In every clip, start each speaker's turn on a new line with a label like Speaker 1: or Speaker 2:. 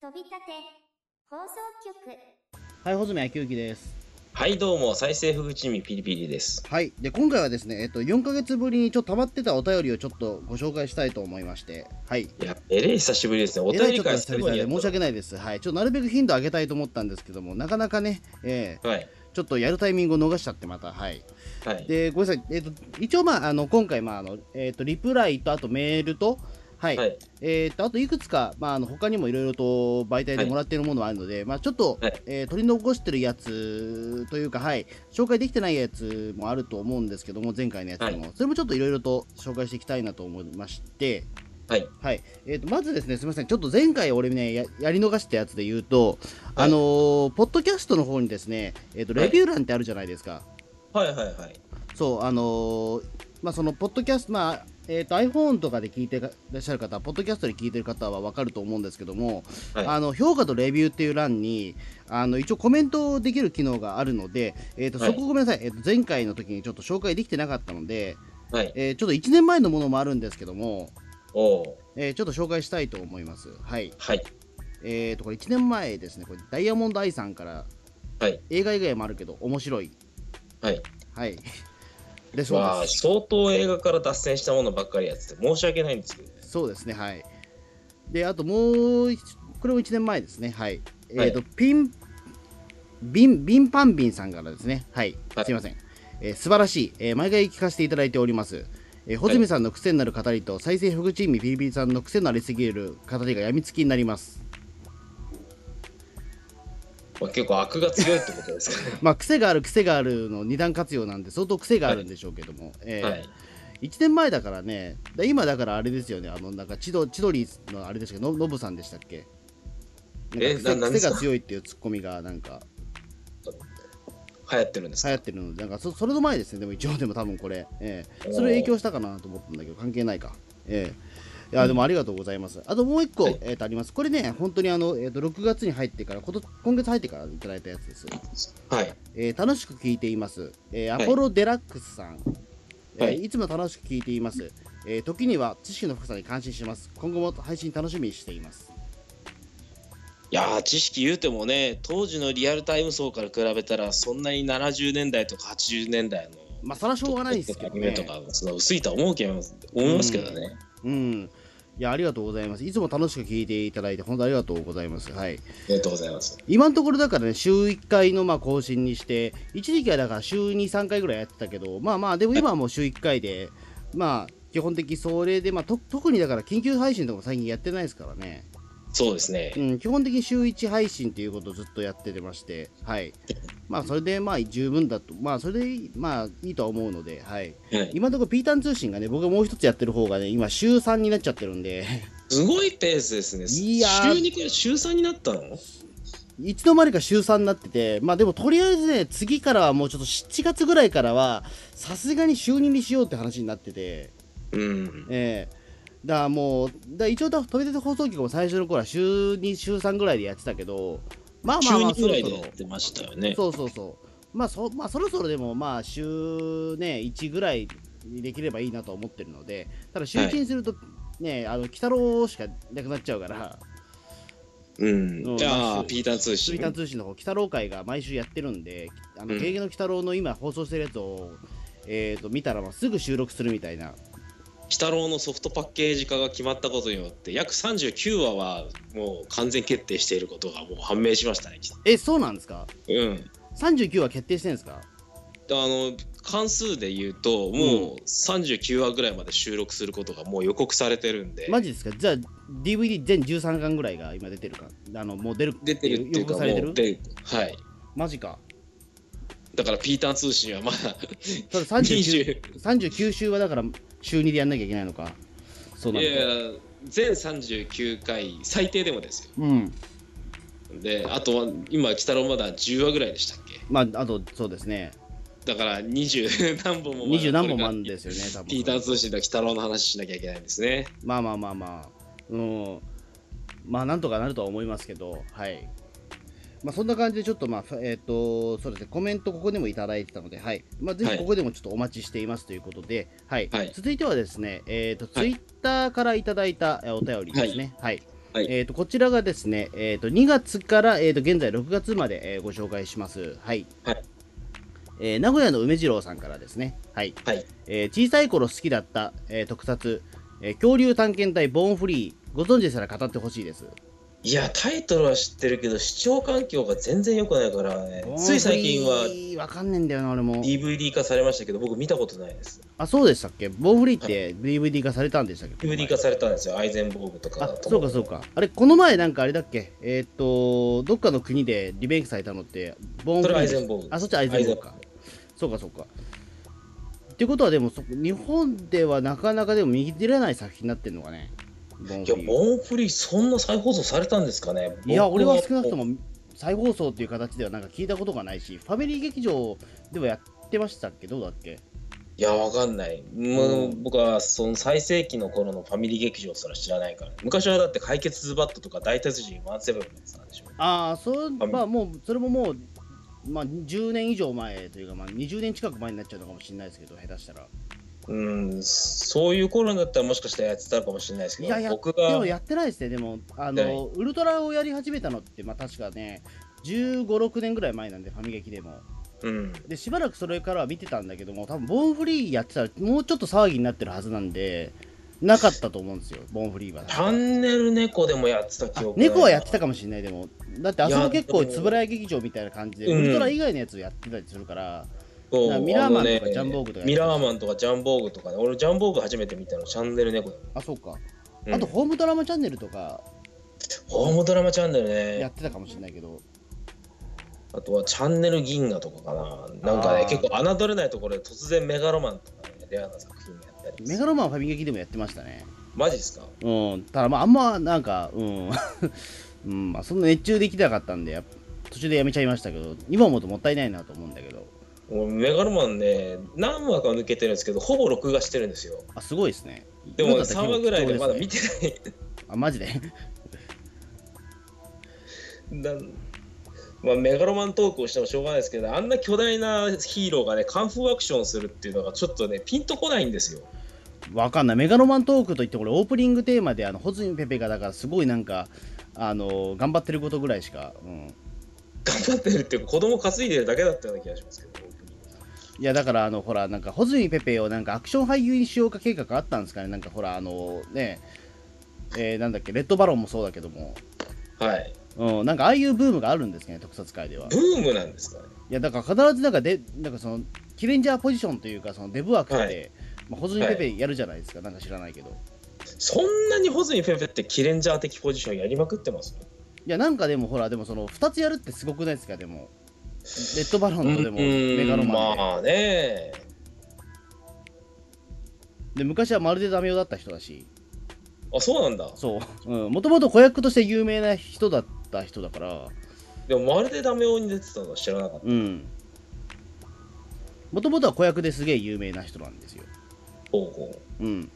Speaker 1: 飛び立て放送局
Speaker 2: はい、ホズメ野球機です。
Speaker 3: はい、どうも、再生ふぐちみピリピリです。
Speaker 2: はい。で、今回はですね、えっと、4ヶ月ぶりにちょっと溜まってたお便りをちょっとご紹介したいと思いまして、はい。
Speaker 3: いや、えれい久しぶりですね。お
Speaker 2: えら
Speaker 3: 便
Speaker 2: いちょ
Speaker 3: り
Speaker 2: っと久
Speaker 3: 会
Speaker 2: 々で申し訳
Speaker 3: な
Speaker 2: ないです。はい。ちょっとなるべく頻度上げたいと思ったんですけども、なかなかね、え
Speaker 3: い。はい。
Speaker 2: ーちょっとやるタイミングを逃しちゃってまた、はい。
Speaker 3: はい。
Speaker 2: で、ごめんなさい。えっと、一応まあ、あの、今回、まあ、あの、えっと、リプライと、あとメールと、はい。
Speaker 3: はい。
Speaker 2: えー、とあといくつか、まあ、あの他にもいろいろと媒体でもらっているものはあるので、まあ、ちょっと、
Speaker 3: はい
Speaker 2: えー取り残してるやつというか、はい、紹介できてないやつもあると思うんですけども前回のやつでも、それもちょっといろいろと紹介していきたいなと思いまして、
Speaker 3: はい。
Speaker 2: はいえー、とまずですねすみませんちょっと前回俺ねややり逃したやつで言うと、
Speaker 3: は
Speaker 2: あ
Speaker 3: い
Speaker 2: のーポッドキャストの方にですね、えー、と
Speaker 3: はい
Speaker 2: レビュー欄ってあるじゃないですか。
Speaker 3: はい。はい。はい。
Speaker 2: そう、あのーまあ、その、ポッドキャスト、まあ、えっ、と、iPhone とかで聞いてらっしゃる方、ポッドキャストで聞いてる方はわかると思うんですけども、
Speaker 3: はい
Speaker 2: あの、評価とレビューっていう欄に、あの、一応コメントできる機能があるので、えっ、と、
Speaker 3: はい
Speaker 2: そこごめんなさい、えっ、と、前回の時にちょっと紹介できてなかったので、
Speaker 3: はい。
Speaker 2: えーちょっと1年前のものもあるんですけども、
Speaker 3: おお
Speaker 2: えーちょっと紹介したいと思います。はい。
Speaker 3: ー。はい。
Speaker 2: えっ、と、これ1年前ですね、これ、ダイヤモンドアイさんから、
Speaker 3: はい。
Speaker 2: 映画以外もあるけど、面白い。
Speaker 3: はい。
Speaker 2: はい。で、そう
Speaker 3: わ
Speaker 2: で
Speaker 3: あ、
Speaker 2: す。
Speaker 3: 相当映画から脱線したものばっかりやってて、申し訳ないんですけど。
Speaker 2: そうですね、はい。で、あともう一、これも1年前ですね、はい。えっ、
Speaker 3: はい
Speaker 2: と、ピン、ビン、ビンパンビンさんからですね、はい、
Speaker 3: はい
Speaker 2: すいません。えー素晴らしい、えー毎回聞かせていただいております。えー、穂積さんの癖になる語りと、再生福チームビリビリさんの癖になりすぎる語りがやみつきになります。
Speaker 3: まあ、結構悪が強いってことですかね。
Speaker 2: まあ、癖がある、癖があるの二段活用なんで、相当癖があるんでしょうけども、 えー
Speaker 3: はい。
Speaker 2: 1年前だからね、だ今だからあれですよね、あのなんか千鳥千鳥のあれですけど、のノブさんでしたっけ
Speaker 3: え
Speaker 2: なんか癖
Speaker 3: ななん
Speaker 2: 癖
Speaker 3: ですか
Speaker 2: が強いっていうツッコミがなんか
Speaker 3: 流行ってるんです
Speaker 2: 流
Speaker 3: か
Speaker 2: 行ってるので、なんかそそれの前ですね、でも一応でも多分これ、ええそれ影響したかなと思ったんだけど、関係ないか。ええいやでもありがとうございます。あともう一個、
Speaker 3: はい
Speaker 2: えーとあります。これね、本当にあの、えー、と6月に入ってからこと、今月入ってからいただいたやつです。
Speaker 3: はい。
Speaker 2: えー楽しく聞いています、えー
Speaker 3: はい
Speaker 2: アポロデラックスさん、えー
Speaker 3: はい
Speaker 2: い、つも楽しく聞いています、えー時には知識の深さに感心します今後も配信楽しみにしています
Speaker 3: いやー知識言うてもね当時のリアルタイム層から比べたらそんなに70年代とか80年代の
Speaker 2: まあそれはしょうがないですけどね
Speaker 3: とかアニメとかその薄いとは思うけど思いますけどね、
Speaker 2: うんいやありがとうございますいつも楽しく聞いていただいて本当ありがとうございますはい
Speaker 3: ありがとうございます
Speaker 2: 今のところだからね週1回のまあ更新にして一時期はだから週23回ぐらいやってたけどまあまあでも今はもう週1回でまあ基本的それでまあと特にだから緊急配信とかも最近やってないですからね
Speaker 3: そうですね
Speaker 2: うん、基本的に週1配信っていうことをずっとやっててまして、はい。まあ、それで、まあ、十分だと、まあ、それでいい、まあ、いいとは思うので、はい。
Speaker 3: はい
Speaker 2: 今のところ、ピータン通信がね、僕がもう一つやってる方がね、今、週3になっちゃってるんで、
Speaker 3: すごいペースですね。
Speaker 2: いやー
Speaker 3: 週2から週3になったの
Speaker 2: いつの間にか週3になってて、まあ、でも、とりあえずね、次からはもうちょっと7月ぐらいからは、さすがに週2にしようって話になってて、
Speaker 3: うん。
Speaker 2: ええだからもう、だから一応だ、飛び出て放送局も最初の頃は週2、週3ぐらいでやってたけど、まあま
Speaker 3: 週
Speaker 2: あまあ、
Speaker 3: 2ぐらい
Speaker 2: そろそ
Speaker 3: でや
Speaker 2: ろ
Speaker 3: ってましたよね。
Speaker 2: そうそうそう。まあそ、まあ、そろそろでも、まあ、週ね、1ぐらいにできればいいなと思ってるので、ただ、週1にすると、ね、あの、鬼太郎しかいなくなっちゃうから、
Speaker 3: うん。じゃ
Speaker 2: まあ
Speaker 3: あ、ピーターン
Speaker 2: ス
Speaker 3: 通信。
Speaker 2: リタン通信の方、鬼太郎会が毎週やってるんで、あの、
Speaker 3: うん
Speaker 2: ゲゲの鬼太郎の今放送してるやつを、えっ、と、見たら、まあ、すぐ収録するみたいな。
Speaker 3: 鬼太郎のソフトパッケージ化が決まったことによって、約39話はもう完全決定していることがもう判明しましたね。
Speaker 2: え、そうなんですか
Speaker 3: うん。
Speaker 2: ?39 は決定してるんですか
Speaker 3: あの、関数で言うと、もう39話ぐらいまで収録することがもう予告されてるんで、
Speaker 2: マジですかじゃあ、DVD 全13巻ぐらいが今出てるか。あの、もう出る、
Speaker 3: 出てるってい
Speaker 2: 予
Speaker 3: う
Speaker 2: 告
Speaker 3: か、も
Speaker 2: されてる
Speaker 3: う出はい。
Speaker 2: マジか。
Speaker 3: だから、ピーターン通信はまだ
Speaker 2: ただ39
Speaker 3: 20。
Speaker 2: 39週はだから週2でやんなきゃいけないのかそうないんだ
Speaker 3: やいや全39回最低でもです
Speaker 2: うん
Speaker 3: よであとは今鬼太郎まだ10話ぐらいでしたっけ
Speaker 2: まああとそうですね
Speaker 3: だから20何本もまだ
Speaker 2: 20何本もあるんですよね多分
Speaker 3: ピーター通信と鬼太郎の話しなきゃいけないんですね
Speaker 2: まあまあまあまあうんまあなんとかなるとは思いますけどはいまあそんな感じでちょっとまあえっ、とそうですねコメントここでもいただいてたのではいまあぜひここでもちょっとお待ちしていますということではい、
Speaker 3: はい
Speaker 2: 続いてはですねえっ、とツ
Speaker 3: は
Speaker 2: イ
Speaker 3: い
Speaker 2: ッターからいただいたえお便りですねはい、
Speaker 3: ははい
Speaker 2: えー、とこちらがですね、えー、と2月から、えー、と現在6月まで、えーご紹介します、はい
Speaker 3: はい
Speaker 2: えー名古屋の梅次郎さんからですね、はい
Speaker 3: はい
Speaker 2: えー小さい頃好きだった、えー特撮、えー恐竜探検隊ボーンフリーご存知でしたら語ってほしいです
Speaker 3: いやタイトルは知ってるけど視聴環境が全然良くないからねつい最近は
Speaker 2: はわかんねえんだよな俺も
Speaker 3: DVD 化されましたけど僕見たことないです
Speaker 2: あそうでしたっけボーンフリーって DVD 化されたんでしたっけ
Speaker 3: DVD 化されたんですよアイゼンボーグとか
Speaker 2: あ
Speaker 3: と
Speaker 2: そうかそうかあれこの前なんかあれだっけえーっ、とどっかの国でリメイクされたのってボーン
Speaker 3: そ
Speaker 2: フ
Speaker 3: れ
Speaker 2: リーで
Speaker 3: はアイ
Speaker 2: し
Speaker 3: ゼンボーグ
Speaker 2: あそっちアイゼンボーグかそうかそうかっていうことはでもそ日本ではなかなかでも見切れない作品になってるのかねボーン
Speaker 3: い
Speaker 2: フ
Speaker 3: や
Speaker 2: リー
Speaker 3: ボーンフリーそんな再放送されたんですかね
Speaker 2: いや
Speaker 3: 僕
Speaker 2: 俺は少なくとも再放送っていう形ではなんか聞いたことがないしファミリー劇場ではやってましたっけどうだっけ
Speaker 3: いやわかんないもう、
Speaker 2: うん
Speaker 3: 僕はその最盛期の頃のファミリー劇場すら知らないから昔はだって解決ズバットとか大鉄人ワンセブンのやつなんでしょ
Speaker 2: ああそう
Speaker 3: あ
Speaker 2: まあもうそれももうまあ10年以上前というかまあ20年近く前になっちゃうのかもしれないですけど下手したら
Speaker 3: うんそういう頃だったらもしかしたらやってたかもしれないですけ
Speaker 2: い
Speaker 3: ど
Speaker 2: やや
Speaker 3: 僕
Speaker 2: でも
Speaker 3: が
Speaker 2: やってないですねでもあ
Speaker 3: は
Speaker 2: のウルトラをやり始めたのってまあ確かね1 5 6年ぐらい前なんでファミ劇でも
Speaker 3: うん
Speaker 2: でしばらくそれからは見てたんだけども多分ボーンフリーやってたらもうちょっと騒ぎになってるはずなんでなかったと思うんですよボーンフリーは
Speaker 3: チャンネル猫でもやってた記憶
Speaker 2: 猫はやってた
Speaker 3: か
Speaker 2: かもしれないでもだってあそ
Speaker 3: い
Speaker 2: こ
Speaker 3: や
Speaker 2: 結構
Speaker 3: でも
Speaker 2: つぶらや劇場みたいな感じで、
Speaker 3: うん
Speaker 2: ウルトラ以外のやつやってたりするから
Speaker 3: そう
Speaker 2: なミラーマンとか
Speaker 3: あのね
Speaker 2: ジャンボーグとか
Speaker 3: ミラーマンとかジャンボーグとかね俺ジャンボーグ初めて見たのチャンネル猫だよ
Speaker 2: あそうか、
Speaker 3: うん
Speaker 2: あとホームドラマチャンネルとか
Speaker 3: ホームドラマチャンネルね
Speaker 2: やってたかもしれないけど、
Speaker 3: あとはチャンネル銀河とかかな。なんかね
Speaker 2: あ、ー
Speaker 3: 結構侮れないところで突然メガロマンとかね、レアな作品やったり。
Speaker 2: メガロマンファミ劇でもやってましたね
Speaker 3: マジっすか
Speaker 2: うんただまああんまなんかうん うんまあそんな熱中できなかったんでやっぱ途中でやめちゃいましたけど今思うともったいないなと思うんだけど
Speaker 3: もうメガロマンね、何話か抜けてるんですけど、ほぼ録画してるんですよ。
Speaker 2: あすごいですね
Speaker 3: でも
Speaker 2: 今だった
Speaker 3: 3話ぐらいでまだ見
Speaker 2: 貴
Speaker 3: て
Speaker 2: 重すねあマジで
Speaker 3: ない。 なまあ、メガロマントークをしてもしょうがないですけど、あんな巨大なヒーローがね、カンフーアクションするっていうのがちょっとね、ピンとこないんですよ。
Speaker 2: わかんないメガロマントークといっても俺オープニングテーマであのホズミペペがだからすごいなんかあの頑張ってることぐらいしか、うん、
Speaker 3: 頑張ってるっていうか、子供担いでるだけだったような気がしますけど、オープニング
Speaker 2: いやだからあのほらなんかホズミペペをなんかアクション俳優にしようか計画あったんですかねなんかほらあのねえーなんだっけレッドバロンもそうだけども、
Speaker 3: はい。
Speaker 2: うん、なんかああいうブームがあるんですね特撮界では
Speaker 3: ブームなんですかね。
Speaker 2: いやだから必ずなんかでなんかそのキレンジャーポジションというかそのデブ枠で、
Speaker 3: はい
Speaker 2: まあ、ホズミペペやるじゃないですか、なんか知らないけど
Speaker 3: そんなにホズミフェフェってキレンジャー的ポジションやりまくってます
Speaker 2: いやなんかでもほらでもその2つやるってすごくないですかでもレッドバロンとでも
Speaker 3: うーん
Speaker 2: メガロマンで,、
Speaker 3: まあね
Speaker 2: で昔はまるでダメ男だった人だし
Speaker 3: あそうなんだ
Speaker 2: そうもともと子役として有名な人だった人だから
Speaker 3: でもまるでダメ男に出てたのは知らなかった
Speaker 2: うんもともとは子役ですげえ有名な人なんですよ
Speaker 3: ほうほう
Speaker 2: うん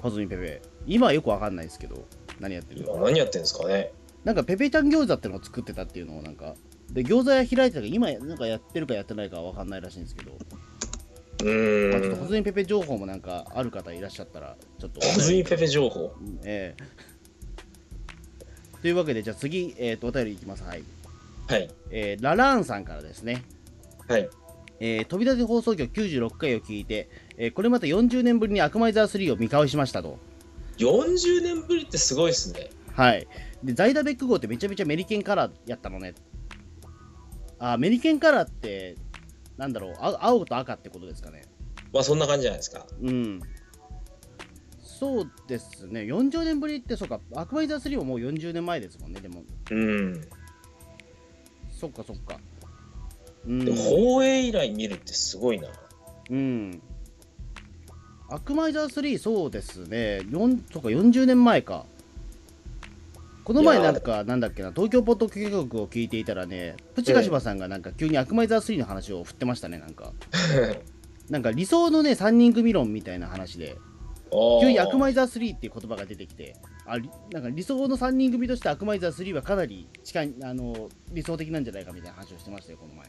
Speaker 2: ホズミペペ今はよくわかんないですけど何やってるか
Speaker 3: 今何やってんですかね
Speaker 2: なんかペペちゃん餃子ってのを作ってたっていうのをなんかで餃子屋開いてたけど今なんかやってるかやってないかはわかんないらしいんですけど
Speaker 3: う
Speaker 2: まあちょっとホ
Speaker 3: ーん
Speaker 2: ズミペペ情報もなんかある方いらっしゃったら、ちょっと。
Speaker 3: ホズミフェフェ情報
Speaker 2: ええというわけで、じゃあ次、えー、とお便りいきます。はい。
Speaker 3: はい
Speaker 2: えーララーンさんからですね。
Speaker 3: はい
Speaker 2: えー飛び立て放送局96回を聞いて、えーこれまた40年ぶりにアクマイザー3を見返しましたと。
Speaker 3: 40年ぶりってすごいですね
Speaker 2: はい。で、ザイダベック号ってめちゃめちゃメリケンカラーやったのね。あー、メリケンカラーって、なんだろう、あ青と赤ってことですかね。
Speaker 3: まあそんな感じじゃないですか
Speaker 2: うん。そうですね、40年ぶりって、そうか、アクアイザー3ももう40年前ですもんね、でも、
Speaker 3: うんで
Speaker 2: そっかそっか。うん。
Speaker 3: も放映以来見るってすごいな
Speaker 2: うん。アクマイザー3、そうですね、4とか40年前か。この前
Speaker 3: いや
Speaker 2: な
Speaker 3: ー
Speaker 2: んか、なんだっけな、東京ポッド計画を聞いていたらね、プチカシバさんがなんか急にアクマイザー3の話を振ってましたね、なんか。なんか理想のね、3人組論みたいな話で。急にアクマイザー3っていう言葉が出てきてありなんか理想の3人組としてアクマイザー3はかなり近いあの理想的なんじゃないかみたいな話をしてましたよこの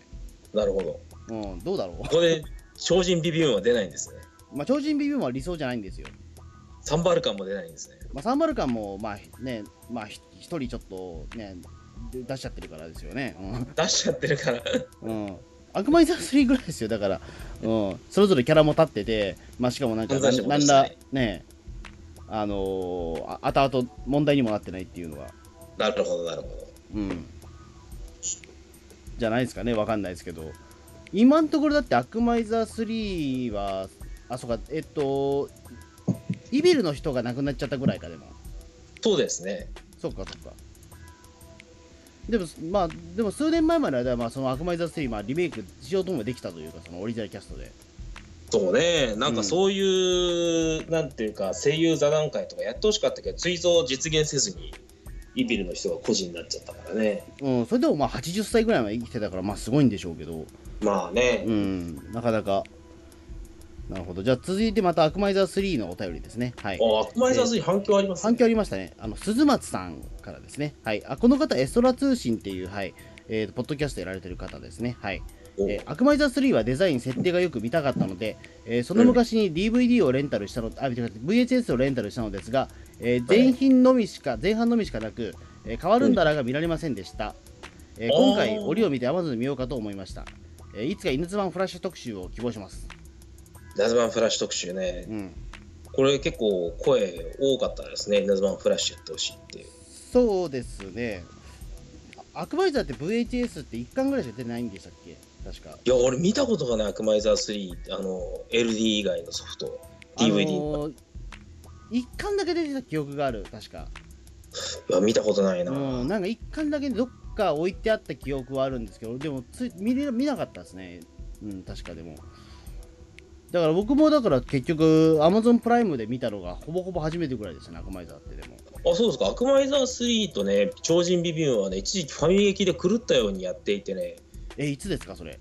Speaker 3: なるほど
Speaker 2: 前うんどうだろ
Speaker 3: ここで超人ビビウンは出ないんですね
Speaker 2: うまあ超人ビビンは理想じゃないんですよ
Speaker 3: サンバル感も出ないんですね。
Speaker 2: まあ、サンマルカンも、まあね、まあ、ひ一人ちょっとね、で出しちゃってるからですよね。
Speaker 3: 出しちゃってるから。
Speaker 2: うん。うん悪魔イザ3ぐらいですよ、だから、うん、それぞれキャラも立ってて、まあ、しかもなんか、
Speaker 3: 犯罪
Speaker 2: なん
Speaker 3: 者も
Speaker 2: なん
Speaker 3: 出
Speaker 2: ら
Speaker 3: して、
Speaker 2: ね、あのーあ後々問題にもなってないっていうのは、
Speaker 3: なるほど、なるほど。
Speaker 2: うん。じゃないですかね、わかんないですけど、今のところだって、悪魔イザ3は、あ、そうか、えっと、イビルの人が亡くなっちゃったぐらいか、でも。
Speaker 3: そうですね。
Speaker 2: そっかそっか。でも、まあ、でも数年前までは、まあ、その悪魔イザー3、まあ、リメイクしようともできたというか、そのオリジナルキャストで。
Speaker 3: そうね。なん
Speaker 2: うん
Speaker 3: かそういう、なんていうか、声優座談会とかやってほしかったけど、追贈実現せずに、イビルの人が個人になっちゃったからね。
Speaker 2: うん、それでもまあ80歳ぐらいまで生きてたから、まあすごいんでしょうけど、
Speaker 3: まあね。
Speaker 2: うん、なかなか。なるほど。じゃあ続いてまた悪魔イザー3のお便りですね。はい。
Speaker 3: あ、悪魔座に反響ありますね
Speaker 2: 反響ありましたね。あの、鈴松さんからですね。はい。あ、この方、エストラ通信っていう、はい。えー、ポッドキャストやられてる方ですね。はい。
Speaker 3: お
Speaker 2: えー、アクマイザー3はデザイン、設定がよく見たかったので、えーその昔に DVD をレンタルしたの、あ、見てください VHS をレンタルしたのですが、えー前品のみしか、前半のみしかなく、えー変わるんだらが見られませんでした。えー
Speaker 3: あー
Speaker 2: 今回、折を見て Amazon で見ようかと思いました。えーいつか犬妻フラッシュ特集を希望します。
Speaker 3: ナズマンフラッシュ特集ね
Speaker 2: う。ん。
Speaker 3: これ結構声多かったですね。ナズマンフラッシュやってほしいっていう。
Speaker 2: そうですね。あアクマイザーって VHS って1巻ぐらいしか出てないんでしたっけ確か。
Speaker 3: いや、俺見たことがない、アクマイザー3、あの、LD 以外のソフト、
Speaker 2: あ
Speaker 3: DVD、
Speaker 2: のー一巻だけ出てた記憶がある、確か。
Speaker 3: いや、見たことないな。
Speaker 2: うん、なんか一巻だけどっか置いてあった記憶はあるんですけど、でもつい見れ見なかったですね。うん、確かでも。だから僕もだから結局、Amazon プライムで見たのがほぼほぼ初めてぐらいですね、アクマイザーってでも。
Speaker 3: あ、そうですか、アクマイザー3とね、超人ビビューンはね、一時期ファミリーで狂ったようにやっていてね、
Speaker 2: え、いつですか、それ。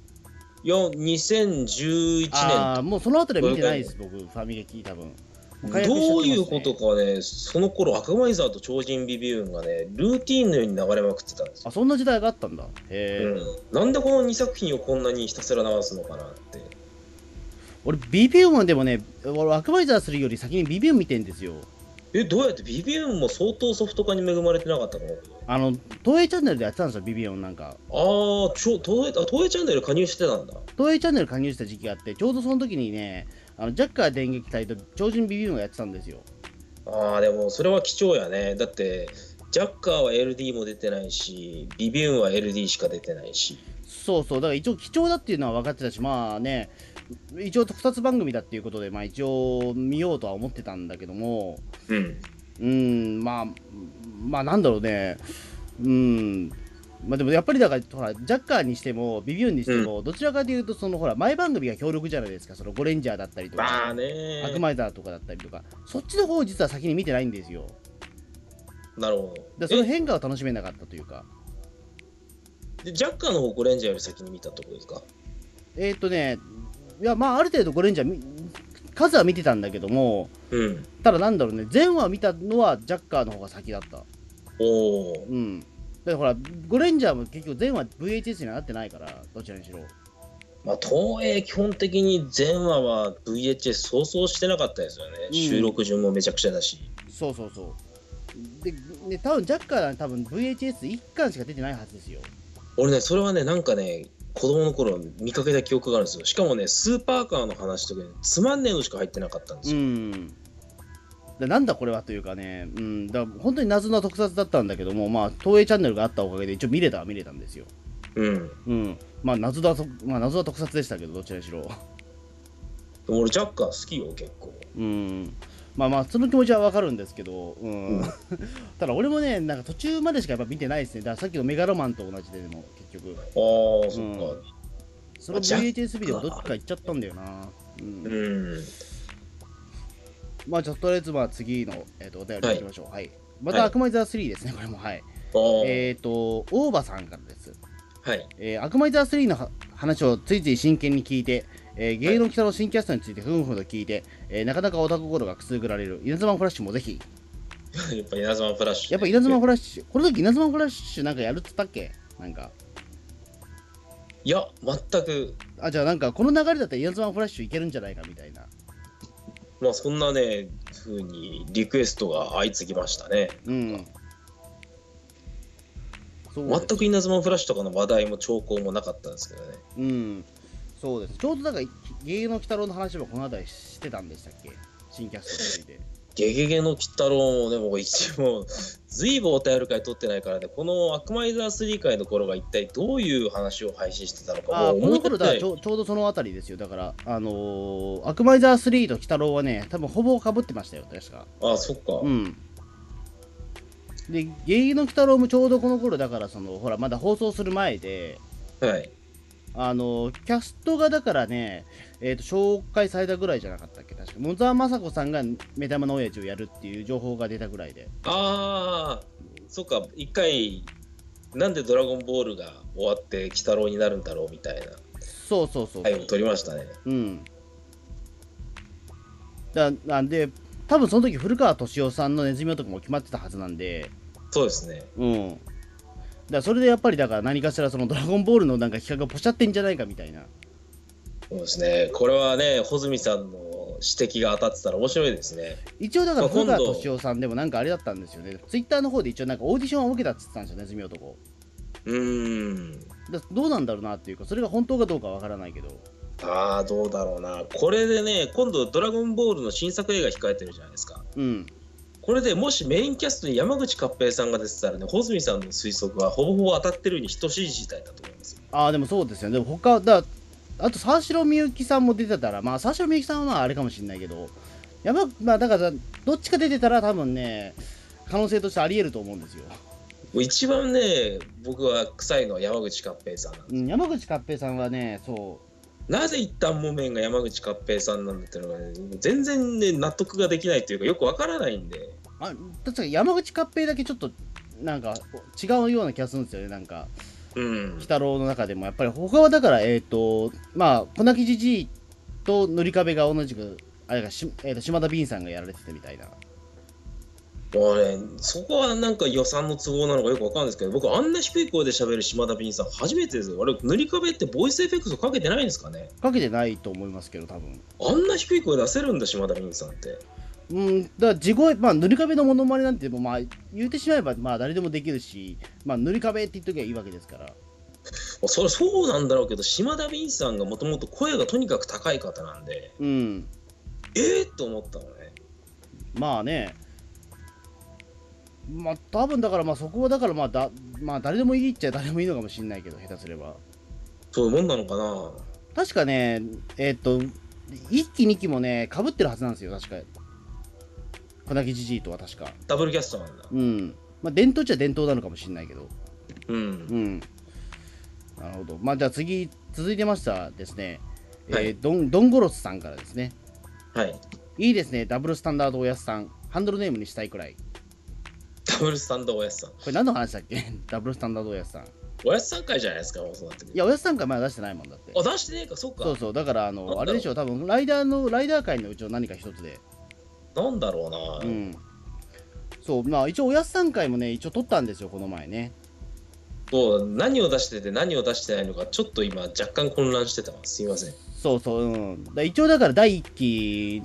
Speaker 3: いや、2011
Speaker 2: ああー、
Speaker 3: 年
Speaker 2: もうその後で見てないです、僕、ファミレキ多分。も解約しちゃって
Speaker 3: ど
Speaker 2: ま
Speaker 3: う
Speaker 2: すね
Speaker 3: いうことかね、その頃アクマイザーと超人ビビューンがね、ルーティーンのように流れまくってたんですよ。
Speaker 2: あ、そんな時代があったんだ。へえ、
Speaker 3: うん、なんでこの2作品をこんなにひたすら流すのかなって。
Speaker 2: 俺、ビビウムでもね、俺、アクマイザーするより先にビビウム見てんですよ。
Speaker 3: え、どうやってビビューンも相当ソフト化に恵まれてなかったかな
Speaker 2: あの、東映チャンネルでやってたんですよ、ビビウムなんか。
Speaker 3: ああ、ちょ、東映、あ、東映チャンネル加入してたんだ。
Speaker 2: 東映チャンネル加入した時期があってちょうどその時にねあのジャッカー電撃隊と超人ビビウムがやってたんですよ
Speaker 3: ああ、でもそれは貴重やね。だって、ジャッカーは LD も出てないし、ビビューンは LD しか出てないし。
Speaker 2: そうそうだから一応貴重だっていうのは分かってたしまあね一応特撮番組だっていうことでまあ一応見ようとは思ってたんだけども
Speaker 3: うん。
Speaker 2: うんまあまあなんだろうねうんまあでもやっぱりだからほらジャッカーにしてもビビウムにしても、どちらかというとそのほら前番組が強力じゃないですかそのゴレンジャーだったりと
Speaker 3: まあ
Speaker 2: か、
Speaker 3: ね
Speaker 2: アクマイザーとかだったりとかそっちの方を実は先に見てないんですよ
Speaker 3: なるほ
Speaker 2: でそ
Speaker 3: ど。
Speaker 2: の
Speaker 3: え
Speaker 2: 変化を楽しめなかったというか
Speaker 3: でジャッカーの方ゴレンジャーより先に見たってことですか
Speaker 2: えーっ、とねいやまあある程度ゴレンジャーみ数は見てたんだけども
Speaker 3: うん。
Speaker 2: ただなんだろうね前話見たのはジャッカーの方が先だった
Speaker 3: おお。
Speaker 2: うんだってほらゴレンジャーも結局前話 VHS にはなってないからどちらにしろ
Speaker 3: まあ、東映基本的に前話は VHS そうそうしてなかったですよね。
Speaker 2: ん
Speaker 3: 収録順もめちゃくちゃだし。
Speaker 2: そうそうそうでね多分ジャッカーは多分 VHS1 巻しか出てないはずですよ
Speaker 3: 俺ねそれはねなんかね子供の頃見かけた記憶があるんですよしかもねスーパーカーの話とかにつまんねえのしか入ってなかったんです
Speaker 2: う
Speaker 3: よ、
Speaker 2: んでなんだこれはというかね、うん、だから本当に謎な特撮だったんだけども、まあ、東映チャンネルがあったおかげで一応見れたは見れたんですよ。
Speaker 3: うん
Speaker 2: うん、まあ謎だと、まあ、謎は特撮でしたけどどちらにしろ
Speaker 3: でも俺ジャッカー好きよ結構
Speaker 2: うんまあまあその気持ちはわかるんですけど、うん
Speaker 3: うん
Speaker 2: ただ俺もねなんか途中までしかやっぱ見てないですねだからさっきのメガロマンと同じででも結局
Speaker 3: ああそっか
Speaker 2: その
Speaker 3: ジャッ
Speaker 2: VHS ビデオどっちか行っちゃったんだよな、うん
Speaker 3: うん、
Speaker 2: まあちょっととりあえずまあ次の、えー、とお便りいきましょうはい、また
Speaker 3: はい
Speaker 2: アクマイザー3ですねこれもはい
Speaker 3: ああ、
Speaker 2: えっ、と大場さんからです
Speaker 3: はい
Speaker 2: えー、アクマイザー3のは話をついつい真剣に聞いて、えー、芸能北の新キャストについてふんふんと聞いて、えーなかなかオタク心がくすぐられる稲妻フラッシュもぜひ
Speaker 3: やっぱ稲妻フラッシュ
Speaker 2: やっぱ
Speaker 3: ね、
Speaker 2: 稲妻フラッシュこの時稲妻フラッシュなんかやるっつったっけなんか
Speaker 3: いや全く
Speaker 2: あじゃあなんかこの流れだったら稲妻フラッシュいけるんじゃないかみたいな
Speaker 3: まあそんなねふうにリクエストが相次ぎましたね。
Speaker 2: うん。そうです
Speaker 3: 全くイナズマンフラッシュとかの話題も兆候もなかったんですけどね。
Speaker 2: うん、そうです。ちょうどなんか、芸能鬼太郎の話もこの辺りしてたんでしたっけ新キャストについて。
Speaker 3: ゲゲゲの鬼太郎もね、もう一応、ずいぶんお便り会取ってないからね、このアクマイザー3回の頃が一体どういう話を配信してたのか、
Speaker 2: あ
Speaker 3: も
Speaker 2: あ、
Speaker 3: う
Speaker 2: こ
Speaker 3: 思い
Speaker 2: の
Speaker 3: 出
Speaker 2: 頃
Speaker 3: せ
Speaker 2: だか
Speaker 3: な
Speaker 2: ら
Speaker 3: い
Speaker 2: ちょ、ちょうどその辺りですよ。だから、あのー、アクマイザー3と鬼太郎はね、多分ほぼ被ってましたよ、確か。
Speaker 3: ああ、そっか。
Speaker 2: うん。で、芸能鬼太郎もちょうどこの頃だから、その、ほら、まだ放送する前で、
Speaker 3: はい。
Speaker 2: あのキャストがだからね、えー、と紹介されたぐらいじゃなかったっけ確か野沢雅子さんが目玉の親父をやるっていう情報が出たぐらいで
Speaker 3: ああ、そっか、一回、なんでドラゴンボールが終わって鬼太郎になるんだろうみたいな
Speaker 2: そうそうそう、
Speaker 3: 回を取りましたね。
Speaker 2: うんだなんで多分その時古川敏夫さんのネズミ男も決まってたはずなんで
Speaker 3: そうですね。
Speaker 2: うんだからそれでやっぱりだから何かしらそのドラゴンボールのなんか企画がポシャってんじゃないかみたいな
Speaker 3: そうですね。これはね、穂積さんの指摘が当たってたら面白いですね。
Speaker 2: 一応だから
Speaker 3: そ
Speaker 2: 古
Speaker 3: う今度
Speaker 2: 川敏夫さんでもなんかあれだったんですよねツイッターの方で一応なんかオーディションを受けたって言ってたんですよネズミ男
Speaker 3: うーん。
Speaker 2: だどうなんだろうなっていうかそれが本当かどうかわからないけど
Speaker 3: ああ、どうだろうな。これでね、今度、ドラゴンボールの新作映画控えてるじゃないですか。
Speaker 2: うん
Speaker 3: これでもしメインキャストに山口勝平さんが出てたらね、穂積さんの推測はほぼほぼ当たってるに等しい事態だと思いますよ。
Speaker 2: ああでもそうですよねでも他だあと沢城みゆきさんも出てたらまあ沢城みゆきさんはまああれかもしれないけどやばまあだからどっちか出てたら多分ね可能性としてありえると思うんですよ、
Speaker 3: もう一番ね、僕は臭いのは山口勝平さんなんです
Speaker 2: うん、山口勝平さんはねそ
Speaker 3: なぜ一旦木綿が山口勝平さんなんだっていうのが、ね、全然ね、納得ができないというか、よくわからないんで。
Speaker 2: うあ確かに山口勝平だけちょっとなんか違うような気がするんですよねなんか
Speaker 3: うん
Speaker 2: 鬼。太郎の中でもやっぱり他はだからえっ、とまあ小泣きじじいと塗り壁が同じくあれがし、えーと島田敏さんがやられてたみたいな
Speaker 3: もうね、そこはなんか予算の都合なのかよくわかんないですけど、僕、あんな低い声で喋る島田敏さん、初めてですよ。あれ、塗り壁ってボイスエフェクトかけてないんですかね
Speaker 2: かけてないと思いますけど多分
Speaker 3: あんな低い声出せるんだ、島田敏さんって。
Speaker 2: うんだから地声まあ塗り壁のモノマネなんてもうまあ言うてしまえばまあ誰でもできるしまあ塗り壁って言っときゃいいわけですから
Speaker 3: それそうなんだろうけど、島田敏さんがもともと声がとにかく高い方なんで、
Speaker 2: うん
Speaker 3: ええー、と思ったのね。
Speaker 2: まあねまあ多分だからまあそこはだからまあだまあ誰でもいいっちゃ誰でもいいのかもしれないけど下手すれば
Speaker 3: そういうもんなのかな
Speaker 2: 確かねえっ、と1期2期もねかぶってるはずなんですよ確か小泣きじじいとは確か
Speaker 3: ダブルキャストなんだ。
Speaker 2: うんまあ伝統っちゃ伝統なのかもしれないけど
Speaker 3: うん。
Speaker 2: うん。なるほど。まあ、じゃあ次、続いてましたらですね、えー
Speaker 3: はい
Speaker 2: ドンドンゴロスさんからですね。
Speaker 3: はい。
Speaker 2: いいですね、ダブルスタンダードおやすさん。ハンドルネームにしたいくらい。
Speaker 3: ダブルスタンドおやすさん。
Speaker 2: これ何の話だっけ ダブルスタンダードおやすさん。い
Speaker 3: おやすさん会じゃないですか、もうそうなってくる
Speaker 2: や、おやすさんからまだ出してないもんだって。
Speaker 3: あ、出してねえか、そっか。
Speaker 2: そうそう、だから、あ
Speaker 3: なんだ
Speaker 2: の、
Speaker 3: ろう
Speaker 2: あれでしょ、多分ライダーの、ライダー界のうちの何か一つで。
Speaker 3: なんだろうな。
Speaker 2: うん。そう、まあ、一応、おやすさん会もね、一応取ったんですよ、この前ね。
Speaker 3: そう何を出してて何を出してないのかちょっと今若干混乱してたわすいません
Speaker 2: そうそう、うん、だ一応だから第1期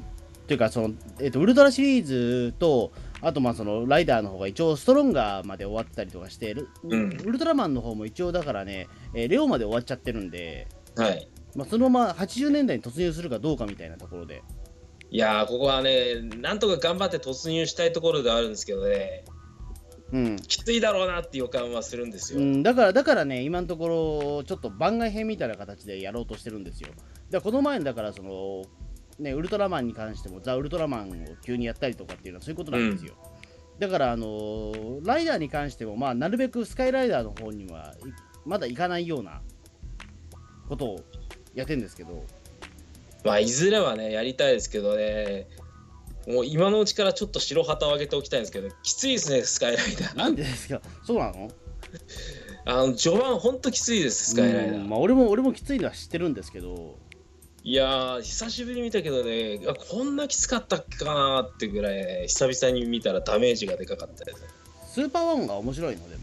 Speaker 2: というかその、えっとウルトラシリーズとあとまあそのライダーの方が一応ストロンガーまで終わってたりとかしてる、
Speaker 3: うん
Speaker 2: ウルトラマンの方も一応だからね、えーレオまで終わっちゃってるんで、
Speaker 3: はい
Speaker 2: まあ、そのまま80年代に突入するかどうかみたいなところで
Speaker 3: いやーここはねなんとか頑張って突入したいところではあるんですけどね
Speaker 2: うん、
Speaker 3: きついだろうなって予感はするんです
Speaker 2: う
Speaker 3: よ、
Speaker 2: ん、だからだからね今のところちょっと番外編みたいな形でやろうとしてるんですよだからこの前のだからそのねウルトラマンに関してもザ・ウルトラマンを急にやったりとかっていうのはそういうことなんですよ、だからあのーライダーに関してもまあなるべくスカイライダーの方にはいまだ行かないようなことをやってんですけど
Speaker 3: まあいずれはねやりたいですけどねもう今のうちからちょっと白旗を上げておきたいんですけどきついですねスカイライダ
Speaker 2: な
Speaker 3: ー
Speaker 2: んでですかそうなの
Speaker 3: あの序盤ほんときついですスカイライダー、
Speaker 2: うんまあ、俺も俺もきついのは知ってるんですけど
Speaker 3: いやー久しぶりに見たけどねあこんなきつかったっけかなーってぐらい、ね、久々に見たらダメージがでかかったです
Speaker 2: スーパーワンが面白いのでも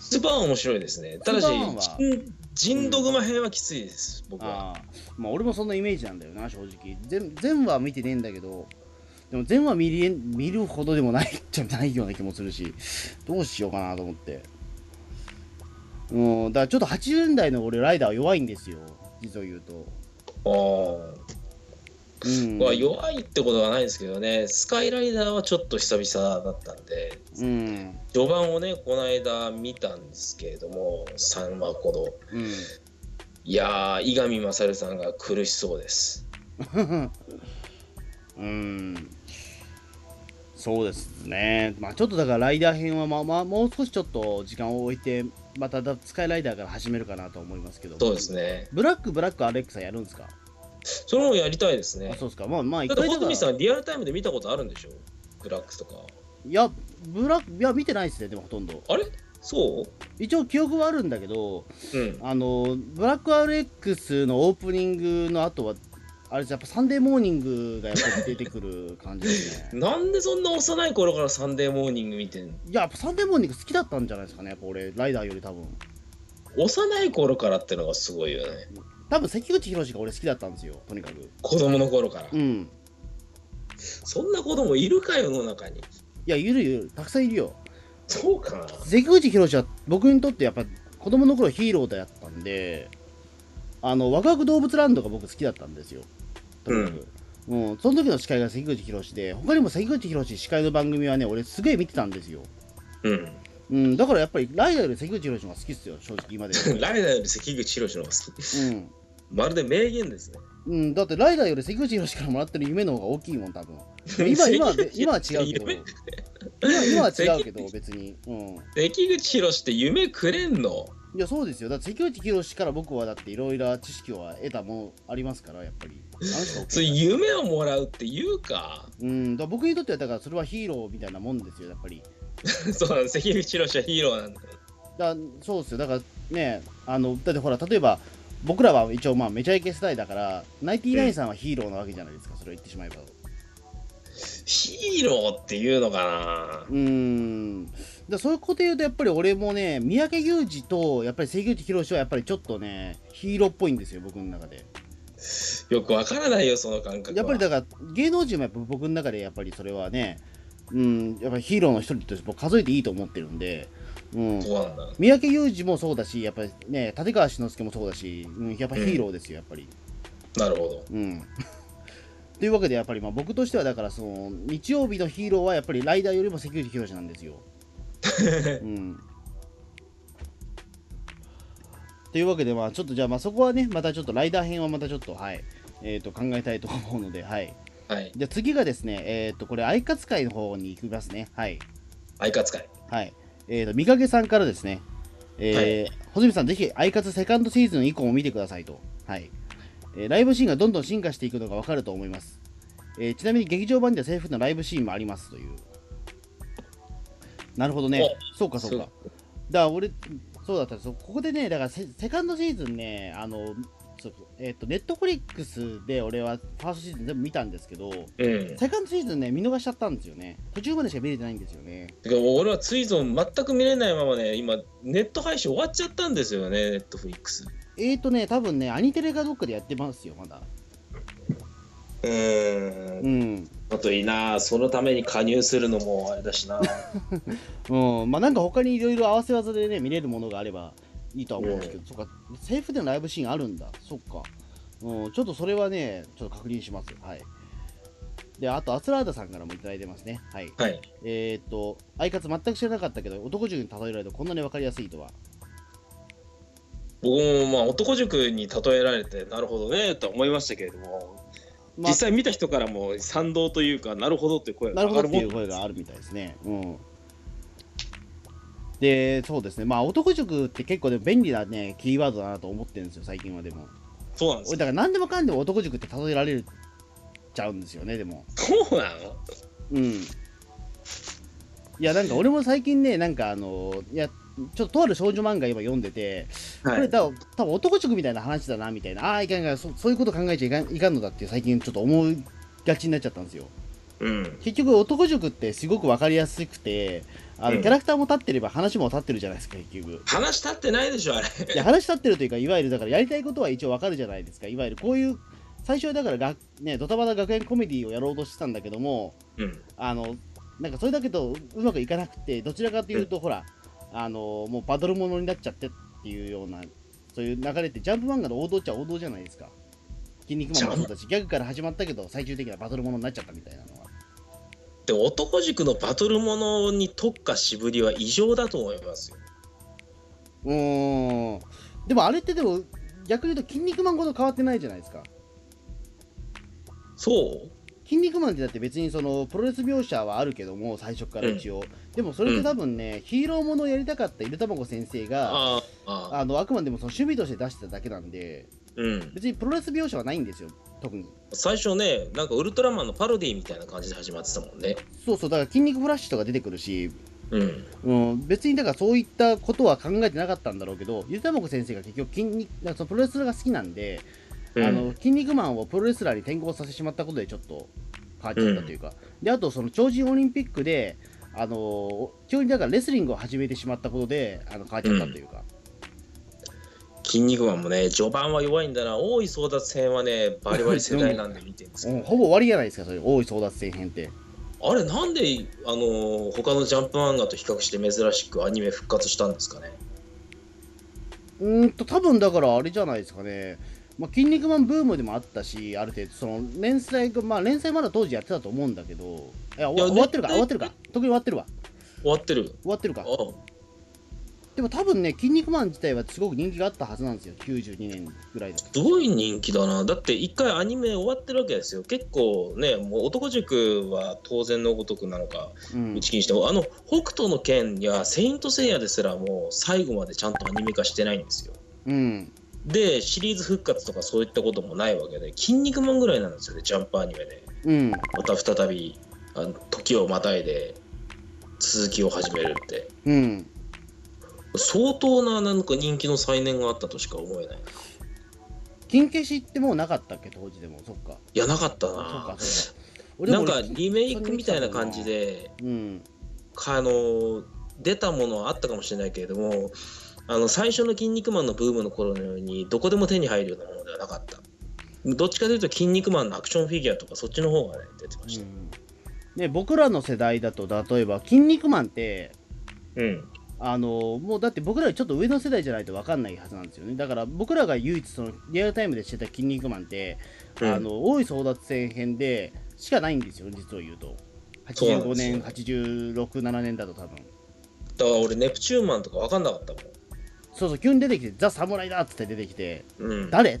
Speaker 3: スーパーは面白いですね。ただし
Speaker 2: スーパーマンは、
Speaker 3: 人人ドグマ編はきついです、僕は。
Speaker 2: ああまあ俺もそんなイメージなんだよな正直全全話は見てねえんだけどでも全話見りえ見るほどでもないじゃないような気もするし、どうしようかなと思って。うん、だからちょっと80年代の俺、ライダーは弱いんですよ、実を言うと。
Speaker 3: あ
Speaker 2: うん
Speaker 3: あ、弱いってことはないですけどね、スカイライダーはちょっと久々だったんで、
Speaker 2: うん、
Speaker 3: 序盤をね、この間見たんですけれども、3話ほど。
Speaker 2: うん。
Speaker 3: いやー、伊上勝さんが苦しそうです。
Speaker 2: うーんそうですね、まあ、ちょっとだからライダー編は、まあまあ、もう少しちょっと時間を置いて、まただスカイライダーから始めるかなと思いますけど、
Speaker 3: そうですね。
Speaker 2: ブラック、ブラック、アレックさんやるんですか、
Speaker 3: それもやりたいです
Speaker 2: あ
Speaker 3: ね。
Speaker 2: そうですか、まあ、まあ、一
Speaker 3: だって、
Speaker 2: 回だか
Speaker 3: ホト
Speaker 2: ら、
Speaker 3: ミ
Speaker 2: い
Speaker 3: さん、リアルタイムで見たことあるんでしょブラックとか。
Speaker 2: や、ブラック、いや、見てないですね、でもほとんど、
Speaker 3: あれそ
Speaker 2: 一応、記憶はあるんだけど、
Speaker 3: ううん。。
Speaker 2: あのブラック、アレックスのオープニングの後は、あれです、やっぱサンデーモーニングがやっぱり出てくる感じですね
Speaker 3: なんでそんな幼い頃からサンデーモーニング見てんの
Speaker 2: いや、やっぱサンデーモーニング好きだったんじゃないですかね、やっぱ俺、ライダーより多分。
Speaker 3: 幼い頃からってのがすごいよね。
Speaker 2: 多分関口宏が俺好きだったんですよとにかく
Speaker 3: 子供の頃から。
Speaker 2: うん
Speaker 3: そんな子供いるか世の中に。
Speaker 2: いやゆるゆるたくさんいるよ
Speaker 3: そうかな。
Speaker 2: 関口宏は僕にとってやっぱ子供の頃ヒーローだったんであのワクワク動物ランドが僕好きだったんですよとにかく、うんその時の司会が関口宏で他にも関口宏司会の番組はね俺すげえ見てたんですよ
Speaker 3: うん。
Speaker 2: うん、だからやっぱりライダーより関口宏の方が好きっすよ正直今で も、
Speaker 3: ライダーより関口宏の方が好き。
Speaker 2: うん
Speaker 3: まるで名言ですね。
Speaker 2: うん、だってライダーより関口宏からもらってる夢の方が大きいもん多分今今今は違うけ ど
Speaker 3: 夢
Speaker 2: 今今は違うけど別に、うん、
Speaker 3: 関口宏って夢くれんの
Speaker 2: いやそうですよだって関口宏から僕はだっていろいろ知識は得たものありますからやっぱりあの人は
Speaker 3: そう夢をもらうって言うか
Speaker 2: うんだから僕にとってはだからそれはヒーローみたいなもんですよやっぱり
Speaker 3: そうなの関口宏はヒーローなんだ
Speaker 2: だそうですよだからねあのだってほら例えば僕らは一応まあめちゃイケ世代だからナイティナインさんはヒーローなわけじゃないですかそれを言ってしまえば
Speaker 3: ヒーローっていうのか
Speaker 2: うんだからそういうことで言うとやっぱり俺もね三宅裕司とやっぱり関口宏はやっぱりちょっとねヒーローっぽいんですよ僕の中で
Speaker 3: なよくわからないよその感覚は
Speaker 2: やっぱりだから芸能人もやっぱ僕の中でやっぱりそれはね、うん、やっぱりヒーローの一人として僕数えていいと思ってるんで、うん、
Speaker 3: そうなんだ
Speaker 2: 三宅裕司もそうだし、やっぱりね、立川志の輔もそうだし、うん、やっぱヒーローですよ、やっぱり。
Speaker 3: なるほど
Speaker 2: うん、 というわけで、やっぱりまあ僕としてはだからその日曜日のヒーローはやっぱりライダーよりも関口宏なんですよ。うんというわけで、まあ、ちょっとじゃあ、まあ、そこはね、またちょっとライダー編はまたちょっと、はい、えっ、と、考えたいと思うので、はい。
Speaker 3: はい
Speaker 2: じゃあ次がですね、えっ、と、これ、アイカツ会の方に行きますね。はい。
Speaker 3: 相方会
Speaker 2: はい。えっ、と、三影さんからですね、えー、穂積さん、ぜひ、アイカツセカンドシーズン以降も見てくださいと。はい。えーライブシーンがどんどん進化していくのがわかると思います。えーちなみに劇場版ではセーフのライブシーンもありますという。なるほどね。そうか、そうか。だから俺、そうだったんですよここでね、だからセセカンドシーズンね、あの、そうえっ、と、ネットフリックスで俺はファーストシーズン全部見たんですけど、
Speaker 3: うん
Speaker 2: セカンドシーズンね、見逃しちゃったんですよね。途中までしか見れてないんですよね。
Speaker 3: てか俺はツイゾン全く見れないままね今ネット配信終わっちゃったんですよねネットフリックス
Speaker 2: えーとね、多分ね、アニテレかどっかでやってますよ、まだ。
Speaker 3: うー
Speaker 2: うんん。
Speaker 3: あといいなそのために加入するのもあれだしな
Speaker 2: うん。まあなんか他にいろいろ合わせ技でね、見れるものがあればいいとは思うんですけど、そっか、セーフでのライブシーンあるんだ。そっか。うん、ちょっとそれはね、ちょっと確認します。はい。で、あと、アスラーダさんからもいただいてますね。はい。
Speaker 3: はい
Speaker 2: えー、っと、相方全く知らなかったけど、男塾に例えられるとこんなに分かりやすいとは。
Speaker 3: 僕もまあ男塾に例えられてなるほどねとは思いましたけれども、
Speaker 2: まあ
Speaker 3: 実際見た人からも賛同というかなるほどっていう声が
Speaker 2: なるほど
Speaker 3: 上がる
Speaker 2: って
Speaker 3: も
Speaker 2: い
Speaker 3: ん
Speaker 2: う声があるみたいですね。うん、で、そうですね、まあ、男塾って結構でも便利な、ね、キーワードだなと思ってるんですよ、最近はでも。
Speaker 3: そうなんです
Speaker 2: 俺、
Speaker 3: よ
Speaker 2: だから何でもかんでも男塾って例えられちゃうんですよね、でも。
Speaker 3: そうなの
Speaker 2: うん。いや、なんか俺も最近ね、なんかあの、いや、ちょっととある少女漫画今読んでて、こ
Speaker 3: は
Speaker 2: れ
Speaker 3: い
Speaker 2: 多分多分男塾みたいな話だなみたいなああーいかんいかんそそういうこと考えちゃいかんいかんのだって最近ちょっと思いがちになっちゃったんですよ
Speaker 3: うん
Speaker 2: 結局男塾ってすごく分かりやすくてあの、
Speaker 3: うん
Speaker 2: キャラクターも立ってれば話も立ってるじゃないですか結 局
Speaker 3: 話立ってないでしょあれ
Speaker 2: いや話立ってるというかいわゆるだからやりたいことは一応分かるじゃないですかいわゆるこういう最初はだからが、ね、ドタバタ学園コメディをやろうとしてたんだけども、
Speaker 3: うん。
Speaker 2: あのなんかそれだけとうまくいかなくて、どちらかというと、ほら、あのもうバトルものになっちゃってっていうような、そういう流れって、ジャンプ漫画の王道っちゃ王道じゃないですか。筋肉マンもそうだし、ギャグから始まったけど、最終的にはバトルものになっちゃったみたいなのは。
Speaker 3: で男塾のバトルものに特化しぶりは異常だと思いますよ。
Speaker 2: うーん、でもあれって、でも逆に言うと、筋肉マンほど変わってないじゃないですか。
Speaker 3: そう
Speaker 2: 筋肉マンってだって別にそのプロレス描写はあるけども最初から一応、でもそれって多分ね、ヒーローものをやりたかったゆるたまご先生があ
Speaker 3: あああ
Speaker 2: のあくまでもその趣味として出してただけなんで
Speaker 3: うん。
Speaker 2: 別にプロレス描写はないんですよ特に
Speaker 3: 最初ね、なんかウルトラマンのパロディみたいな感じで始まってたもんね。
Speaker 2: そうそうだから筋肉フラッシュとか出てくるし、
Speaker 3: うん。
Speaker 2: うん、別にだからそういったことは考えてなかったんだろうけどゆるたまご先生が結局筋肉だからそのプロレスラーが好きなんで、
Speaker 3: うん
Speaker 2: あの筋肉マンをプロレスラーに転向させてしまったことでちょっと変わっちゃったというか、であとその超人オリンピックであの急にだからレスリングを始めてしまったことであの変わっちゃったというか、
Speaker 3: 筋肉マンもね、序盤は弱いんだな、大井争奪戦はね、バリバリ世代なんで見てるんですけ
Speaker 2: う
Speaker 3: ど、
Speaker 2: んほぼ終わりじゃないですかそういう大井争奪戦編って
Speaker 3: あれ、なんで、あのー他のジャンプ漫画と比較して珍しくアニメ復活したんですかね。
Speaker 2: うーんと多分だからあれじゃないですかねまあ、筋肉マンブームでもあったし、ある程度、その連載が、まあ、連載まだ当時やってたと思うんだけど、いや、
Speaker 3: いや
Speaker 2: 終わってるか、
Speaker 3: ね
Speaker 2: 終わってるか、特に終わってるわ、
Speaker 3: 終わってる。
Speaker 2: 終わってるか
Speaker 3: ああ、
Speaker 2: でも多分ね、筋肉マン自体はすごく人気があったはずなんですよ、92年ぐらいだと
Speaker 3: すごい人気だな。だって、一回アニメ終わってるわけですよ。結構ね、もう男塾は当然のごとくなのか、
Speaker 2: うん
Speaker 3: 打ち切りにしても、あの、北斗の剣やセイントセイヤですら、もう最後までちゃんとアニメ化してないんですよ。
Speaker 2: うん、
Speaker 3: で、シリーズ復活とかそういったこともないわけで、筋肉マンぐらいなんですよね、ジャンプアニメで。
Speaker 2: うん、
Speaker 3: また再びあの時をまたいで続きを始めるって
Speaker 2: うん。
Speaker 3: 相当ななんか人気の再燃があったとしか思えない
Speaker 2: 金消しってもうなかったっけ、当時でも、そっか。
Speaker 3: いやなかった
Speaker 2: そっか
Speaker 3: な、
Speaker 2: そっか。俺で
Speaker 3: な
Speaker 2: も
Speaker 3: んか
Speaker 2: 俺
Speaker 3: リメイクみたいな感じで
Speaker 2: うん、
Speaker 3: かあの出たものはあったかもしれないけれどもあの最初の「筋肉マン」のブームの頃のようにどこでも手に入るようなものではなかったどっちかというと「筋肉マン」のアクションフィギュアとかそっちの方がね出てました
Speaker 2: うんで僕らの世代だと、例えば、筋肉マンって、
Speaker 3: うん
Speaker 2: あのもうだって僕らよりちょっと上の世代じゃないと分かんないはずなんですよね。だから僕らが唯一そのリアルタイムでしてた筋肉マンって、
Speaker 3: うん
Speaker 2: あの大井争奪戦編でしかないんですよ、実を言うと。
Speaker 3: そうなん
Speaker 2: 85
Speaker 3: ですよ
Speaker 2: 年、86、7年だと多分。
Speaker 3: だから俺ネプチューンマンとか分かんなかったも
Speaker 2: そうそう、急に出てきて、ザ・サムライだっつって出てきて、
Speaker 3: ん、うん、誰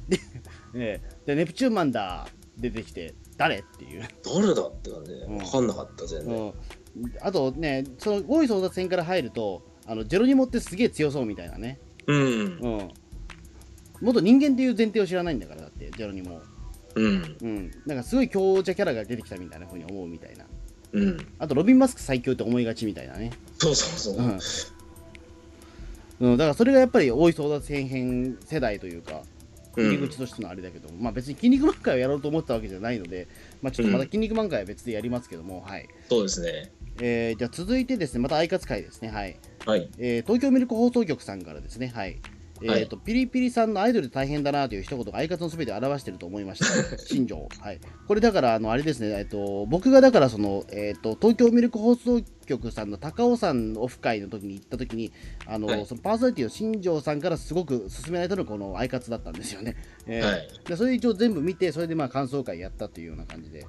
Speaker 2: 誰って、ねで、ネプチューンマンだ出てきて、誰っていう。
Speaker 3: だって感じで
Speaker 2: うん
Speaker 3: 分かんなかった全然、
Speaker 2: うんあとね、その大井争奪戦から入ると、あのジェロニモってすげえ強そうみたいなね。
Speaker 3: うん、
Speaker 2: うん。元人間っていう前提を知らないんだから、だって、ジェロニモ。
Speaker 3: うん、
Speaker 2: うん。なんかすごい強者キャラが出てきたみたいな風に思うみたいな。
Speaker 3: うん、
Speaker 2: あと、ロビン・マスク最強って思いがちみたいなね。
Speaker 3: そうそうそう、
Speaker 2: うん。うん、だからそれがやっぱり大井争奪戦編世代というか、
Speaker 3: うん
Speaker 2: 入り口としてのあれだけども、まあ別に筋肉マン会をやろうと思ってたわけじゃないので、まあちょっとまた
Speaker 3: うん
Speaker 2: 筋肉マン会は別でやりますけども、はい。
Speaker 3: そうですね。
Speaker 2: えー、じゃあ続いてですね、またアイカツ会ですね、はい。
Speaker 3: はい、
Speaker 2: えー東京ミルク放送局さんからですね、はい。えーとピリピリさんのアイドル大変だなという一言が相方のすべてを表していると思いま した、新庄、はい、これだから、あのあれですね、えー、と僕がだからその、えーと、東京ミルク放送局さんの高尾山オフ会の時に行った時に、あの
Speaker 3: はい
Speaker 2: そのパーソナリティの新庄さんからすごく勧められたのがこのアイカツだったんですよね、えー
Speaker 3: はい、
Speaker 2: でそれ一応全部見て、それでまあ感想会やったというような感じで、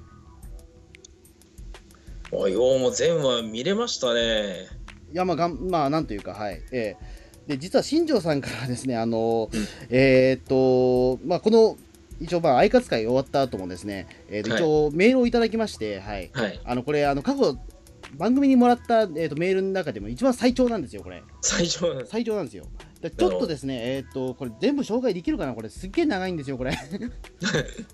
Speaker 3: おい、ようも全話見れましたね。
Speaker 2: いやまあがん、まあ、なんというか、はい。えーで、実は新庄さんからですね、あのーえーっと、まあ、この、一応、まあ、アイカツ会終わった後もですね、えーと
Speaker 3: はい
Speaker 2: 一応、メールをいただきまして、はい。
Speaker 3: はい、
Speaker 2: あの、これ、あの、過去、番組にもらった、えー、とメールの中でも一番最長なんですよ、これ。
Speaker 3: 最初は、
Speaker 2: 最長なんですよ。でちょっとですね、えーっと、これ全部紹介できるかなこれ、すっげえ長いんですよ、 これ。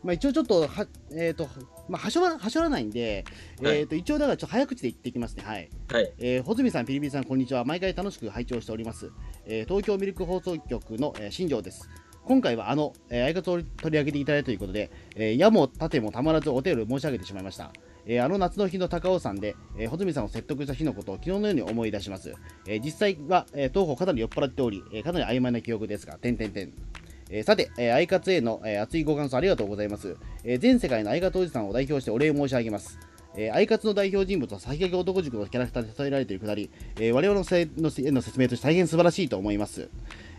Speaker 2: まあ一応ちょっと、は、えーっと、まあ、はしょら、はしょらないんで、えーっと、一応、だからちょっと早口で言っていきますね、はい。
Speaker 3: はい、
Speaker 2: えー、穂積さん、ピリピリさん、こんにちは。毎回楽しく拝聴しております。えー東京ミルク放送局の、えー新庄です。今回はあの、えー、相方を取り上げていただいたということで、えー、矢も盾もたまらずお手入れ申し上げてしまいました。えーあの夏の日の高尾山で、えー、穂積さんを説得した日のことを昨日のように思い出します。えー実際は、えー、東方かなり酔っ払っており、えーかなり曖昧な記憶ですが、点々点。えーさて、えー、アイカツへの、えー熱いご感想ありがとうございます、えー全世界のアイカツおじさんを代表してお礼申し上げます、えーアイカツの代表人物は先駆け男塾のキャラクターで例えられているくだり、えー我々のせのせへの説明として大変素晴らしいと思います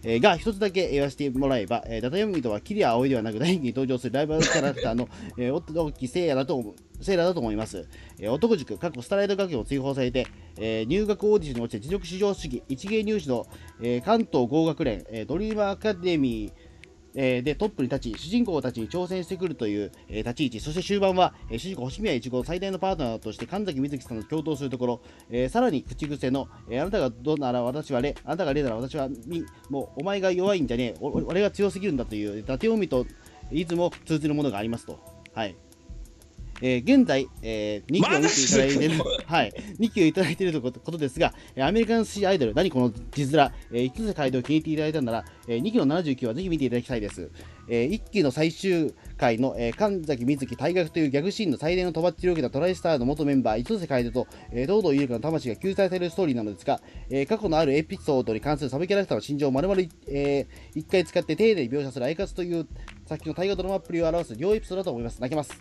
Speaker 2: えーが一つだけ言わせてもらえば、えー、ダタヤミとはキリア葵ではなく第二に登場するライバルキャラクターの、 えー、お大きい聖夜だと思う聖夜だと思います、えー男塾過去スターライド学園を追放されて、えー入学オーディションに落ちて持続至上主義一芸入試の、えー関東合学連、えードリームアカデミーえーでトップに立ち主人公たちに挑戦してくるという、えー立ち位置そして終盤は、えー主人公星宮一郎最大のパートナーとして神崎瑞希さんと共闘するところ、えーさらに口癖の、えーあなたがどうなら私はレあなたがレなら私はミもうお前が弱いんじゃねえおお俺が強すぎるんだという伊達臣といつも通ずるものがありますと。はいえー現在、え2期を
Speaker 3: まだ
Speaker 2: 見ていただいている
Speaker 3: 続、
Speaker 2: はい、2期をいただいているということことですが、えーアメリカンシーアイドル、何この字面、えー、5つの回答を気に入っていただいたなら、え2期の79はぜひ見ていただきたいです。え1期の最終回の、えー神崎瑞希退学というギャグシーンの最大のとばっちりを受けたトライスターの元メンバー、一瀬楓と、えー、東堂優香の魂が救済されるストーリーなのですが、えー過去のあるエピソードに関するサブキャラクターの心情を丸々、え1回使って丁寧に描写するアイカツという作品の大河ドラマっぷりを表す両エピソードだと思います。泣けます。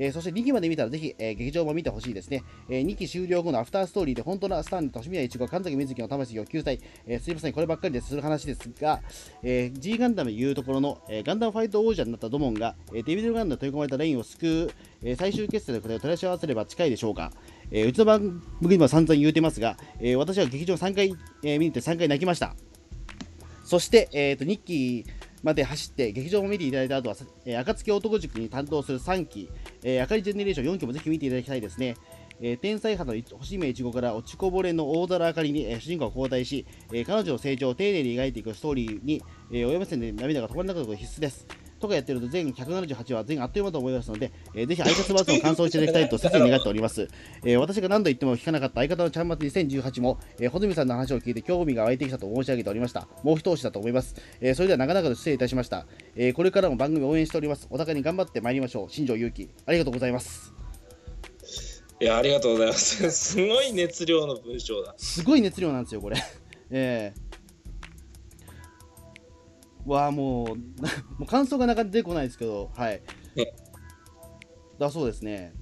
Speaker 2: えーそして2期まで見たらぜひ、えー劇場も見てほしいですね、え2期終了後のアフターストーリーで本当のスタンで年宮一が神崎瑞希の魂を救済、えーすいませんこればっかりでする話ですが、えー G ガンダムでいうところの、えーガンダムファイト王者になったドモンが、えーデビルガンダムに取り込まれたレインを救う、えー最終決戦の答えを照らし合わせれば近いでしょうか、えーうちの番組でも散々言うてますが、えー私は劇場3回、えー見に行って3回泣きましたそして、えー、と2期まで走って劇場も見ていただいた後は、えー、暁男塾に担当する3期、えー、あかりジェネレーション4期もぜひ見ていただきたいですね。えー天才派の星目いちごから落ちこぼれの大皿あかりに、えー主人公が交代し、えー彼女の成長を丁寧に描いていくストーリーに、えー、親目線で涙が止まらなかったことが必須です。とかやってると全178話全あっという間だと思いますので、えーぜひ相方バーツの感想をしていただきたいと切に願っております。えー私が何度言っても聞かなかった相方のちゃんまつ2018も、えー、穂積さんの話を聞いて興味が湧いてきたと申し上げておりました。もう一押しだと思います。えーそれでは長々と失礼いたしました。えーこれからも番組応援しております。お互いに頑張ってまいりましょう。新庄勇気、ありがとうございます。
Speaker 3: いやありがとうございます すごい熱量の文章だ
Speaker 2: すごい熱量なんですよ、これ。 えー、わあ、もう、 なもう感想がなかなか出てこないですけど、はい
Speaker 3: ね。
Speaker 2: だそうですね。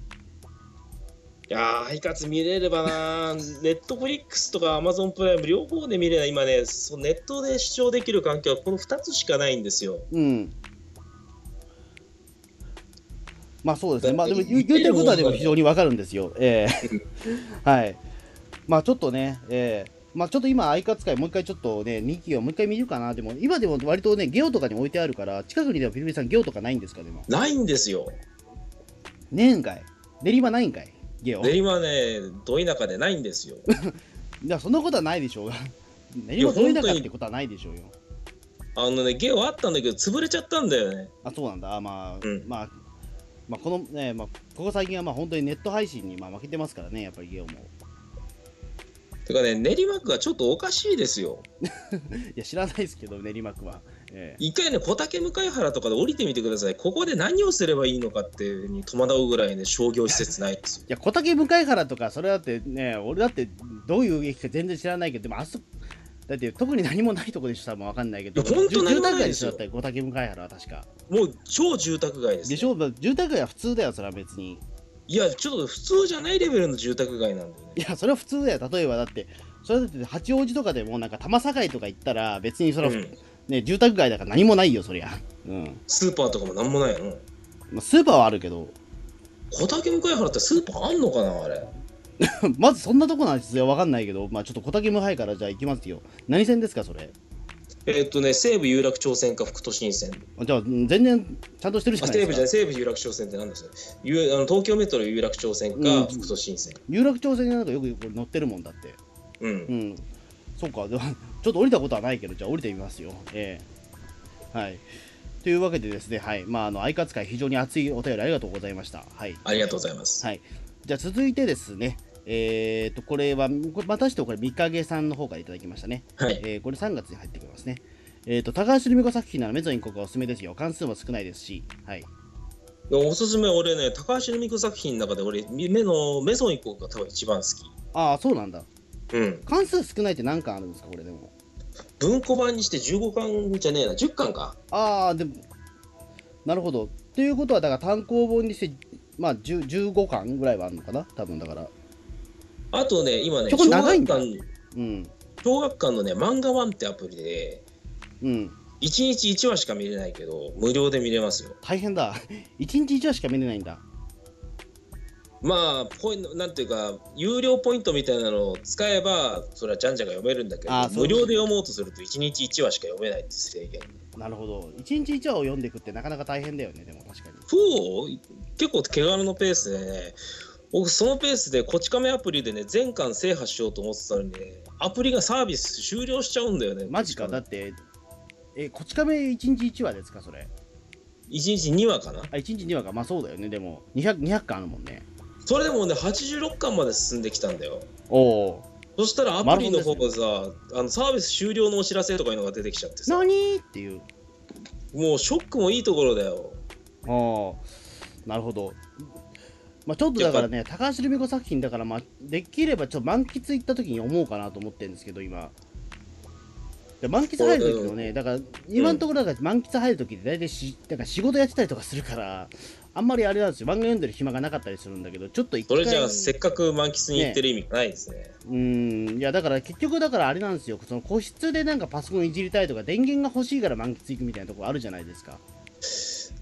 Speaker 3: いやーハイカツ見れればなネットフリックスとかアマゾンプライム両方で見れない今ねそうネットで視聴できる環境はこの2つしかないんですよ
Speaker 2: うん。まあそうですね。まあでも言う言うてることはでも非常にわかるんですよ。ええはい。まあちょっとね、ええまあちょっと今、相方使い、もう一回ちょっとね、2期をもう一回見るかな。でも、今でも割とね、ゲオとかに置いてあるから、近くにでもピルピルさんゲオとかないんですか、でも。
Speaker 3: ないんですよ
Speaker 2: ねえんかい。練馬ないんかい、ゲオ。
Speaker 3: 練馬ねど田舎でないんですよ
Speaker 2: いや、そんなことはないでしょうが。練
Speaker 3: や
Speaker 2: 馬取れ
Speaker 3: 本
Speaker 2: な
Speaker 3: 当
Speaker 2: かった
Speaker 3: に
Speaker 2: ってことはないでしょうよ。
Speaker 3: あのねゲオあったんだけど潰れちゃったんだよね
Speaker 2: あ、そうなんだ。あまあ、
Speaker 3: うん
Speaker 2: まあ、まあ、このね、まあ、ここ最近はまあ本当にネット配信にまあ負けてますからね、やっぱりゲオも。
Speaker 3: てかね練馬区がちょっとおかしいですよ
Speaker 2: いや、知らないですけど、練馬区は。ええ
Speaker 3: 一回ね小竹向原とかで降りてみてくださいここで何をすればいいのかっていう風に戸惑うぐらいね商業施設ないんですよ
Speaker 2: いや、小竹向原とか、それだってね、俺だってどういう劇か全然知らないけど、でも、あそだって特に何もないとこでしょ、多分わかんないけど、
Speaker 3: いやほんと何
Speaker 2: 住
Speaker 3: もな
Speaker 2: 宅
Speaker 3: い
Speaker 2: 街で
Speaker 3: です
Speaker 2: しょ、
Speaker 3: よ
Speaker 2: だって小竹向原は確か。
Speaker 3: もう超住宅街です、ね、
Speaker 2: でしょ、まあ住宅街は普通だよ、それは別に。
Speaker 3: いやちょっと普通じゃないレベルの住宅街なんだよ
Speaker 2: い
Speaker 3: ね
Speaker 2: や、それは普通だよ、例えばだって、それだって八王子とかでも、なんか多摩境とか行ったら、別にそれは、
Speaker 3: うん
Speaker 2: ね、住宅街だから何もないよ、そりゃ。うん。
Speaker 3: スーパーとかもなんもないの
Speaker 2: まあ、スーパーはあるけど、
Speaker 3: 小竹向原ってスーパーあんのかなあれ
Speaker 2: まずそんなとこなんですよ、わかんないけど、まあちょっと小竹向原からじゃあ行きますよ。何線ですか、それ。
Speaker 3: えっとね西武有楽町線か副都心線
Speaker 2: じゃあ、全然ちゃんとしてるじゃ
Speaker 3: あ
Speaker 2: ない
Speaker 3: 西
Speaker 2: で
Speaker 3: 武
Speaker 2: す
Speaker 3: じゃな
Speaker 2: か
Speaker 3: い。西武有楽町線ってなんですよゆあの東京メトロ有楽町線
Speaker 2: うん
Speaker 3: か副都心線
Speaker 2: 有楽町線なんかよくこれ乗ってるもんだって。
Speaker 3: うん、
Speaker 2: うん。そうか、でも ちょっと降りたことはないけど、じゃあ降りてみますよ。ええはい。というわけでですね、はい。まあ、あの、相方会非常に熱いお便りありがとうございました。はい。
Speaker 3: ありがとうございます、
Speaker 2: はい。じゃあ続いてですね、えー、と、これは、これまたしてもこれ、三影さんの方からいただきましたね。
Speaker 3: はい
Speaker 2: えーこれ3月に入ってきますね。えー、と高橋留美子作品ならメゾン一国がおすすめですよ。関数も少ないですし、はい、
Speaker 3: おすすめ俺ね高橋留美子作品の中で俺目のメゾン一国が多分一番好き
Speaker 2: ああ、そうなんだ。
Speaker 3: うん
Speaker 2: 関数少ないって何巻あるんですか、これでも。
Speaker 3: 文庫版にして15巻じゃねえな10巻か
Speaker 2: ああでもなるほどということはだから単行本にしてまあ10 15巻ぐらいはあるのかな多分だから
Speaker 3: あとね今ね
Speaker 2: そこ
Speaker 3: 小
Speaker 2: 長いん
Speaker 3: 学
Speaker 2: だ
Speaker 3: 館
Speaker 2: うん
Speaker 3: 小学館のね漫画ワンってアプリで
Speaker 2: うん
Speaker 3: 1日1話しか見れないけど無料で見れますよ
Speaker 2: 大変だ 一日一話しか見れないんだ
Speaker 3: まあポイントなんていうか有料ポイントみたいなのを使えばそれはじゃんじゃが読めるんだけど
Speaker 2: あーそう
Speaker 3: 無料で読もうとすると1日1話しか読めないって制限
Speaker 2: なるほど一日一話を読んでいくってなかなか大変だよねでも確かに
Speaker 3: そう結構手軽のペースでね僕そのペースでこち亀アプリでね全巻制覇しようと思ってたのにねアプリがサービス終了しちゃうんだよね
Speaker 2: マジかだ
Speaker 3: 1
Speaker 2: ってえこち亀一日一話ですかそれ
Speaker 3: 日2話かな
Speaker 2: あ一日二話かまあそうだよねでも 200, 200巻あるもんね
Speaker 3: それでもね86巻まで進んできたんだよ
Speaker 2: おお
Speaker 3: そしたらアプリの方
Speaker 2: マラ
Speaker 3: がさ、あのサービス終了のお知らせとかいうのが出てきちゃってさ
Speaker 2: 何っていう
Speaker 3: もうショックもいいところだよ
Speaker 2: ああなるほど、まあ、ちょっとだからね高橋留美子作品だから、まあ、できればちょっと満喫行った時に思おうかなと思ってるんですけど今で満喫入る時のねだから今のところだから満喫入る時って大体しだから仕事やってたりとかするからあんまりあれなんですよ漫画読んでる暇がなかったりするんだけどちょっと一
Speaker 3: そ
Speaker 2: 回
Speaker 3: れじゃあせっかく満喫に行ってる意味がないですね
Speaker 2: うんいやだから結局だからあれなんですよその個室でなんかパソコンいじりたいとか電源が欲しいから満喫行くみたいなところあるじゃないですか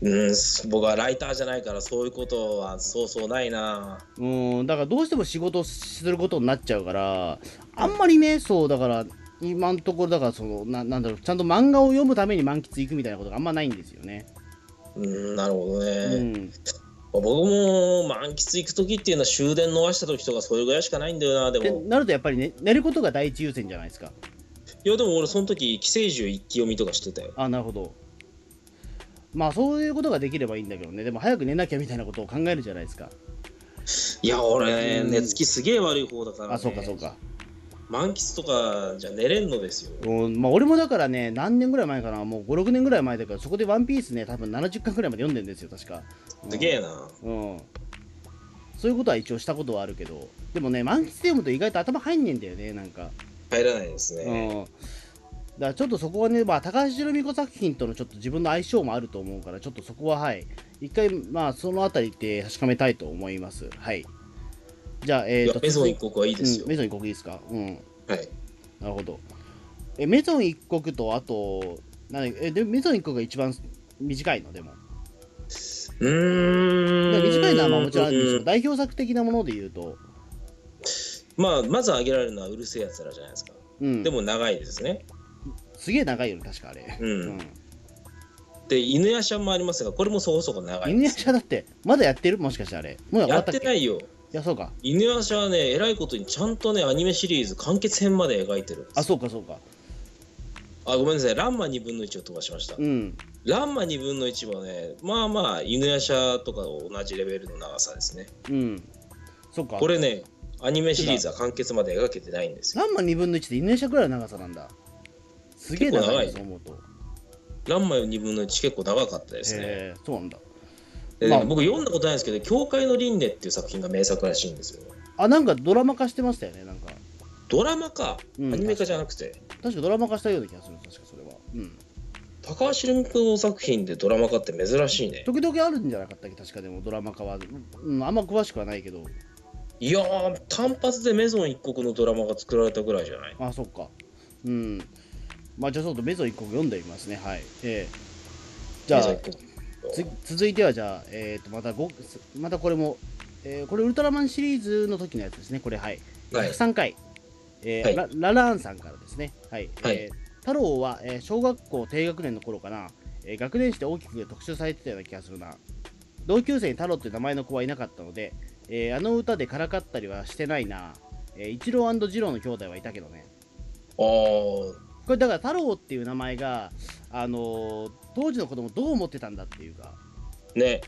Speaker 3: うん僕はライターじゃないからそういうことはそうそうないな
Speaker 2: うんだからどうしても仕事をすることになっちゃうからあんまりねそうだから今のところだからそのななんだろうちゃんと漫画を読むために満喫行くみたいなことがあんまないんですよね。
Speaker 3: うんなるほどね、
Speaker 2: うん、
Speaker 3: 僕も満喫行く時っていうのは終電逃した時とかそれぐらいしかないんだよなで
Speaker 2: で
Speaker 3: も
Speaker 2: なるとやっぱり、ね、寝ることが第一優先じゃないですか。
Speaker 3: いやでも俺その時寄生獣一気読みとかしてたよ
Speaker 2: あなるほど。まあそういうことができればいいんだけどねでも早く寝なきゃみたいなことを考えるじゃないですか。
Speaker 3: いや俺
Speaker 2: うん
Speaker 3: 寝つきすげえ悪い方だから、ね、
Speaker 2: あそうかそうか。
Speaker 3: 満喫とかじゃ寝れんのですよ
Speaker 2: うんまあ、俺もだからね何年ぐらい前かなもう56年ぐらい前だからそこで「ワンピースね多分70巻ぐらいまで読んでんですよ確か。うん
Speaker 3: すげえな
Speaker 2: うん、そういうことは一応したことはあるけどでもね満喫で読むと意外と頭入んねえんだよねなんか、
Speaker 3: 入らないですね、
Speaker 2: うん、だからちょっとそこはね、まあ、高橋留美子作品とのちょっと自分の相性もあると思うからちょっとそこははい一回まあそのあたりで確かめたいと思いますはいじゃあえ
Speaker 3: い
Speaker 2: っ、
Speaker 3: や
Speaker 2: と
Speaker 3: メゾン一
Speaker 2: 続い
Speaker 3: 国はいいですよ、
Speaker 2: うん、メゾン一国いいですかうん
Speaker 3: はい
Speaker 2: なるほどえメゾン一国とあとなんえでメゾン一国が一番短いのでも
Speaker 3: うーん
Speaker 2: 短いのはまあもちろんあるんですけど代表作的なもので言うと
Speaker 3: まあまず挙げられるのはうるせえやつらじゃないですか、
Speaker 2: うん
Speaker 3: でも長いですね
Speaker 2: すげえ長いよね、確かあれ。
Speaker 3: うん
Speaker 2: うん
Speaker 3: で犬やしゃもありますがこれもそこそこ長い
Speaker 2: 犬夜叉だって、まだやってるもしかしてあれ。もう終
Speaker 3: や
Speaker 2: わ
Speaker 3: っ
Speaker 2: った
Speaker 3: て
Speaker 2: っ
Speaker 3: な
Speaker 2: けい
Speaker 3: いよ
Speaker 2: や、そうか。
Speaker 3: 犬やしゃはねえらいことにちゃんとねアニメシリーズ完結編まで描いてるんです
Speaker 2: あ、そうか、そうか。
Speaker 3: あごめんなさいランマ2分の1を飛ばしました、
Speaker 2: うん。
Speaker 3: ランマ2分の1はねまあまあ犬やしゃとかと同じレベルの長さですね
Speaker 2: うん。そうか。
Speaker 3: こ、れねアニメシリーズは完結まで描けてないんですよ
Speaker 2: 3万2分の1で犬夜叉くらいの長さなんだ。すげえ長いな
Speaker 3: 結
Speaker 2: そう思うと。
Speaker 3: ランマ2分の1結構長かったですね
Speaker 2: へえ、そうなんだ。
Speaker 3: で
Speaker 2: まあ
Speaker 3: 僕読んだことないんですけど「教会の輪廻」っていう作品が名作らしいんですよ
Speaker 2: あ、なんかドラマ化してましたよね、なんか。
Speaker 3: ドラマかア
Speaker 2: うん
Speaker 3: ニメ化じゃなくて、
Speaker 2: 確かドラマ化したような気がする、確かそれは。うん。
Speaker 3: 高橋留美子の作品でドラマ化って珍しいね
Speaker 2: 時々あるんじゃなかったっけ、確かでもドラマ化は。うん、あんま詳しくはないけど。
Speaker 3: いやー単発でメゾン一国のドラマが作られたぐらいじゃない
Speaker 2: あ、そっか。うん。まあ、じゃあちょっとメゾン一個読んでみますね、はい。ええじゃ
Speaker 3: メゾン
Speaker 2: あ
Speaker 3: 一、国
Speaker 2: つ続いてはじゃあ、えー、とまたごまたこれも、えーこれウルトラマンシリーズの時のやつですねこれはい、
Speaker 3: はい
Speaker 2: 103回、えー
Speaker 3: はい
Speaker 2: ラララーンさんからですねはい、
Speaker 3: はい
Speaker 2: えー太郎は、えー小学校低学年の頃かな、えー学年誌で大きく特集されてたような気がするな同級生に太郎って名前の子はいなかったので、えーあの歌でからかったりはしてないな、えー、一郎二郎の兄弟はいたけどね
Speaker 3: あー
Speaker 2: これだから太郎っていう名前があのー当時の子供どう思ってたんだっていうか
Speaker 3: ね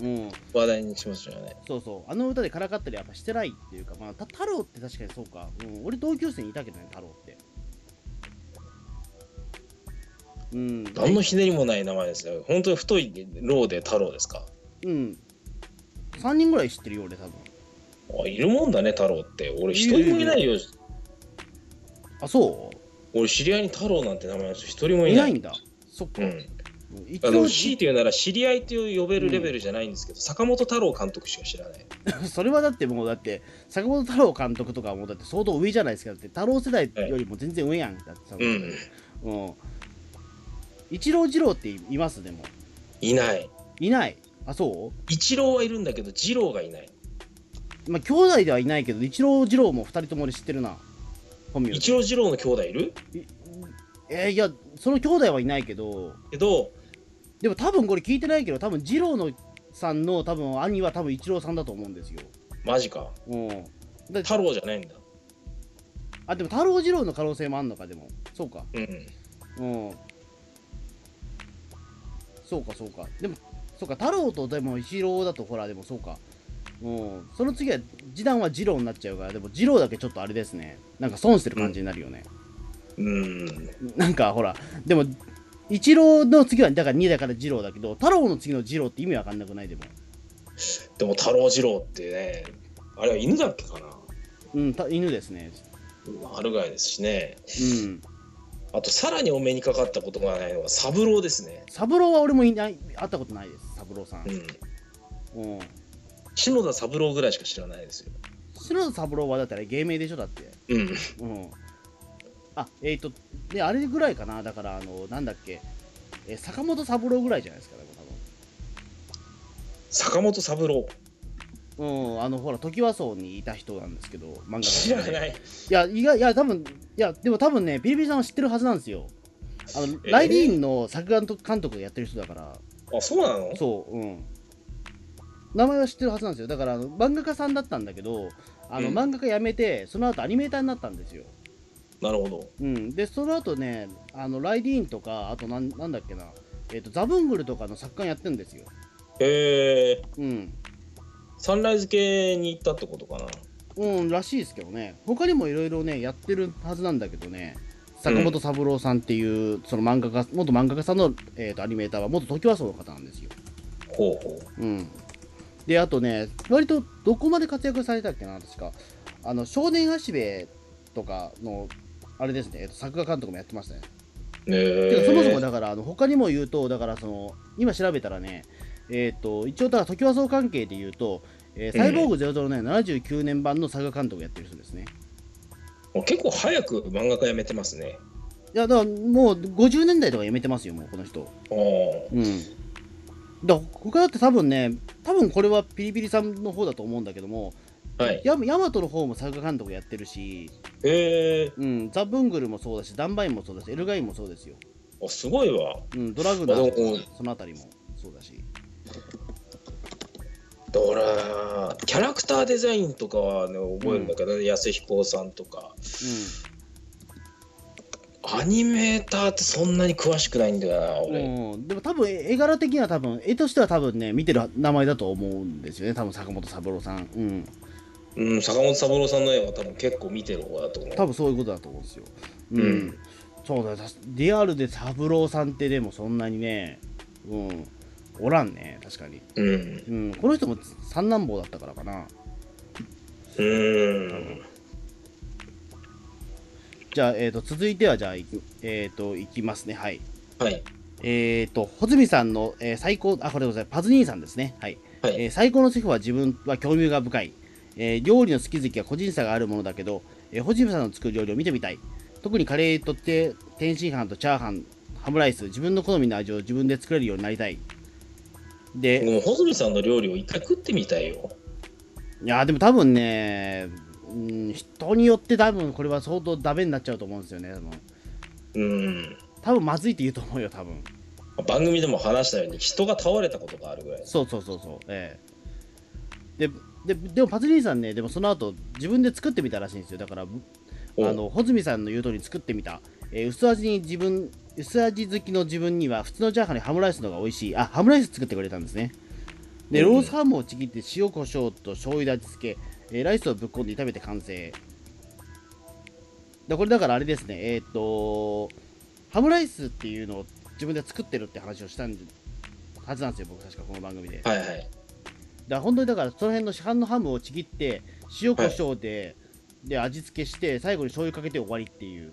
Speaker 2: うん
Speaker 3: 話題にしましたよね
Speaker 2: そうそう、あの歌でからかったりやっぱしてないっていうか、まあ、た太郎って確かにそうか、うん、俺同級生にいたけどね、太郎って。うん、
Speaker 3: 何のひねりもない名前ですよ本当に太いローで太郎ですか
Speaker 2: うん。3人ぐらい知ってるよ、俺、多分
Speaker 3: あいるもんだね太郎って俺一人もいないよ
Speaker 2: あ、そう
Speaker 3: 俺知り合いに太郎なんて名前の人一人もい
Speaker 2: い
Speaker 3: な
Speaker 2: ないいんだ。そっか
Speaker 3: う。ん、
Speaker 2: 一
Speaker 3: あの
Speaker 2: 応、
Speaker 3: 強いて言うなら知り合いと呼べるレベルじゃないんですけど、坂本太郎監督しか知らない
Speaker 2: それはだってもうだって坂本太郎監督とかはもうだって相当上じゃないですかだって太郎世代よりも全然上やんだってさ、
Speaker 3: うん
Speaker 2: うん一郎二郎っていますでも
Speaker 3: いない
Speaker 2: いないあそ
Speaker 3: 一郎はいるんだけど二郎がいないう
Speaker 2: まあ兄弟ではいないけど一郎二郎も二人とも俺知ってるな本名
Speaker 3: 一郎二郎の兄弟いる
Speaker 2: えーいやその兄弟はいないけど
Speaker 3: けど
Speaker 2: でも多分これ聞いてないけど多分二郎のさんの多分兄は多分一郎さんだと思うんですよ
Speaker 3: マジか
Speaker 2: うんだ
Speaker 3: 太郎じゃないんだ
Speaker 2: あでも太郎二郎の可能性もあんのかでもそうか
Speaker 3: うん
Speaker 2: うん。そうか、そうか。でも、そうか、太郎とでも一郎だと、ほら、でもそうか。うん。その次は、次男は二郎になっちゃうから、でも二郎だけちょっとあれですね。なんか損してる感じになるよね。
Speaker 3: うん
Speaker 2: なんか、ほら、でも、一郎の次は、だから2だから二郎だけど、太郎の次の二郎って意味わかんなくないでも。
Speaker 3: でも太郎二郎ってねあれは犬だっけかな
Speaker 2: うん、た犬ですね。
Speaker 3: 春がいですしね
Speaker 2: うん。
Speaker 3: あとさらにお目にかかったことがないのは三郎ですね
Speaker 2: 三郎は俺もいない、会ったことないです、三郎さん
Speaker 3: う。ん
Speaker 2: うん。
Speaker 3: 篠田三郎ぐらいしか知らないですよ
Speaker 2: 白田三郎はだってあれ芸名でしょ、だって。
Speaker 3: うん
Speaker 2: うん。あ、えっ、と、で、あれぐらいかな、だから、あの、なんだっけ、えー坂本三郎ぐらいじゃないですか、でも
Speaker 3: 坂本三郎
Speaker 2: 多分。うん、あの、ほら、時和荘にいた人なんですけど、漫画
Speaker 3: 知ら
Speaker 2: 家の
Speaker 3: ない
Speaker 2: いや、意外、いや、多分、いや、でも多分ね、ビリビリさんは知ってるはずなんですよ。あの、
Speaker 3: えー
Speaker 2: ライディーンの作画監督がやってる人だから、
Speaker 3: あそうなの
Speaker 2: そう、うん。名前は知ってるはずなんですよ。だから、あの漫画家さんだったんだけど、あの、
Speaker 3: うん
Speaker 2: 漫画家辞めて、その後アニメーターになったんですよ。
Speaker 3: なるほど
Speaker 2: うん、でその後ねあのライディーンとかあとなんなんだっけな、えー、とザブングルとかの作家やってるんですよ、
Speaker 3: へえ
Speaker 2: うん
Speaker 3: サンライズ系に行ったってことかな
Speaker 2: うん、らしいですけどね他にもいろいろねやってるはずなんだけどね坂本三郎さんっていう、その漫画家元漫画家さんの、えー、とアニメーターは元時和荘の方なんですよ、
Speaker 3: ほうほう
Speaker 2: うん、であとね割とどこまで活躍されたっけな確かあの少年足部とかのあれですね、えーと作画監督もやってましたねて
Speaker 3: へ
Speaker 2: か
Speaker 3: え
Speaker 2: そもそもだからあの他にも言うとだからその今調べたらねえっ、と一応だから時和荘関係で言うと、えーサイボーグ00年79年版の佐賀監督やってる人ですね
Speaker 3: 結構早く漫画家辞めてますね
Speaker 2: いやだからもう50年代とかやめてますよもうこの人
Speaker 3: ああ
Speaker 2: うんだから他だって多分ね多分これはピリピリさんの方だと思うんだけども、
Speaker 3: はい。
Speaker 2: ヤマヤマトの方も佐賀監督やってるし、
Speaker 3: え
Speaker 2: うん、ザ・ブングルもそうだしダンバインもそうだしエルガインもそうですよ、
Speaker 3: ー、あすごいわ。
Speaker 2: うん、ドラグナーと
Speaker 3: あでも
Speaker 2: かそのあたりもそうだし
Speaker 3: だから、キャラクターデザインとかは、ね、覚えるんだけど、ね安彦さんとか。アニメーターってそんなに詳しくないんだよな、
Speaker 2: うん、
Speaker 3: 俺。
Speaker 2: うん、でも多分絵柄的には多分絵としては多分ね見てる名前だと思うんですよね多分坂本三郎さんうん
Speaker 3: うん、坂本三郎さんの絵は多分結構見てる方だと思う。
Speaker 2: 多分そういうことだと思うんですようん、
Speaker 3: うん
Speaker 2: そうだよリアルで三郎さんってでもそんなにねうんおらんね確かに、
Speaker 3: うん。
Speaker 2: うん、この人も三男坊だったからかな
Speaker 3: うん。
Speaker 2: じゃあ、えー、と続いてはじゃあいき,、えー、といきますねはい
Speaker 3: はい。
Speaker 2: えー、と穂積さんの、えー最高あこれごめんなさいパズニーさんですねはい
Speaker 3: はい。
Speaker 2: えー最高のシェフは自分は興味が深い、えー料理の好き好きは個人差があるものだけど、えー、ホジムさんの作る料理を見てみたい特にカレーとって天津飯とチャーハンハムライス自分の好みの味を自分で作れるようになりたいで、
Speaker 3: でも、穂積さんの料理を一回食ってみたいよ。
Speaker 2: いやーでも多分ねうん人によって多分これは相当ダメになっちゃうと思うんですよね多分
Speaker 3: うん。
Speaker 2: 多分まずいって言うと思うよ多分
Speaker 3: 番組でも話したように、人が倒れたことがあるぐらいです。
Speaker 2: そうそうそうそうええでででもパズニーさんねでもその後自分で作ってみたらしいんですよだから
Speaker 3: お
Speaker 2: あの穂積さんの言う通り作ってみた、えー薄味に自分薄味好きの自分には普通のチャーハンにハムライスの方が美味しいあハムライス作ってくれたんですねで
Speaker 3: うん
Speaker 2: ロースハムをちぎって塩コショウと醤油で味付け、えーライスをぶっこんで炒めて完成だこれだからあれですねえーっ、とハムライスっていうのを自分で作ってるって話をしたんはずなんですよ僕確かこの番組で
Speaker 3: はいはい。
Speaker 2: だから本当にだからその辺の市販のハムをちぎって塩コショウで、で味付けして最後に醤油かけて終わりっていう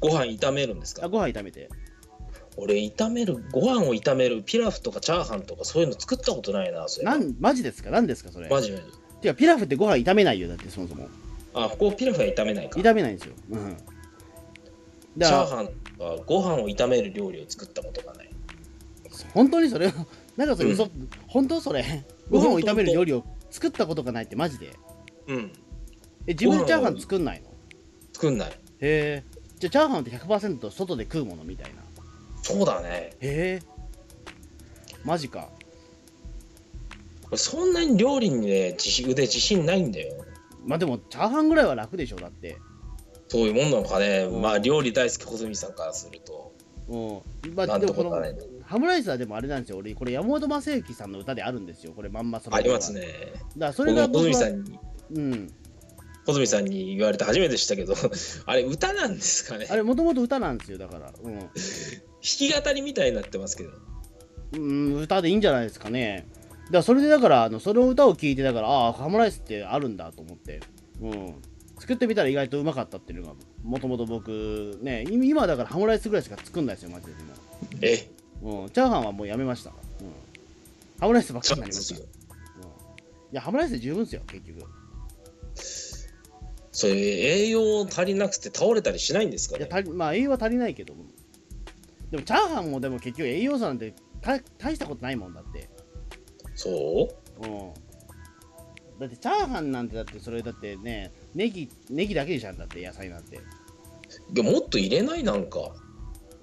Speaker 3: ご飯炒めるんです
Speaker 2: あ
Speaker 3: か
Speaker 2: ご飯炒めて
Speaker 3: 俺炒めるご飯を炒めるピラフとかチャーハンとかそういうの作ったことないなそれ
Speaker 2: なんマジですか何ですかそれ
Speaker 3: マジマジ
Speaker 2: てかピラフってご飯炒めないよだってそもそも
Speaker 3: あここピラフは炒めないかチャ
Speaker 2: 炒めないんですよ、うん、だから
Speaker 3: ーハンとかご飯を炒める料理を作ったことがない
Speaker 2: 本当に それなんかそれ嘘、
Speaker 3: う
Speaker 2: 本当それご飯を炒める料理を作ったことがないってマジで
Speaker 3: うん
Speaker 2: え自分でチャーハン作んないの
Speaker 3: 作んない
Speaker 2: へえじゃあチャーハンって100%外で食うものみたいな
Speaker 3: そうだね
Speaker 2: へえマジか
Speaker 3: 俺そんなに料理にね自信腕自信ないんだよ
Speaker 2: まあでもチャーハンぐらいは楽でしょだって
Speaker 3: そういうもんなのかね
Speaker 2: うん
Speaker 3: まあ料理大好き細見さんからすると
Speaker 2: うんま
Speaker 3: な
Speaker 2: あ
Speaker 3: ん
Speaker 2: で
Speaker 3: て
Speaker 2: も
Speaker 3: こ
Speaker 2: ことの
Speaker 3: はない
Speaker 2: ハムライスはでもあれなんですよ俺これ山本昌之さんの歌であるんですよこれまんまその
Speaker 3: あります
Speaker 2: だか
Speaker 3: ね
Speaker 2: らそれ
Speaker 3: 僕も
Speaker 2: が僕
Speaker 3: 細見さ
Speaker 2: は
Speaker 3: んに
Speaker 2: うん
Speaker 3: 細見さんに言われて初めて知ったけどあれ歌なんですかね
Speaker 2: あれもともと歌なんですよだからうん
Speaker 3: 弾き語りみたいになってますけど
Speaker 2: うん歌でいいんじゃないですかねだからそれでだからあのその歌を聴いてだからああハムライスってあるんだと思ってうん作ってみたら意外とうまかったっていうのがもともと僕ねい今はだからハムライスぐらいしか作んないですよマジでで
Speaker 3: え
Speaker 2: も、うん、チャーハンはもうやめました、うん、ハムライスばっ
Speaker 3: ち
Speaker 2: かり
Speaker 3: ょっ
Speaker 2: になりました、うん、い
Speaker 3: と
Speaker 2: やハムライスで十分ですよ結局
Speaker 3: それ栄養足りなくて倒れたりしないんですか
Speaker 2: いや
Speaker 3: ね
Speaker 2: 足りまあ栄養は足りないけどでもチャーハンもでも結局栄養素なんてた大したことないもんだって
Speaker 3: そう
Speaker 2: うんだってチャーハンなんてだってそれだってねネギネギだけでじゃんだって野菜なんて
Speaker 3: いやもっと入れないなんか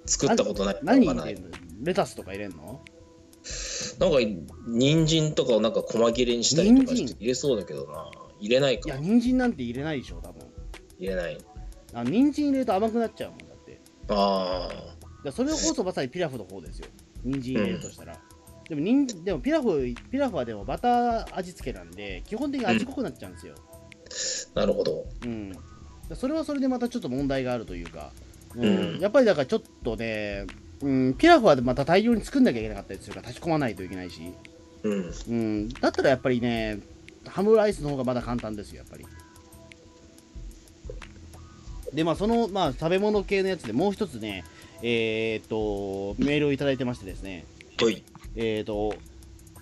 Speaker 3: 作ったことない
Speaker 2: 何
Speaker 3: なんか
Speaker 2: 入れ
Speaker 3: ない
Speaker 2: んのレタスとか入れんの
Speaker 3: なんか人参とかをなんか細切れにしたりとかし
Speaker 2: 人
Speaker 3: て
Speaker 2: 参
Speaker 3: 入れそうだけどな入れない
Speaker 2: い
Speaker 3: か
Speaker 2: や人参なんて入れないでしょ多分
Speaker 3: 入れない
Speaker 2: あ人参入れると甘くなっちゃうもんだって
Speaker 3: あ
Speaker 2: いやそれをこそまさにピラフの方ですよ人参入れるとしたら、でも人でもピラフピラフはでもバター味付けなんで基本的に味濃くなっちゃうんですよ、
Speaker 3: あなるほど
Speaker 2: うん、それはそれでまたちょっと問題があるというか、うん
Speaker 3: うん
Speaker 2: やっぱりだからちょっとね、うん、ピラフはまた大量に作んなきゃいけなかったりするから立ち込まないといけないし、
Speaker 3: うん
Speaker 2: うん、だったらやっぱりねハムライスの方がまだ簡単ですよやっぱりでまあその、まあ、食べ物系のやつでもう一つねえーっとメールをいただいてましてですね
Speaker 3: ほい
Speaker 2: えーっと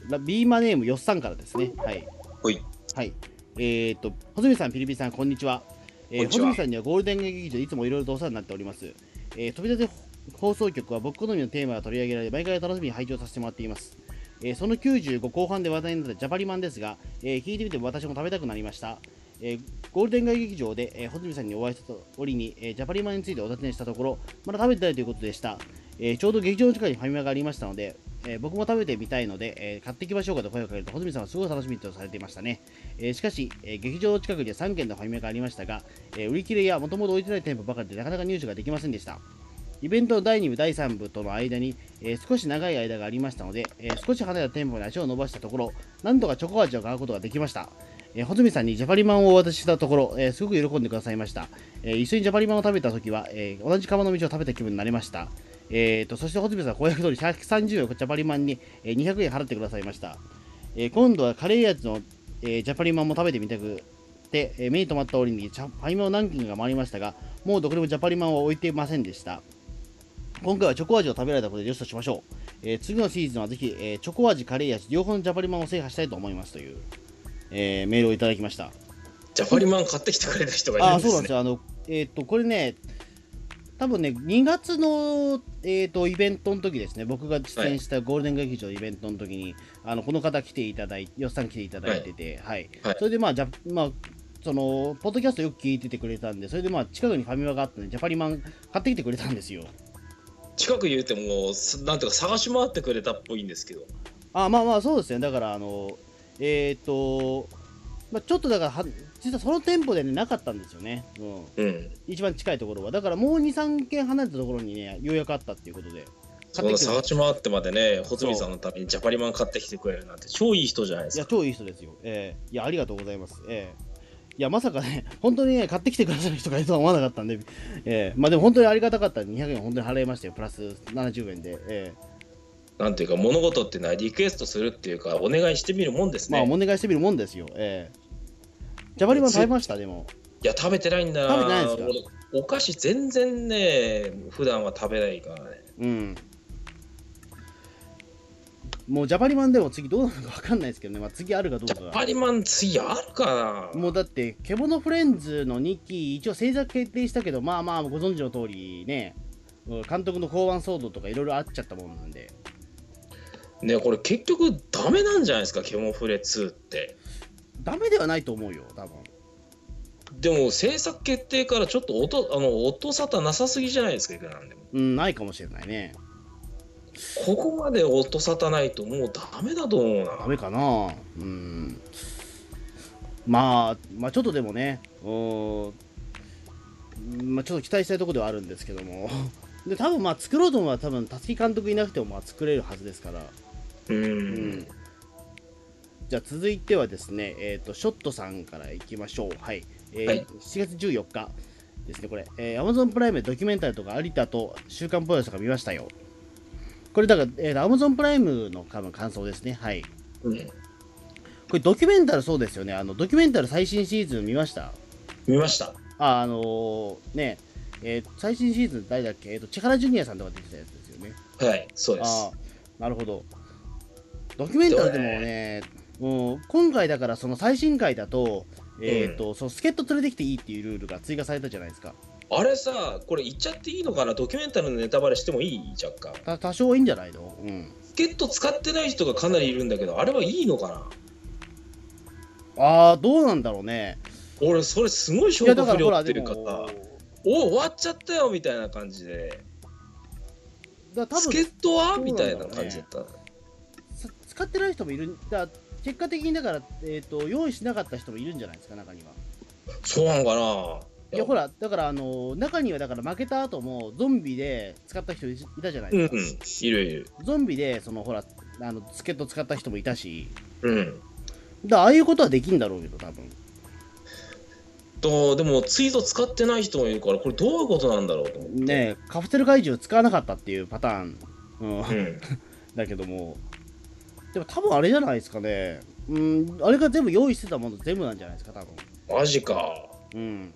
Speaker 2: ラビーマネームよっさんからですねはい
Speaker 3: ほい
Speaker 2: はい。えーっと、穂積さん、ピリピリさん、こんにちは。え
Speaker 3: こん
Speaker 2: ー、
Speaker 3: にちは
Speaker 2: 穂積さんにはゴールデン劇場でいつもいろいろとお世話になっております。えー、飛び立て放送局は僕好みのテーマが取り上げられ、毎回楽しみに拝聴させてもらっています。えーその95後半で話題になったジャパリマンですが、えー聞いてみても私も食べたくなりました。えーゴールデン街劇場で、えー、穂積さんにお会いした折に、えージャパリマンについてお尋ねしたところ、まだ食べてないということでした。えーちょうど劇場の近くにファミマがありましたので、えー僕も食べてみたいので、えー買ってきましょうかと声をかけると、穂積さんはすごい楽しみとされていましたね。えーしかし、えー劇場の近くには3軒のファミマがありましたが、えー売り切れやもともと置いてない店舗ばかりでなかなか入手ができませんでした。イベントの第2部、第3部との間に、えー少し長い間がありましたので、えー少し離れた店舗に足を伸ばしたところ、なんとかチョコ味を買うことができました。えー、穂積さんにジャパリマンをお渡ししたところ、えーすごく喜んでくださいました。えー一緒にジャパリマンを食べたときは、えー同じ釜の道を食べた気分になりました。えー、とそして穂積さんは公約通り130円をジャパリマンに、えー200円払ってくださいました。えー今度はカレー味の、えージャパリマンも食べてみたくて、えー目に留まった折にジャパリマンを何軒か回りましたが、もうどこでもジャパリマンは置いていませんでした。今回はチョコ味を食べられたことでよしとしましょう。えー次のシーズンはぜひ、えーチョコ味、カレー味、両方のジャパリマンを制覇したいと思いますという、えーメールをいただきました。
Speaker 3: ジャパリマン買ってきてくれた人がいる
Speaker 2: あ
Speaker 3: んで
Speaker 2: そうな
Speaker 3: す
Speaker 2: んで
Speaker 3: ね
Speaker 2: すよ。あの、えっ、と、これね、多分ね、2月の、えっとイベントの時ですね、僕が出演したゴールデン劇場のイベントの時に、あのこの方来ていただいて、よっさん来ていただいてて、はい。
Speaker 3: はい
Speaker 2: それで、まあ、じゃまあ、そのポッドキャストよく聞いててくれたんで、それでまあ近くにファミマがあったんで、ジャパリマン買ってきてくれたんですよ。
Speaker 3: 近く言うてもすなんとか探し回ってくれたっぽいんですけど
Speaker 2: あまあまあそうですねだからあのえっ、と、まあ、ちょっとだからは実はその店舗でねなかったんですよね、うん、
Speaker 3: うん
Speaker 2: 一番近いところはだからもう23軒離れたところにねようやくあったっていうことで
Speaker 3: そんな探し回ってまでね穂積さんのためにジャパリマン買ってきてくれるなんて超いい人じゃないで
Speaker 2: い
Speaker 3: す
Speaker 2: や
Speaker 3: か
Speaker 2: 超いい人ですよええいやありがとうございますええいやまさかね、 本当にね、買ってきてくださる人がいるとは思わなかったんで、ええまあでも本当にありがたかったんで、200円本当に払いましたよ、プラス70円で、ええ
Speaker 3: なんていうか物事っていうのはリクエストするっていうかお願いしてみるもんです
Speaker 2: ま
Speaker 3: ね、
Speaker 2: あお願いしてみるもんですよ、ええジャパリマン食べました、でも。
Speaker 3: いや食べてないんだ
Speaker 2: 食べてないんですか
Speaker 3: 俺お菓子全然ね普段は食べないからね
Speaker 2: うん。もうジャパリマンでも次どうなるか分かんないですけどね、まあ、次あるかどう
Speaker 3: ジ
Speaker 2: か
Speaker 3: ャ
Speaker 2: が
Speaker 3: パリマン次あるかな
Speaker 2: もうだって、獣フレンズの2期、一応制作決定したけど、まあまあ、ご存知の通りね、うん監督の公安騒動とかいろいろあっちゃったもんなんで、
Speaker 3: ねこれ結局ダメなんじゃないですかケモフレ2って
Speaker 2: ダメではないと思うよ、多分
Speaker 3: でも制作決定からちょっと音あの音沙汰なさすぎじゃないですかいくらなんでも
Speaker 2: うん、ないかもしれないね。
Speaker 3: ここまで音沙汰ないともうダメだと思う
Speaker 2: ダ
Speaker 3: な
Speaker 2: メかなうん。まあ、まあ、ちょっとでもね、うーんまあ、ちょっと期待したいところではあるんですけども。 で、多分まあ、作ろうと思えば、多分、辰木監督いなくても、まあ、作れるはずですから。
Speaker 3: うん、
Speaker 2: うんじゃあ続いてはですね、えー、とショットさんからいきましょう、はいえー
Speaker 3: はい
Speaker 2: 7月14日ですね、これ、えー、Amazon プライムでドキュメンタリーとか有田と週刊ポイとか見ましたよ。これだから、えー、Amazon プライムの多分感想ですね、はい。こ
Speaker 3: うん
Speaker 2: れドキュメンタルそうですよね、あのドキュメンタル最新シーズン見ました
Speaker 3: 見ました
Speaker 2: あ、あのーね、えー最新シーズン誰だっけ、えー、と千原ジュニアさんとか出てたやつですよね。
Speaker 3: はいそうです
Speaker 2: ああなるほどドキュメンタリーでもねうん今回だからその最新回だと,、えーとその助っ人連れてきていいっていうルールが追加されたじゃないですか
Speaker 3: あれさこれ言っちゃっていいのかなドキュメンタリーのネタバレしてもいい若干
Speaker 2: た多少はいいんじゃないの、うん、
Speaker 3: チケット使ってない人がかなりいるんだけどあれはいいのかな
Speaker 2: ああどうなんだろうね
Speaker 3: 俺それすごい
Speaker 2: い
Speaker 3: 消
Speaker 2: やだか
Speaker 3: 化
Speaker 2: ら
Speaker 3: 不
Speaker 2: ほ
Speaker 3: 良
Speaker 2: ら
Speaker 3: って
Speaker 2: で
Speaker 3: るか
Speaker 2: も
Speaker 3: らお終わっちゃったよみたいな感じで
Speaker 2: だから多
Speaker 3: 助
Speaker 2: 分
Speaker 3: っ人は
Speaker 2: そうなん
Speaker 3: み
Speaker 2: だ
Speaker 3: た
Speaker 2: ろうね
Speaker 3: いな感じだった
Speaker 2: さ使ってない人もいるだから結果的にだから、えー、と用意しなかった人もいるんじゃないですか中には
Speaker 3: そうなのかない
Speaker 2: いやほらだからあの中にはだから負けた後もゾンビで使った人いたじゃない
Speaker 3: うんう
Speaker 2: で
Speaker 3: ん
Speaker 2: すか、
Speaker 3: いるいる
Speaker 2: ゾンビでそのほらあの助っ人使った人もいたし
Speaker 3: うん
Speaker 2: だからああいうことはできんだろうけど多分
Speaker 3: とでもツイート使ってない人もいるからこれどういうことなんだろうと思って
Speaker 2: ねえカプセル怪獣使わなかったっていうパターン、うん
Speaker 3: うん
Speaker 2: だけどもでも多分あれじゃないですかねうんあれが全部用意してたもの全部なんじゃないですか多分
Speaker 3: マジか
Speaker 2: うん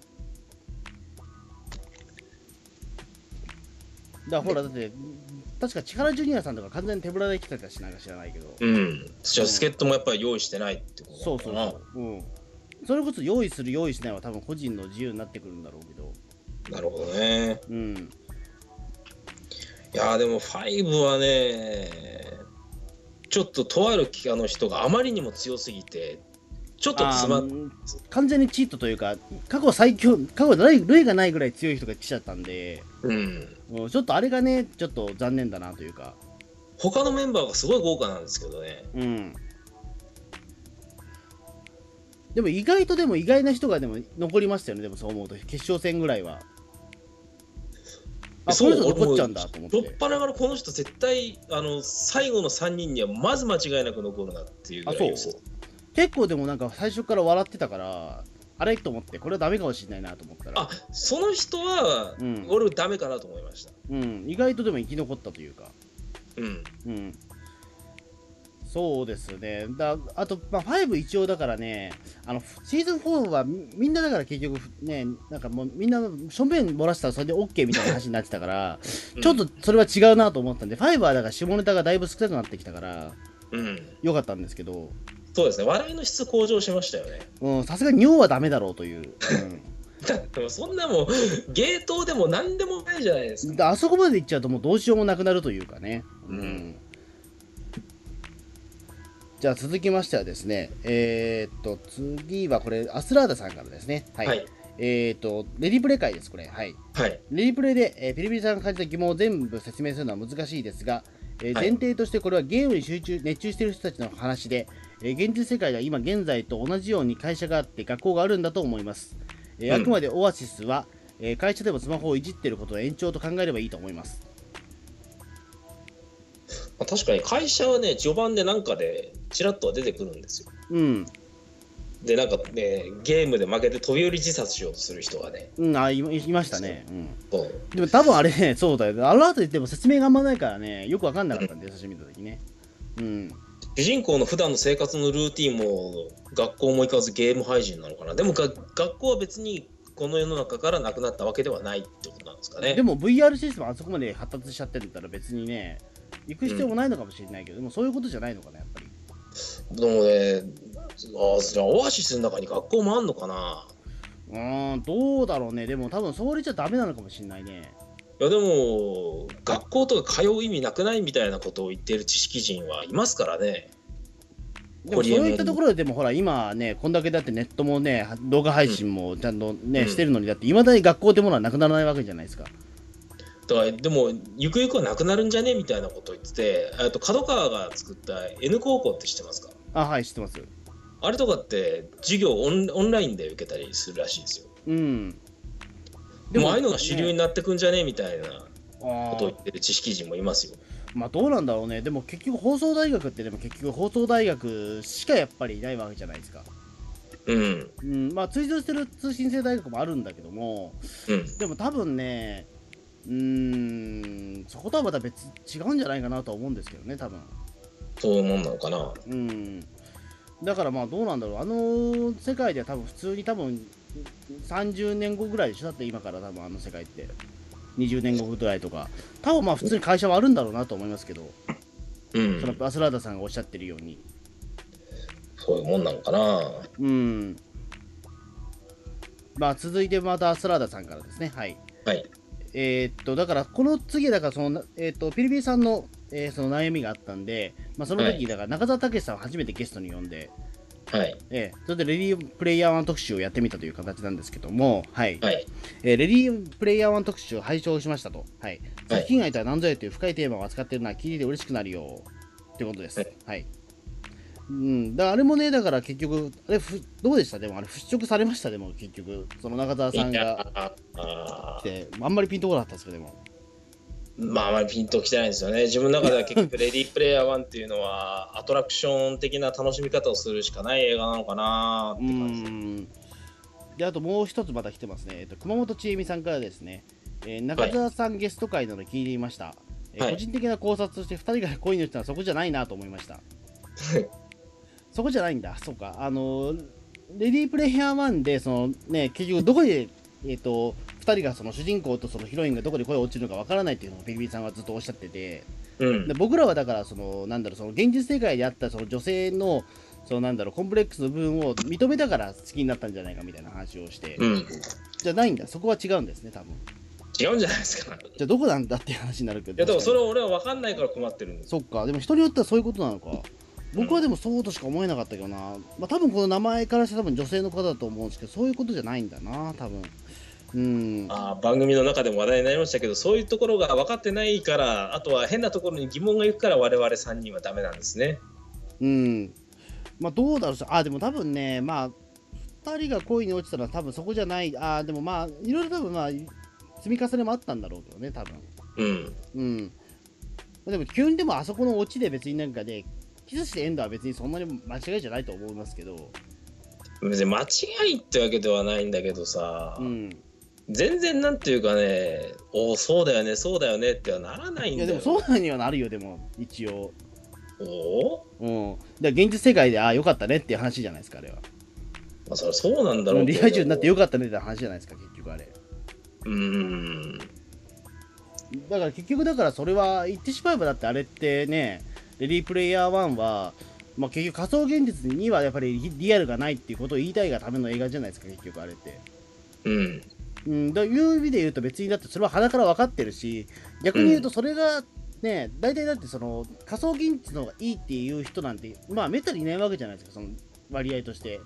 Speaker 2: だからほらだって確か力ジュニアさんとか完全に手ぶらで来てたかしなんか知らないけど、
Speaker 3: うんじゃあ助っ人もやっぱり用意してないってこと
Speaker 2: そうそう
Speaker 3: なの
Speaker 2: そ
Speaker 3: か
Speaker 2: う、うん、それこそ用意する用意しないは多分個人の自由になってくるんだろうけど
Speaker 3: ななるほどね
Speaker 2: うん
Speaker 3: いやーでも5はねちょっととあるきあの人があまりにも強すぎてちょっとつま
Speaker 2: あー完全にチートというか過去最強過去類類がないぐらい強い人が来ちゃったんで
Speaker 3: うん
Speaker 2: うんちょっとあれがねちょっと残念だなというか
Speaker 3: 他のメンバーがすごい豪華なんですけどね
Speaker 2: うんでも意外とでも意外な人がでも残りましたよねでもそう思うと決勝戦ぐらいはあそういう人残っちゃうんだと思っ
Speaker 3: 俺も
Speaker 2: て
Speaker 3: っぱなからこの人絶対あの最後の3人にはまず間違いなく残るなっていうぐらい
Speaker 2: あそう結構でもなんか最初から笑ってたからあれと思ってこれはダメかもしれないなと思ったら
Speaker 3: あその人は、
Speaker 2: うん
Speaker 3: 俺ダメかなと思いました
Speaker 2: うん意外とでも生き残ったというか
Speaker 3: うん
Speaker 2: うん、そうですね、だあと、まあ、5一応だからね、あのシーズン4はみみんなだから結局ね、なんかもうみんな、しょんべん漏らしたらそれで OK みたいな話になってたから、ちょっとそれは違うなと思ったんで、5はだから下ネタがだいぶ少なくなってきたから、
Speaker 3: うん
Speaker 2: よかったんですけど、
Speaker 3: そうですね笑いの質向上しましたよね
Speaker 2: うんさすがに尿はダメだろうという、
Speaker 3: だってもうそんなもんゲートでも何でもないじゃないです
Speaker 2: うん
Speaker 3: か
Speaker 2: であそこまでいっちゃうともうどうしようもなくなるというかね。う
Speaker 3: うん
Speaker 2: んじゃあ続きましてはですね、えーっと、次はこれ、アスラーダさんからですね。はい。
Speaker 3: はい
Speaker 2: えーっと、レディプレイ会です、これ。はい。
Speaker 3: はい
Speaker 2: レディプレイで、えーピリピリさんが感じた疑問を全部説明するのは難しいですが、えー
Speaker 3: は
Speaker 2: 前
Speaker 3: い
Speaker 2: 提としてこれはゲームに集中、熱中している人たちの話で、えー現実世界では今現在と同じように会社があって学校があるんだと思います。えー
Speaker 3: うん
Speaker 2: あくまでオアシスは、えー会社でもスマホをいじっていることの延長と考えればいいと思います。
Speaker 3: まあ確かに会社はね序盤でなんかでちらっとは出てくるんですよ
Speaker 2: うん、
Speaker 3: でなんかねゲームで負けて飛び降り自殺しようとする人がね
Speaker 2: うん、あいいいましたね、うん、
Speaker 3: そう
Speaker 2: でも多分あれねそうだよあの後ででも説明があんまないからねよく分かんなかったんで写真見た時ねうん
Speaker 3: 主人公の普段の生活のルーティンも学校も行かずゲーム配信なのかなでもが学校は別にこの世の中からなくなったわけではないってことなんですかね
Speaker 2: で。も VR システムあそこまで発達しちゃってるんだったら別にね、行く必要もないのかもしれないけど、でもそういうことじゃないのかな、やっぱり。
Speaker 3: でもね、あじゃあオアシスの中に学校もあんのかな
Speaker 2: うーん、どうだろうね。でも多分それじゃダメなのかもしれないね。
Speaker 3: いやでも学校とか通う意味なくないみたいなことを言ってる知識人はいますからね。
Speaker 2: でも
Speaker 3: ホ
Speaker 2: そう
Speaker 3: リエモン
Speaker 2: いったところで、でもほら、今ね、こんだけだってネットもね、動画配信もちゃんとね、
Speaker 3: うん
Speaker 2: してるのに、だって、いまだに学校ってものはなくならないわけじゃないですか。
Speaker 3: だからでもゆくゆくはなくなるんじゃねみたいなことを言っててあと角川が作った N 高校って知ってますか
Speaker 2: あ、はい、知ってます。
Speaker 3: あれとかって授業オンオンラインで受けたりするらしいんですよ。
Speaker 2: うん。
Speaker 3: でもああいうのが主流
Speaker 2: ね
Speaker 3: になってくんじゃねみたいな
Speaker 2: あ
Speaker 3: こと
Speaker 2: ー
Speaker 3: を言ってる知識人もいますよ。
Speaker 2: まあ、どうなんだろうね。でも結局、放送大学って、でも結局、放送大学しかやっぱりいないわけじゃないですか。
Speaker 3: うん、
Speaker 2: うん、まあ、追随してる通信制大学もあるんだけども、
Speaker 3: うん、
Speaker 2: でも多分ね、うーん、そことはまた別、違うんじゃないかなとは思うんですけどね、多分。
Speaker 3: そういうもんなのかな。
Speaker 2: うん、だからまあどうなんだろう、あの世界では多分普通に多分30年後ぐらいでしょ、だって今から多分あの世界って、20年後ぐらいとか、多分まあ普通に会社はあるんだろうなと思いますけど、
Speaker 3: うん
Speaker 2: その、アスラーダさんがおっしゃってるように。
Speaker 3: そういうもんなのかな。
Speaker 2: うんまあ、続いてまたアスラーダさんからですね、はい。
Speaker 3: はい。
Speaker 2: えーっと、だから、この次、だからその、えーっと、ピリピリさんの,、えーその悩みがあったんで、まあ、その
Speaker 3: は
Speaker 2: 時、
Speaker 3: い
Speaker 2: だから中澤武さんを初めてゲストに呼んで、
Speaker 3: はい。
Speaker 2: ええ、それでレディープレイヤー1特集をやってみたという形なんですけども、はい
Speaker 3: はい。
Speaker 2: えーレディープレイヤー1特集を拝聴しましたと、はい、
Speaker 3: はい
Speaker 2: 作品愛とは何ぞやという深いテーマを扱っているのは聞いてて嬉しくなるよということです。は
Speaker 3: はいい
Speaker 2: うん、だからあれもね、だから結局、あれふどうでしたでもあれ払拭されましたでも結局、その中澤さん
Speaker 3: いや
Speaker 2: が
Speaker 3: ああ
Speaker 2: 来て、あんまりピンとこなかったんですけどでも。
Speaker 3: まああまりピンときてないんですよね。自分の中 では結局、レディープレイヤー1っていうのは、アトラクション的な楽しみ方をするしかない映画なのかな
Speaker 2: う
Speaker 3: って感じで
Speaker 2: んであともう一つまた来てますね、えっと、熊本千恵美さんからですね、えー中澤さんゲスト会など聞いていました、えー
Speaker 3: はい
Speaker 2: 個人的な考察として2人が恋に落ちたのはそこじゃないなと思いま したそこじゃないんだそうかあのーレディープレイヤー1でそのね結局どこでえっ、と2人がその主人公とそのヒロインがどこで恋落ちるのかわからないっていうのをビビビさんはずっとおっしゃってて、
Speaker 3: うん
Speaker 2: で。僕らはだからそのなんだろうその現実世界であったその女性のそのなんだろうコンプレックスの部分を認めたから好きになったんじゃないかみたいな話をして、
Speaker 3: うん。
Speaker 2: じゃないんだそこは違うんですね多分
Speaker 3: 違うんじゃないですか。い
Speaker 2: じゃあどこなんだっていう話になるけど
Speaker 3: や、でも
Speaker 2: 確か
Speaker 3: そ
Speaker 2: に
Speaker 3: れは俺は分かんないから困ってるんですよ。
Speaker 2: そっかでも人によってはそういうことなのか僕はでもそうとしか思えなかったけどな、まあ、多分この名前からして多分女性の方だと思うんですけどそういうことじゃないんだな多分うん
Speaker 3: あー番組の中でも話題になりましたけど、そういうところが分かってないから、あとは変なところに疑問がいくから、我々3人はダメなんですね。
Speaker 2: うん。まあどうだろうし、あ、でも多分ね、まあ、2人が恋に落ちたのは多分そこじゃない、あ、でもまあ、いろいろ多分まあ、積み重ねもあったんだろうけどね、多分。
Speaker 3: うん。
Speaker 2: うん。でも急にでもあそこのオチで別になんかで、キスしてエンドは別にそんなに間違いじゃないと思いますけど、
Speaker 3: 別に間違いってわけではないんだけどさ、
Speaker 2: うん。
Speaker 3: 全然なんていうかね、おお、そうだよね、そうだよねってはならないん
Speaker 2: い
Speaker 3: だ
Speaker 2: や
Speaker 3: よ。
Speaker 2: でもそうなんにはなるよ、でも、一応。
Speaker 3: おー
Speaker 2: うん。だから現実世界で、ああ、よかったねっていう話じゃないですか、あれは。
Speaker 3: まあ、それはそうなんだろう
Speaker 2: リア充になってよかったねって話じゃないですか、結局あれ。
Speaker 3: うーん
Speaker 2: だから結局だからそれは言ってしまえばだってあれってねレディープレイヤー1は、まあ、結局仮想現実にはやっぱりリリアルがないっていうことを言いたいがための映画じゃないですか結局あれって。
Speaker 3: うん
Speaker 2: うん、だいう意味で言うと別にだってそれは鼻から分かってるし逆に言うとそれがね、大体だってその仮想現実の方がいいっていう人なんてまあめったにいないわけじゃないですかその割合として。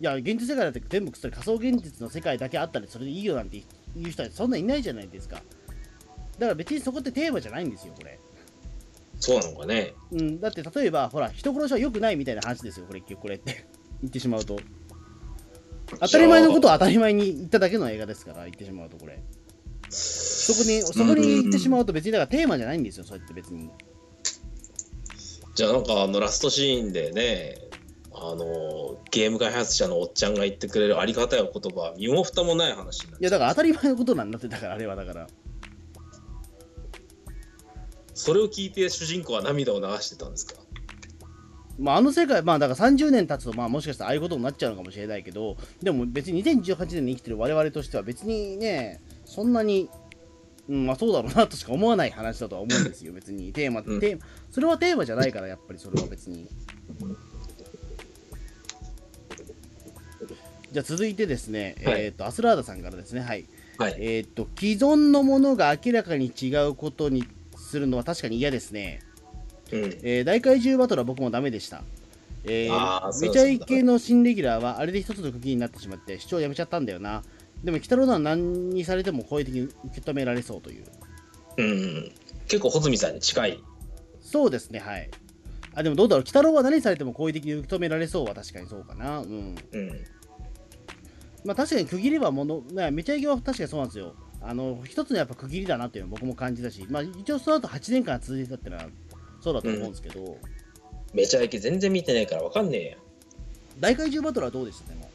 Speaker 2: いや現実世界だって全部くっそり仮想現実の世界だけあったらそれでいいよなんて言う人はそんないないじゃないですかだから別にそこってテーマじゃないんですよこれ、
Speaker 3: そうなのかね
Speaker 2: うん、だって例えばほら人殺しは良くないみたいな話ですよこれ結局これって 言ってしまうと当たり前のことを当たり前に言っただけの映画ですから言ってしまうとこれそこにそこに行ってしまうと別にだからテーマじゃないんですよそうやって別に
Speaker 3: じゃあなんかあのラストシーンでねあのゲーム開発者のおっちゃんが言ってくれるありがたいお言葉は身も蓋もない話になる
Speaker 2: いやだから当たり前のことなんだってだからあれはだから
Speaker 3: それを聞いて主人公は涙を流してたんですか
Speaker 2: まあ、あの世界、まあ、だから30年経つと、まあ、もしかしたらああいうことになっちゃうのかもしれないけど、でも別に2018年に生きてる我々としては、別にね、そんなに、うん、まあそうだろうなとしか思わない話だとは思うん ですよ、別に。テーマ、テ
Speaker 3: うん
Speaker 2: ーマそれはテーマじゃないから、やっぱりそれは別に。じゃあ続いてですね、
Speaker 3: はい
Speaker 2: えっ、と、アスラーダさんからですね、はい。
Speaker 3: はい。
Speaker 2: えっ、と、既存のものが明らかに違うことにするのは確かに嫌ですね。
Speaker 3: うん。
Speaker 2: えー大怪獣バトルは僕もダメでした。え
Speaker 3: あー
Speaker 2: ー、
Speaker 3: そう
Speaker 2: め
Speaker 3: だ
Speaker 2: ちゃイケの新レギュラーはあれで一つの区切りになってしまって視聴をやめちゃったんだよな。でも、鬼太郎なら何にされても好意的に受け止められそうという。
Speaker 3: うん。結構、穂積さんに近い。
Speaker 2: そうですね、はい。あ、でもどうだろう、鬼太郎は何されても好意的に受け止められそうは確かにそうかな。うん。
Speaker 3: うん。
Speaker 2: まあ確かに区切りはもの、ね、めちゃイケは確かにそうなんですよ。あの、一つのやっぱ区切りだなというのは僕も感じたし、まあ一応その後8年間続いてたってのはそうだと思うんですけど、
Speaker 3: めちゃイケ全然見てないからわかんねえや。
Speaker 2: 大怪獣バトルはどうでしたでも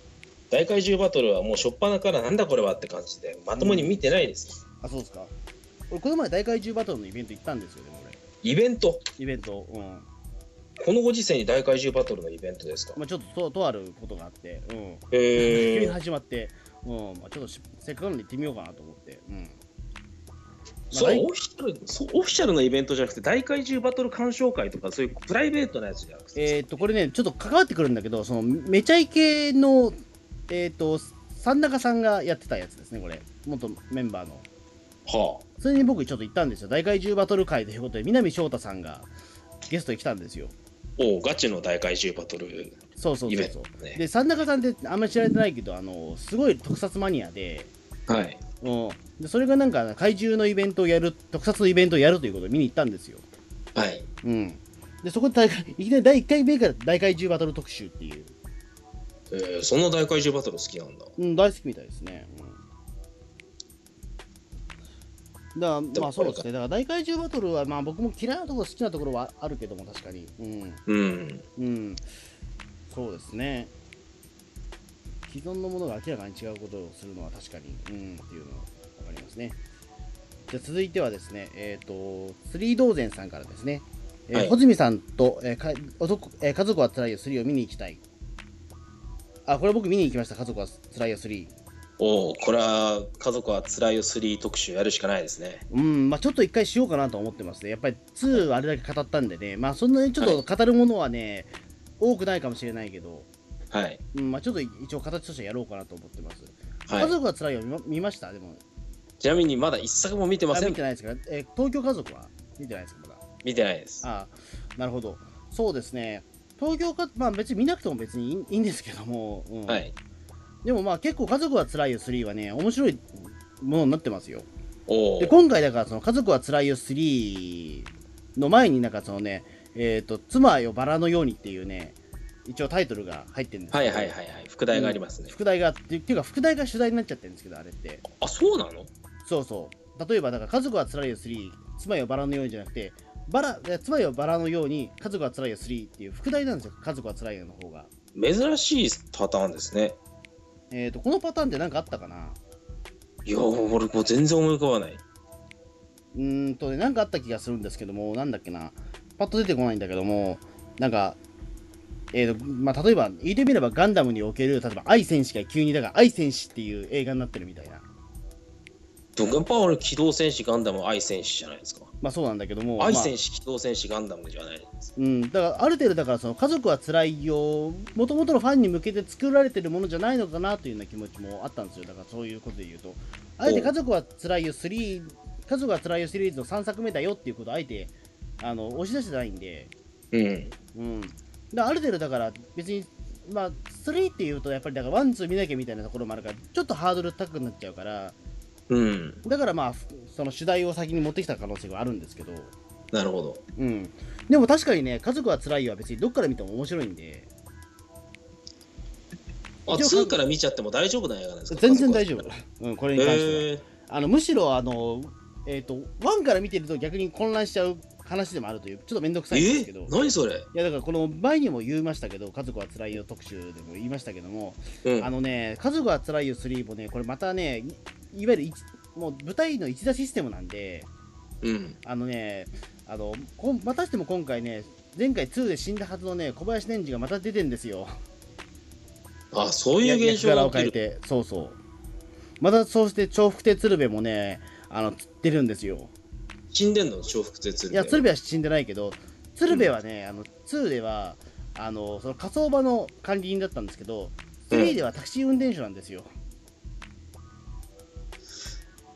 Speaker 3: 大怪獣バトルはもう初っ端からなんだこれはって感じで、まともに見てないです。
Speaker 2: あ、そうですか。俺、この前、大怪獣バトルのイベント行ったんですよ、でも俺。
Speaker 3: イベント
Speaker 2: イベント、うん。
Speaker 3: このご時世に大怪獣バトルのイベントですか
Speaker 2: まあ、ちょっとと、とあることがあって、うん。急
Speaker 3: へ
Speaker 2: に
Speaker 3: え。
Speaker 2: 始まって、うん。まあ、ちょっとし、せっかくなんで行ってみようかなと思って、うん。
Speaker 3: そうオフィシャルそうオフィシャルのイベントじゃなくて大怪獣バトル鑑賞会とかそういうプライベートなやつじゃなくて、
Speaker 2: えっ、と、これね、ちょっと関わってくるんだけど、その、めちゃイケの、えっ、と、三中さんがやってたやつですね、これ。元メンバーの。
Speaker 3: はあ
Speaker 2: それに僕、ちょっと行ったんですよ。大怪獣バトル会ということで、南翔太さんがゲストに来たんですよ。
Speaker 3: おうガチの大怪獣バトル
Speaker 2: そうそう
Speaker 3: イ
Speaker 2: そ
Speaker 3: ベ
Speaker 2: う
Speaker 3: ン
Speaker 2: そ
Speaker 3: ト
Speaker 2: う。
Speaker 3: ね
Speaker 2: で、三中さんってあんまり知られてないけど、あの、すごい特撮マニアで、
Speaker 3: はい
Speaker 2: うん、でそれがなんか怪獣のイベントをやる、特撮のイベントをやるということを見に行ったんですよ。
Speaker 3: はい
Speaker 2: うん。で、そこで大会、いきなり第1回目から大怪獣バトル特集っていう、
Speaker 3: えー、その大怪獣バトル好きなんだ
Speaker 2: うん、大好きみたいですね。うん。だから、まあそうですね。だから大怪獣バトルは、まあ僕も嫌いなところ、好きなところはあるけども、確かに。うん。
Speaker 3: うん
Speaker 2: うん、そうですね。既存のものが明らかに違うことをするのは確かに、うん、っていうのは分かりますね。じゃあ続いてはですね、えっ、と、スリー道前さんからですね、えー
Speaker 3: はい
Speaker 2: 穂積さんと、えーかおそえー家族はつらいよ3を見に行きたい。あ、これ僕見に行きました、家族はつらいよ3。
Speaker 3: おうこれは家族は辛いよ3特集やるしかないですね
Speaker 2: うん、まあちょっと一回しようかなと思ってますね。やっぱり2あれだけ語ったんでね、まあそんなにちょっと語るものはね、多くないかもしれないけど、
Speaker 3: はい
Speaker 2: うん、まあちょっと一応形としてやろうかなと思ってます。
Speaker 3: は
Speaker 2: 家
Speaker 3: い
Speaker 2: 族は辛いよ見ま見ましたでも。
Speaker 3: ちなみにまだ一作も見てま
Speaker 2: あ
Speaker 3: せん
Speaker 2: 見てないですから、えー東京家族は見てないですかまだ。
Speaker 3: 見てないです
Speaker 2: ああ、なるほど。そうですね。東京か、まあ別に見なくても別にいいいいんですけども、うん
Speaker 3: はい
Speaker 2: でもまあ結構家族は辛いよ3はね、面白いものになってますよ。
Speaker 3: おう
Speaker 2: で、今回だからその家族は辛いよ3の前になんかそのね、えっ、と、妻よバラのようにっていうね、一応タイトルが入ってるんですけ
Speaker 3: は
Speaker 2: ど
Speaker 3: いはいはいはい副題がありますね、
Speaker 2: 副題があって、っていうか副題が主題になっちゃってるんですけど、あれって。
Speaker 3: あそうなの
Speaker 2: そうそう。例えば、だから家族は辛いよ3、妻よバラのようにじゃなくて、バラえ妻よバラのように家族は辛いよ3っていう副題なんですよ、家族は辛いよの方が。
Speaker 3: 珍しいパターンですね
Speaker 2: えっ、と、このパターンで何かあったかない
Speaker 3: や俺もう全然思い浮かばないう
Speaker 2: ーんとね、何かあった気がするんですけども、なんだっけな、パッと出てこないんだけども、なんか、えーとまあ、例えば、言ってみればガンダムにおける、例えば愛戦士が急に、だから愛戦士っていう映画になってるみたいな。
Speaker 3: ドガンパ俺機動戦士ガンダム愛戦士じゃないですか
Speaker 2: まあそうなんだけども、
Speaker 3: 愛
Speaker 2: まあ
Speaker 3: 戦士機動戦士ガンダムじゃないです
Speaker 2: うん、だからある程度だからその家族は辛いよもともとのファンに向けて作られてるものじゃないのかなというような気持ちもあったんですよだからそういうことで言うとあえて「家族は辛いよ3」「家族は辛いよ」シリーズの3作目だよっていうことをあえてあの押し出してないんで、
Speaker 3: うん
Speaker 2: うん、だからある程度だから別にまあ3っていうとやっぱりだからワンツー見なきゃみたいなところもあるからちょっとハードル高くなっちゃうから
Speaker 3: うん
Speaker 2: だからまあその主題を先に持ってきた可能性はあるんですけど
Speaker 3: なるほど
Speaker 2: うん、でも確かにね、家族は辛いよは別にどっから見ても面白いんで、
Speaker 3: あ
Speaker 2: 一応
Speaker 3: 2から見ちゃっても大丈夫な映画なんですか
Speaker 2: 全然大丈
Speaker 3: 家
Speaker 2: 夫
Speaker 3: 族だっ、
Speaker 2: うん、これ
Speaker 3: た
Speaker 2: に
Speaker 3: ら
Speaker 2: 関しては。
Speaker 3: へえ
Speaker 2: あのむしろあの、えーと、1から見てると逆に混乱しちゃう話でもあるという、ちょっと面倒くさいんですけど、
Speaker 3: え何それ
Speaker 2: いやだからこの前にも言いましたけど、家族は辛いよ特集でも言いましたけども、
Speaker 3: うん
Speaker 2: あのね、家族は辛いよ3もね、これまたね、いいわゆる一もう舞台の一打システムなんで、
Speaker 3: うん
Speaker 2: あのね、あのこんまたしても今回ね前回2で死んだはずのね小林年次がまた出てんですよ
Speaker 3: あそういう現象
Speaker 2: 役柄
Speaker 3: が
Speaker 2: を変え
Speaker 3: 起きる
Speaker 2: てそうそうまたそうして重複亭鶴瓶もねあの出るんですよ
Speaker 3: 死んでんの重複絶
Speaker 2: いや鶴瓶は死んでないけど鶴瓶はね、あの2ではあのその火葬場の管理人だったんですけど3ではタクシー運転手なんですよ、だか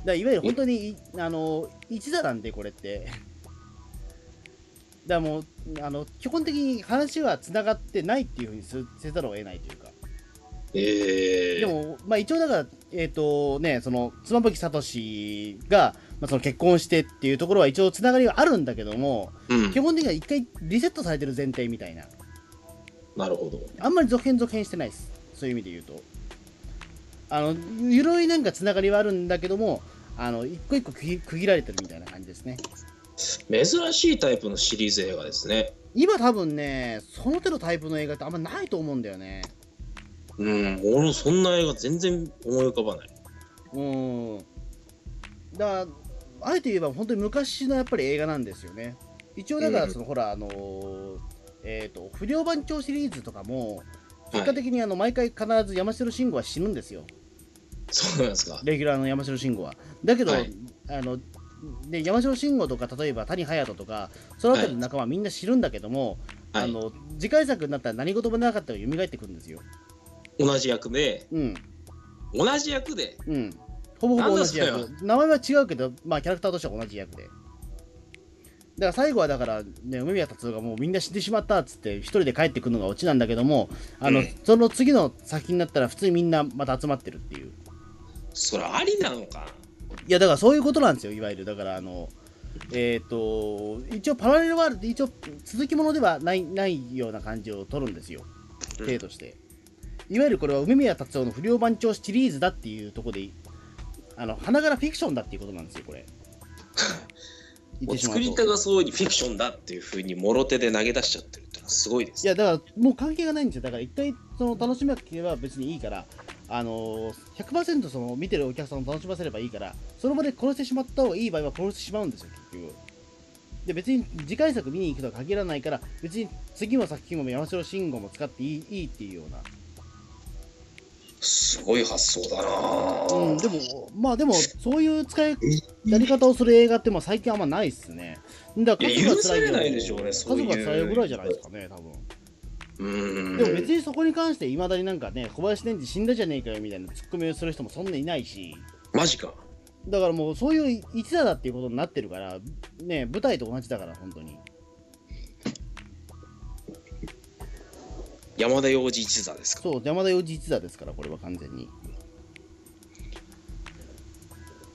Speaker 2: らいわゆる本当にいあの一座なんでこれってだからもうあの基本的に話はつながってないっていうふうにすせざるを得ないというか
Speaker 3: ええ
Speaker 2: でも、まあ、一応だから、えっ、とね、その、妻夫木聡が、まあ、その結婚してっていうところは一応つながりはあるんだけども、
Speaker 3: うん
Speaker 2: 基、本的には一回リセットされてる前提みたいな。
Speaker 3: なるほど
Speaker 2: あんまり続編続編してないです。そういう意味で言うと。あの、ゆるいなんかつながりはあるんだけども、あの、一個一個区切区切られてるみたいな感じですね。
Speaker 3: 珍しいタイプのシリーズ映画ですね
Speaker 2: 今多分ね、その手のタイプの映画ってあんまないと思うんだよね。
Speaker 3: うん俺そんな映画全然思い浮かばない
Speaker 2: うん。だから、あえて言えば本当に昔のやっぱり映画なんですよね。一応だから、その、ほら、あのーえっ、と、不良番長シリーズとかも、結果的にあの、毎回必ず山城慎吾は死ぬんですよ。
Speaker 3: そうなんですか
Speaker 2: レギュラーの山城慎吾は。だけど、
Speaker 3: はい
Speaker 2: あの、で山城慎吾とか例えば谷隼人とかそのあたりの仲間はみんな知るんだけども、
Speaker 3: は
Speaker 2: あ
Speaker 3: い
Speaker 2: の次回作になったら何事もなかったら蘇ってくるんですよ。
Speaker 3: 同じ役で
Speaker 2: うん
Speaker 3: 同じ役で
Speaker 2: うん、ほぼほぼ同じ
Speaker 3: なんだ
Speaker 2: 役名前は違うけど、まあ、キャラクターとしては同じ役でだから最後はだから、ね、梅宮達夫がもうみんな死んでしまったっつって一人で帰ってくるのがオチなんだけどもあの、
Speaker 3: うん
Speaker 2: その次の作品になったら普通にみんなまた集まってるっていう
Speaker 3: それありなのか
Speaker 2: いやだからそういうことなんですよいわゆるだからあのえっ、と一応パラレルワールドって一応続きものではないないような感じを取るんですよ
Speaker 3: うん
Speaker 2: 例として、いわゆるこれは梅宮達夫の不良番長シリーズだっていうところであの花柄フィクションだっていうことなんですよ これ言っ
Speaker 3: もう
Speaker 2: てしま
Speaker 3: 作
Speaker 2: う
Speaker 3: り
Speaker 2: と
Speaker 3: 手がそういうフィクションだっていうふうにもろ手で投げ出しちゃってるってのはすごいで
Speaker 2: い
Speaker 3: すね
Speaker 2: やだからもう関係がないんですよだから一回その楽しめなければ別にいいからあのー100%その見てるお客さんを楽しませればいいからその場で殺してしまった方がいい場合は殺してしまうんですよ結局で別に次回作見に行くとは限らないから別に次の作品も山城慎吾も使っていいいいっていうような
Speaker 3: すごい発想だなぁ
Speaker 2: うん、でも、まあでも、そういう使い、やり方をする映画って、まあ最近あんまないっすね。だから
Speaker 3: いや許されないでしょうね
Speaker 2: 家
Speaker 3: そうい
Speaker 2: 族が
Speaker 3: う
Speaker 2: 辛いぐらいじゃないですかね、多分。
Speaker 3: うん
Speaker 2: でも別にそこに関して、いまだになんかね、小林年次死んだじゃねえかよみたいなツッコミをする人もそんないないし、
Speaker 3: マジか
Speaker 2: だからもうそういう一座だっていうことになってるから、ね、舞台と同じだから、本当に。
Speaker 3: 山田洋次一座ですか
Speaker 2: そう、山田洋次一座ですから、これは完全に。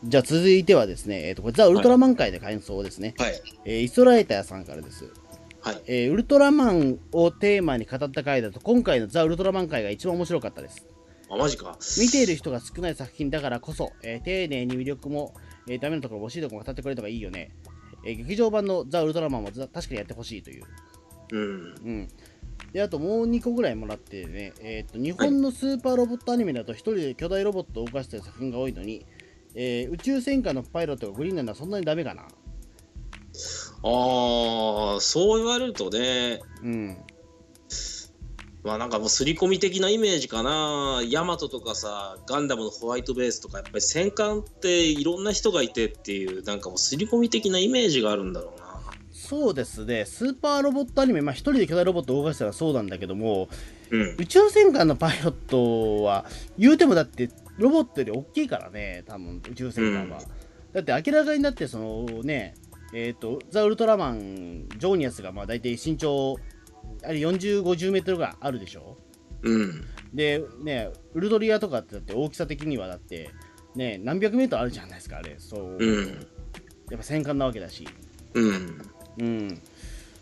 Speaker 2: じゃあ続いてはですね、えっ、と、これザ・ウルトラマン界で感想ですね。
Speaker 3: はい
Speaker 2: えーイソライターさんからです。
Speaker 3: はい
Speaker 2: えーウルトラマンをテーマに語った回だと今回のザ・ウルトラマン回が一番面白かったです
Speaker 3: あマジか
Speaker 2: 見ている人が少ない作品だからこそ、えー丁寧に魅力も、えーダメなところも惜しいところも語ってくれるのがいいよね、えー劇場版のザ・ウルトラマンもざ確かにやってほしいという
Speaker 3: うん
Speaker 2: うんであともう2個ぐらいもらってね、えーと日本のスーパーロボットアニメだと1人で巨大ロボットを動かしてる作品が多いのに、えー宇宙戦艦のパイロットがグリーンなのはそんなにダメかな
Speaker 3: ああそう言われるとね
Speaker 2: うん
Speaker 3: まあなんかもう刷り込み的なイメージかなヤマトとかさガンダムのホワイトベースとかやっぱり戦艦っていろんな人がいてっていうなんかもう刷り込み的なイメージがあるんだろうな
Speaker 2: そうですね、スーパーロボットアニメ、まあ、一人で巨大ロボットを動かしたらそうなんだけども、
Speaker 3: うん
Speaker 2: 宇宙戦艦のパイロットは、言うてもだって、ロボットより大きいからね、多分宇宙戦艦は。だって明らかになって、そのね、えっ、と、ザ・ウルトラマン、ジョーニアスが、まあ、大体身長、あれ40、50メートルぐらいあるでしょ。
Speaker 3: うん
Speaker 2: で、ね、ウルトリアとかって、だって大きさ的には、だって、ね、何百メートルあるじゃないですか、あれ、そう、
Speaker 3: うん
Speaker 2: やっぱ戦艦なわけだし。
Speaker 3: うん
Speaker 2: うん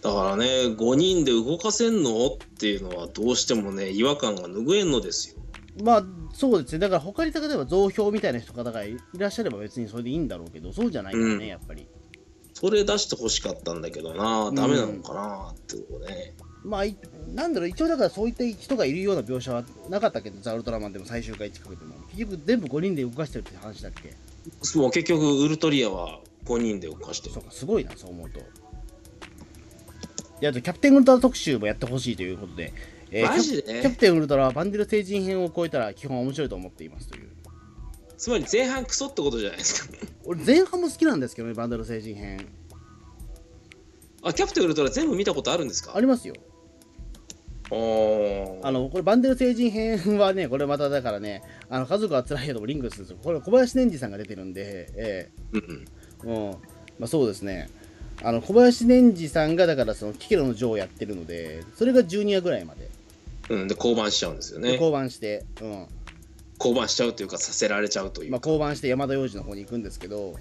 Speaker 3: だからね5人で動かせんのっていうのはどうしてもね違和感が拭えんのですよ
Speaker 2: まあそうですね、だから他に例えば増票みたいな人方がいらっしゃれば別にそれでいいんだろうけど、そうじゃないからね、
Speaker 3: うん
Speaker 2: やっぱり。
Speaker 3: それ出してほしかったんだけどなダメなのかなっていうことね
Speaker 2: まあ、いなんだろう、一応だからそういった人がいるような描写はなかったけど、ザ・ウルトラマンでも最終回近くでも、結局全部5人で動かしてるって話だっけ
Speaker 3: もう結局ウルトリアは5人で動かしてる
Speaker 2: そうか、すごいな、そう思うと。であとキャプテンウルトラ特集もやってほしいということで、えー
Speaker 3: マジで
Speaker 2: キャキャプテンウルトラはバンデル成人編を超えたら基本面白いと思っていますという
Speaker 3: つまり前半クソってことじゃないですか
Speaker 2: 俺前半も好きなんですけどねバンデル成人編
Speaker 3: あキャプテンウルトラ全部見たことあるんですか
Speaker 2: ありますよ
Speaker 3: お
Speaker 2: あのこれバンデル成人編はねこれまただからねあの家族は辛いけどもリンクするんですよこれ小林年次さんが出てるんでえ
Speaker 3: うん
Speaker 2: えうんまあそうですねあの小林年次さんがだからそのキケロの女王をやってるのでそれがジュニアぐらいまで
Speaker 3: うん、うん、で降板しちゃうんですよ
Speaker 2: で
Speaker 3: ね
Speaker 2: 降板して、うん、
Speaker 3: 降板しちゃうというかさせられちゃうという
Speaker 2: まあ、
Speaker 3: か、
Speaker 2: 降板して山田洋次の方に行くんですけど、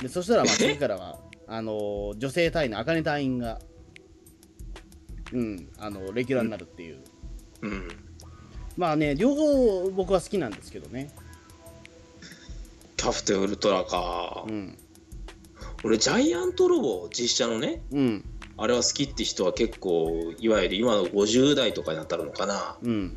Speaker 2: でそしたらまあ次からはあのー女性隊員の茜隊員が、うん、あのレギュラーになるっていう、
Speaker 3: うん
Speaker 2: まあね、両方僕は好きなんですけどね、
Speaker 3: キャプテンウルトラか、
Speaker 2: うん、
Speaker 3: 俺ジャイアントロボ実写のね
Speaker 2: うん、
Speaker 3: あれは好きって人は結構いわゆる今の50代とかになったのかな
Speaker 2: うん、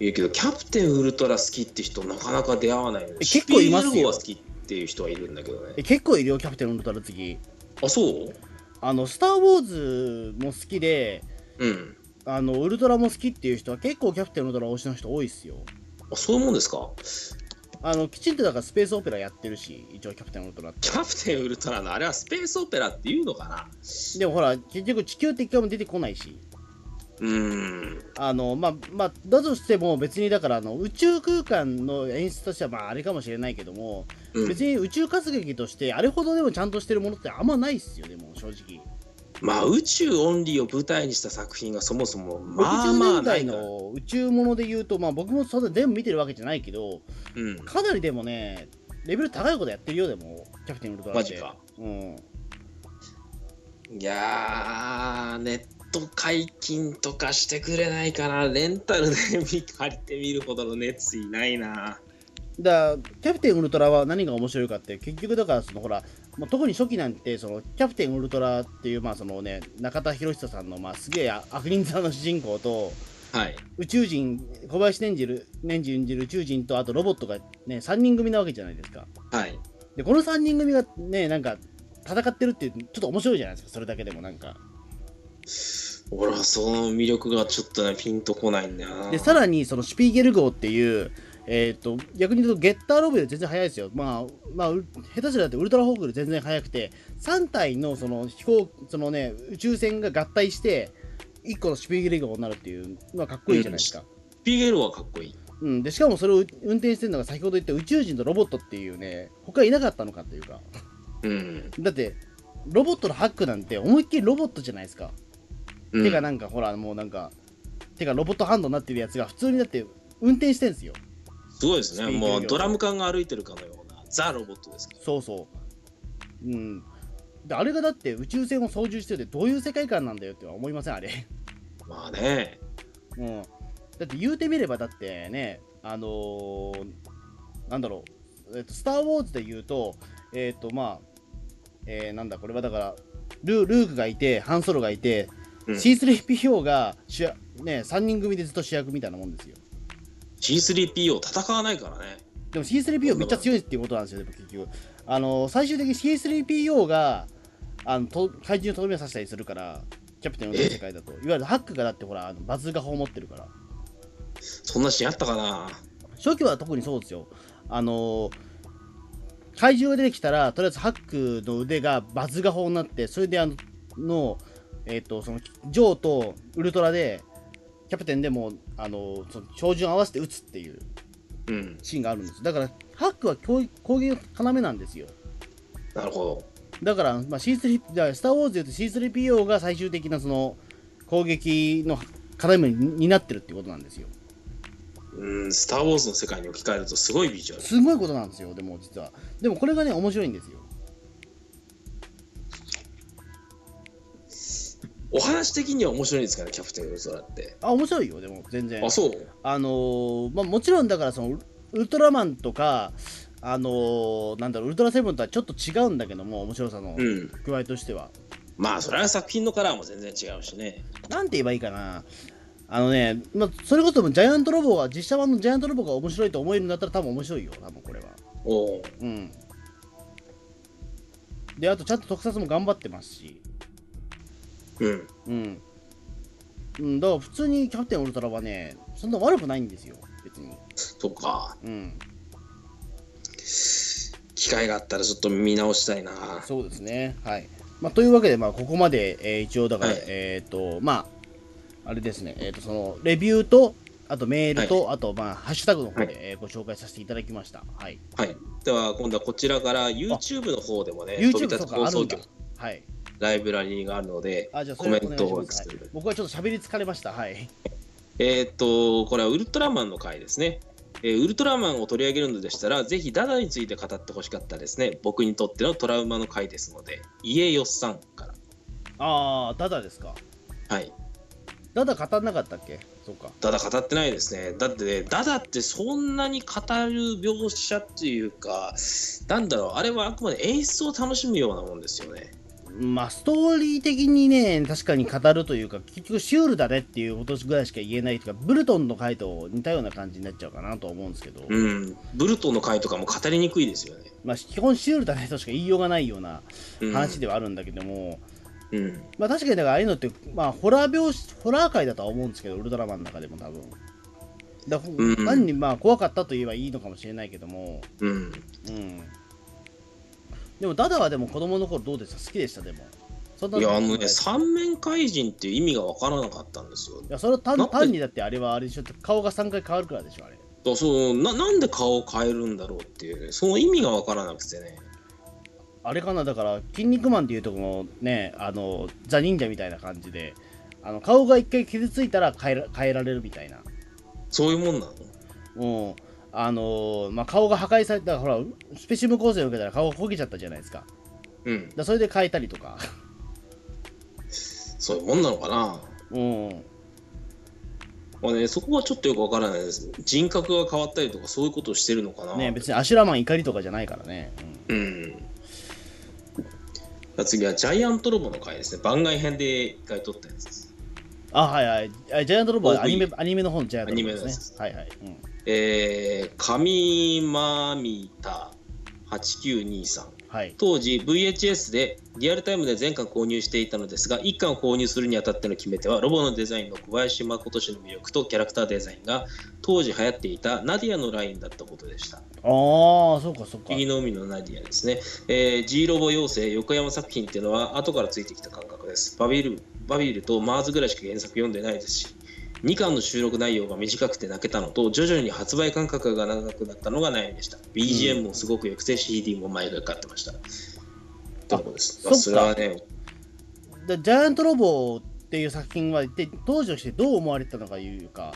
Speaker 3: 言うけどキャプテンウルトラ好きって人なかなか出会わないの
Speaker 2: え結構いますよ
Speaker 3: スピードルゴは好きっていう人はいるんだけど
Speaker 2: え
Speaker 3: ね
Speaker 2: 結構いるよ、キャプテンウルトラ次、
Speaker 3: あそう
Speaker 2: あのスター・ウォーズも好きで、
Speaker 3: うん
Speaker 2: あのウルトラも好きっていう人は結構キャプテンウルトラ推しの人多いっすよ。
Speaker 3: あそういうもんですか
Speaker 2: あのきちんとだからスペースオペラやってるし、一応キャプテンウルトラって。
Speaker 3: キャプテンウルトラのあれはスペースオペラっていうのかな
Speaker 2: でもほら、結局地球って一回も出てこないし。
Speaker 3: うーん
Speaker 2: あのまあまあ、だとしても別にだからあの宇宙空間の演出としてはまああれかもしれないけども、
Speaker 3: うん
Speaker 2: 別に宇宙活劇としてあれほどでもちゃんとしてるものってあんまないっすよでも正直
Speaker 3: まあ宇宙オンリーを舞台にした作品がそもそもまあま
Speaker 2: 60年
Speaker 3: あな
Speaker 2: 代
Speaker 3: いから
Speaker 2: の宇宙もので言うと、まあ、僕もそんな全部見てるわけじゃないけど
Speaker 3: うん
Speaker 2: かなりでもねレベル高いことやってるよでもキャプテンウルトラ
Speaker 3: マ
Speaker 2: っ
Speaker 3: ジ
Speaker 2: て
Speaker 3: か
Speaker 2: うん、
Speaker 3: いやーネット解禁とかしてくれないかなレンタルで見借りてみるほどの熱意ないな
Speaker 2: だからキャプテンウルトラは何が面白いかって結局だからそのほら、まあ、特に初期なんてそのキャプテンウルトラっていうまあそのね中田博久さんのまあすげえ悪人座の主人公と
Speaker 3: はい
Speaker 2: 宇宙人小林年次る年次演じる宇宙人とあとロボットがね3人組なわけじゃないですか
Speaker 3: はい
Speaker 2: でこの3人組がねなんか戦ってるっていうちょっと面白いじゃないですかそれだけでもなんか
Speaker 3: 俺はその魅力がちょっとねピンとこないんだよな
Speaker 2: でさらにそのシュピーゲル号っていうえっと逆に言うとゲッターロボより全然速いですよ、まあまあ、う下手すりゃだってウルトラホークより全然速くて3体のその飛行その、ね、宇宙船が合体して1個のシュピーゲル号になるっていうのはかっこいいじゃないですか、
Speaker 3: ピゲルはかっこいい
Speaker 2: うん、でしかもそれを運運転してるのが先ほど言った宇宙人とロボットっていうね他いなかったのかっていうか
Speaker 3: うん
Speaker 2: だってロボットのハックなんて思いっきりロボットじゃないですか、
Speaker 3: うん
Speaker 2: てかなんかほらもうなんかてかロボットハンドになってるやつが普通にだって運転してんすよ
Speaker 3: すごいです
Speaker 2: ス
Speaker 3: ね
Speaker 2: ピーゲル
Speaker 3: も
Speaker 2: は
Speaker 3: うドラム缶が歩いてるかのようなザ・ロボットですけど
Speaker 2: そうそううんであれがだって宇宙船を操縦しててどういう世界観なんだよっては思いませんあ れ
Speaker 3: まあね
Speaker 2: うんだって言うてみればだってねあのーなんだろう、えっとスター・ウォーズで言うとえっ、とまあえーなんだこれはだからルールークがいてハンソロがいて
Speaker 3: うん
Speaker 2: C3PO が主役、ね、3人組でずっと主役みたいなもんですよ。
Speaker 3: G3PO 戦わないからね
Speaker 2: でも C3PO めっちゃ強いっていうことなんですよ、でも結局。あの最終的に C3PO があのと怪獣をとどめさせたりするから、キャプテンの世界だと。いわゆるハックがだってほら、あのバズーカ砲持ってるから。
Speaker 3: そんなシーンあったかな
Speaker 2: 初期は特にそうですよ。あの怪獣が出てきたら、とりあえずハックの腕がバズーカ砲になって、それであの、のえっ、と、その、ジョーとウルトラで、キャプテンでも、あのその照準合わせて撃つっていう。
Speaker 3: うん
Speaker 2: シーンがあるんですだからハックは攻攻撃の要なんですよ
Speaker 3: なるほど
Speaker 2: だから、まあ、C3 だからスター・ウォーズで言うと C3PO が最終的なその攻撃の要にになってるってことなんですよ
Speaker 3: うん、スター・ウォーズの世界に置き換えるとすごいビジュアル。
Speaker 2: すごいことなんですよでも実はでもこれがね面白いんですよ
Speaker 3: お話的には面白いんですかね、キャプテンウルトラって。
Speaker 2: あ面白いよでも全然
Speaker 3: あ、そう。
Speaker 2: あのーまあ、もちろんだからそのウルトラマンとかあのーなんだろうウルトラセブンとはちょっと違うんだけども面白さの
Speaker 3: うん。
Speaker 2: 具合としては、
Speaker 3: まあ、それは作品のカラーも全然違うしね。
Speaker 2: なんて言えばいいかな。あのね、まあ、それこそジャイアントロボが、実写版のジャイアントロボが面白いと思えるんだったら多分面白いよ、多分これは。
Speaker 3: おお。
Speaker 2: うん。で、あとちゃんと特撮も頑張ってますし、
Speaker 3: うん。
Speaker 2: うん、うん、だから普通にキャプテンウルトラはねそんな悪くないんですよ別に
Speaker 3: そうか。
Speaker 2: うん
Speaker 3: 機会があったらちょっと見直したいな。
Speaker 2: そうですねはい、まあ、というわけでまあここまで、えー一応だから、
Speaker 3: はい
Speaker 2: えっ、とまああれですねえっ、とそのレビューとあとメールと、あとまあハッシュタグの方で、
Speaker 3: はい
Speaker 2: えーご紹介させていただきましたはい
Speaker 3: はい。では今度はこちらから YouTube の方でもね、飛び
Speaker 2: YouTube
Speaker 3: 立
Speaker 2: と
Speaker 3: つ
Speaker 2: か
Speaker 3: 放
Speaker 2: ある
Speaker 3: 送
Speaker 2: んだ
Speaker 3: 局
Speaker 2: はい
Speaker 3: ライブラリーがあるので、
Speaker 2: あじゃあそ
Speaker 3: コ
Speaker 2: れ
Speaker 3: メ
Speaker 2: お願
Speaker 3: ン
Speaker 2: いし
Speaker 3: トを
Speaker 2: ます、はい、僕はちょっと喋り疲れましたはい
Speaker 3: えーっと、これはウルトラマンの回ですね。えーウルトラマンを取り上げるのでしたら、ぜひダダについて語ってほしかったですね。僕にとってのトラウマの回ですので、家よっさんから。
Speaker 2: ああダダですか
Speaker 3: はい。
Speaker 2: ダダ語んなかったっけそうか
Speaker 3: ダダ語ってないですね。だってね、ダダってそんなに語る描写っていうか、なんだろう、あれはあくまで演出を楽しむようなもんですよね。
Speaker 2: まあストーリー的にね確かに語るというか結局シュールだねっていうことぐらいしか言えないというかブルトンの回と似たような感じになっちゃうかなとは思うんですけど、
Speaker 3: うん。ブルトンの回とかも語りにくいですよね。
Speaker 2: まあ基本シュールだねとしか言いようがないような
Speaker 3: うん、
Speaker 2: 話ではあるんだけども、
Speaker 3: うん。
Speaker 2: まあ確かにだからああいうのってまあホラー描写ホラー界だとは思うんですけどウルトラマンの中でも多分だから
Speaker 3: うん
Speaker 2: 単にまあ怖かったと言えばいいのかもしれないけども
Speaker 3: うん。
Speaker 2: うんでもダダはでも子供の頃どうでした好きでしたでもそんない
Speaker 3: や、あの
Speaker 2: い
Speaker 3: ね、三面怪人っていう意味がわからなかったんですよ
Speaker 2: い。やそれは単
Speaker 3: なんで
Speaker 2: 単にだってあれはあれでしょ顔が3回変わるからでしょあれ
Speaker 3: だそうななんで顔を変えるんだろうっていうねその意味が分からなくてね
Speaker 2: あれかなだから「筋肉マン」っていうとこのねあのザ忍者みたいな感じであの顔が1回傷ついたら変えら変えられるみたいな
Speaker 3: そういうもんな
Speaker 2: う
Speaker 3: の
Speaker 2: んあのーまあ、顔が破壊されたほらスペシウム構成を受けたら顔が焦げちゃったじゃないですかだか
Speaker 3: うん
Speaker 2: らそれで変えたりとか
Speaker 3: そういうもんなのかな
Speaker 2: うん
Speaker 3: まあねそこはちょっとよく分からないです人格が変わったりとかそういうことをしてるのかな
Speaker 2: ね別にアシュラマン怒りとかじゃないからね、
Speaker 3: うんじゃあ次はジャイアントロボの回ですね番外編で一回撮ったやつです
Speaker 2: うん、あはいはいあジャイアントロボはアニメ
Speaker 3: OV
Speaker 2: アニメの方のジャイアントロボです
Speaker 3: アニメの
Speaker 2: ね
Speaker 3: やつです
Speaker 2: はいはい、うん、
Speaker 3: えー、神まみた8923
Speaker 2: はい
Speaker 3: 当時 VHS でリアルタイムで全巻購入していたのですが1巻を購入するにあたっての決め手はロボのデザインの小林誠氏の魅力とキャラクターデザインが当時流行っていたナディアのラインだったことでした
Speaker 2: ああそうかそうか
Speaker 3: 右の海のナディアですね、えー、G ロボ妖精横山作品っていうのは後からついてきた感覚ですバビルバビルとマーズぐらいしか原作読んでないですし2巻の収録内容が短くて泣けたのと徐々に発売間隔が長くなったのが悩みでした BGM もすごく良くて CD も毎回買ってました、とのことです、まあ、
Speaker 2: そ
Speaker 3: そ
Speaker 2: っ
Speaker 3: れ
Speaker 2: か
Speaker 3: はね
Speaker 2: でジャイアントロボっていう作品は一体当時としてどう思われてたのかいうか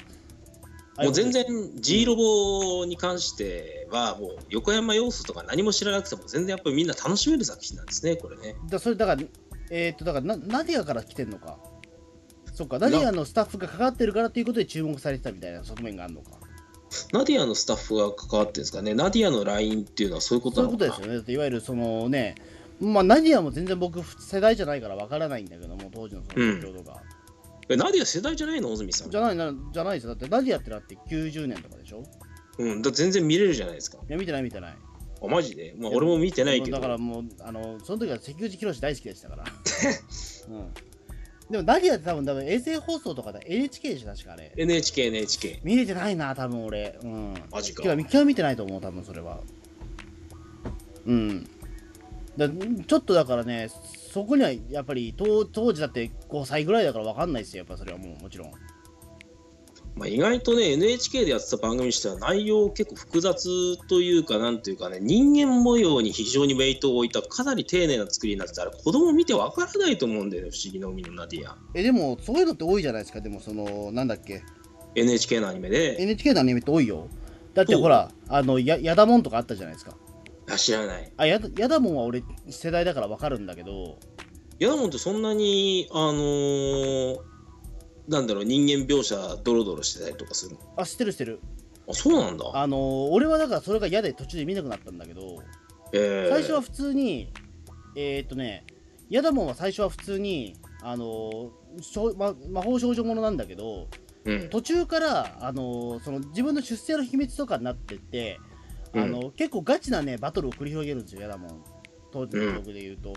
Speaker 3: もう全然 G ロボに関してはもう横山要素とか何も知らなくても全然やっぱりみんな楽しめる作品なんですねこれね
Speaker 2: だそれだからえっ、とだからなナディアから来てんのかそっかナディアのスタッフがかかってるからということで注目されてたみたいな側面があるのか
Speaker 3: ナディアのスタッフが関わってるんですかね、ナディアの LINE っていうのはそういうこと
Speaker 2: そうい
Speaker 3: な
Speaker 2: うこ
Speaker 3: の
Speaker 2: と
Speaker 3: かな
Speaker 2: ですよねだっていわゆるそのねまあナディアも全然僕世代じゃないからわからないんだけども当時のその状況とか、
Speaker 3: えナディア世代じゃないの、大泉さん。
Speaker 2: じゃないなじゃないですよだってナディアってなって90年とかでしょ
Speaker 3: うん、だ全然見れるじゃないですか。
Speaker 2: いや見てない見てない
Speaker 3: あマジで、まあ、俺も見てないけど、
Speaker 2: だからもうあのその時は関口宏大好きでした から、うん、でもナディアって多分多分衛星放送とかで NHK でしょ確かあれ
Speaker 3: NHK、NHK。
Speaker 2: 見れてないな多分俺うん
Speaker 3: マジか
Speaker 2: 今日は見てないと思う多分それはうんだちょっとだからねそこにはやっぱり当当時だって5歳ぐらいだから分かんないですよやっぱそれはもうもちろん
Speaker 3: まあ、意外とね、NHK でやってた番組としては内容結構複雑というか、なんというかね、人間模様に非常にウェイトを置いた、かなり丁寧な作りになってたら、子供見てわからないと思うんだよね、不思議の海のナディア。
Speaker 2: えでもそういうのって多いじゃないですかでもそのなんだっけ
Speaker 3: NHK のアニメで、
Speaker 2: NHK のアニメって多いよだって
Speaker 3: そう
Speaker 2: ほらあのややだもんとかあったじゃないですか
Speaker 3: あ知らない。
Speaker 2: あやだやだもんは俺世代だから分かるんだけど
Speaker 3: ヤダモンってそんなにあのーなんだろう人間描写ドロドロしてたりとかするの
Speaker 2: あ知ってる知ってる
Speaker 3: あそうなんだ
Speaker 2: あのー俺はだからそれが嫌で途中で見なくなったんだけど
Speaker 3: えー、
Speaker 2: 最初は普通にえーっとねヤダモンは最初は普通にあのーしょま、魔法少女ものなんだけど
Speaker 3: うん
Speaker 2: 途中からあのーその自分の出世の秘密とかになってってあのー結構ガチなねバトルを繰り広げるんですよヤダモン当時の記憶で言うと、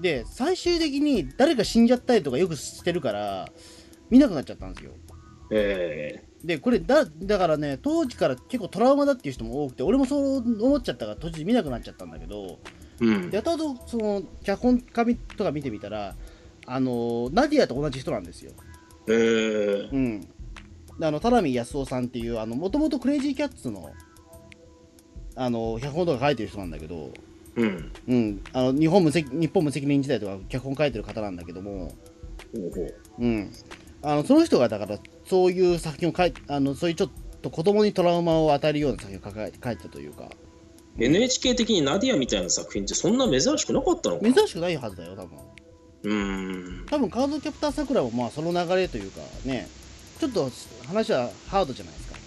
Speaker 2: で最終的に誰か死んじゃったりとかよくしてるから見なくなっちゃったんですよ
Speaker 3: え
Speaker 2: でこれだだからね当時から結構トラウマだっていう人も多くて俺もそう思っちゃったから途中で見なくなっちゃったんだけど
Speaker 3: えうん
Speaker 2: で後々その脚本家とか見てみたらあのナディアと同じ人なんですよ
Speaker 3: ええ
Speaker 2: うんであの田波康夫さんっていうもともとクレイジーキャッツのあの脚本とか書いてる人なんだけど
Speaker 3: うん
Speaker 2: うん、あの日本無責日本無責任時代とか脚本書いてる方なんだけども、
Speaker 3: ほうほう
Speaker 2: うん、あのその人がだからそういう作品を書いあのそういうちょっと子供にトラウマを与えるような作品を書か書いてたというか
Speaker 3: NHK 的にナディアみたいな作品ってそんな珍しくなかったのかな
Speaker 2: 珍しくないはずだよ多分
Speaker 3: うん
Speaker 2: 多分カードキャプターさくらもまあその流れというかねちょっと話はハードじゃないですか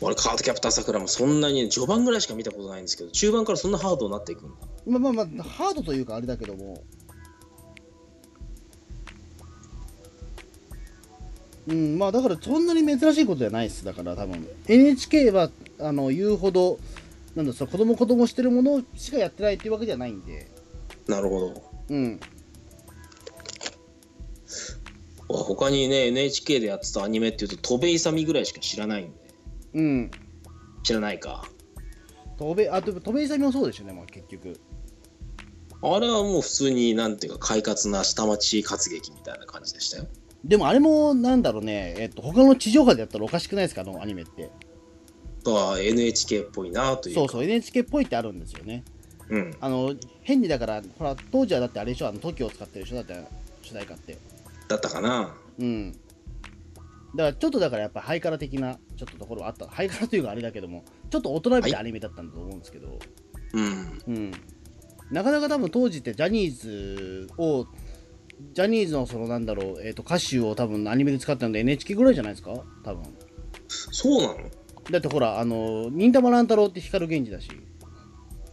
Speaker 3: 俺カードキャプターさくらもそんなに序盤ぐらいしか見たことないんですけど中盤からそんなハードになっていくんだ
Speaker 2: まあまあまあハードというかあれだけどもうんまあだからそんなに珍しいことじゃないですだから多分 NHK はあの言うほどなんだその子供子供してるものしかやってないっていうわけじゃないんで
Speaker 3: なるほど
Speaker 2: うん
Speaker 3: 他にね NHK でやってたアニメっていうと戸辺勇ぐらいしか知らないんで
Speaker 2: うん
Speaker 3: 知らないか
Speaker 2: 戸辺あでも戸辺勇もそうでしょうね、まあ、結局
Speaker 3: あれはもう普通になんていうか快活な下町活劇みたいな感じでしたよ
Speaker 2: でもあれもなんだろうねえっと他の地上波でやったらおかしくないですかあのアニメって
Speaker 3: ああ NHK っぽいなというか
Speaker 2: そうそう NHK っぽいってあるんですよね
Speaker 3: うん
Speaker 2: あの変にだからほら当時はだってあれでしょあの TOKIO を使ってるでしょだって主題歌って
Speaker 3: だったかな
Speaker 2: うんだからちょっとだからやっぱハイカラ的なちょっとところはあったハイカラというかあれだけどもちょっと大人びたアニメだったんだと思うんですけど、
Speaker 3: うん
Speaker 2: うんなかなか多分当時ってジャニーズをジャニーズのそのなんだろう、えー、と歌手を多分アニメで使ったので NHK ぐらいじゃないですか多分
Speaker 3: そうな
Speaker 2: だってほらあの忍たま乱太郎って光源氏だし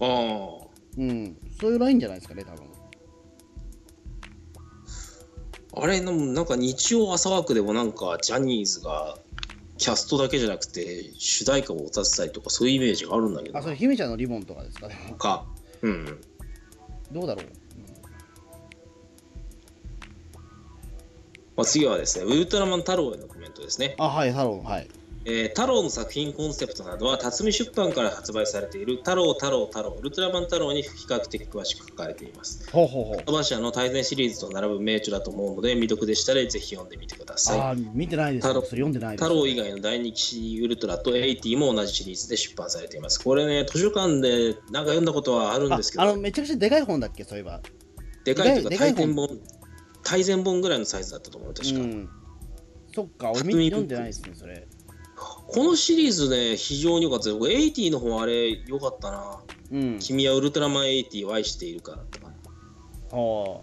Speaker 3: のあ
Speaker 2: うんそういうラインじゃないですかね多分
Speaker 3: ああれでもなんか日曜朝枠でもなんかジャニーズがキャストだけじゃなくて主題歌を歌ってたりとかそういうイメージがあるんだけど
Speaker 2: あそれ姫ちゃんのリボンとかですかでも
Speaker 3: かうん
Speaker 2: どうだろう
Speaker 3: まあ、次はですね、ウルトラマン太郎へのコメントですね。
Speaker 2: あはい太郎はい
Speaker 3: えー太郎の作品コンセプトなどは、辰巳出版から発売されている太郎太郎太郎、ウルトラマン太郎に比較的詳しく書かれています。
Speaker 2: ほうほうほう
Speaker 3: 飛ばしの対戦シリーズと並ぶ名著だと思うので、未読でしたらぜひ読んでみてくだ
Speaker 2: あ
Speaker 3: さ
Speaker 2: あー見てないです
Speaker 3: 太郎
Speaker 2: それ読んでない
Speaker 3: い。
Speaker 2: です
Speaker 3: 太郎以外の第2期シリーウルトラとエイティも同じシリーズで出版されています。これね、図書館でなんか読んだことはあるんですけ
Speaker 2: ああ
Speaker 3: ど
Speaker 2: の、めちゃくちゃでかい本だっけそういえば
Speaker 3: でかいというか、
Speaker 2: でかいで
Speaker 3: 大
Speaker 2: かい
Speaker 3: 全
Speaker 2: 本
Speaker 3: 本、大全本ぐらいのサイズだったと思う、確か。
Speaker 2: うん、そっか俺見
Speaker 3: 匠
Speaker 2: 読んでないですねそれ
Speaker 3: このシリーズね、非常に良かったです。僕、エイティの方あれ、良かったな。
Speaker 2: うん
Speaker 3: 君はウルトラマン80を愛しているからとか、
Speaker 2: は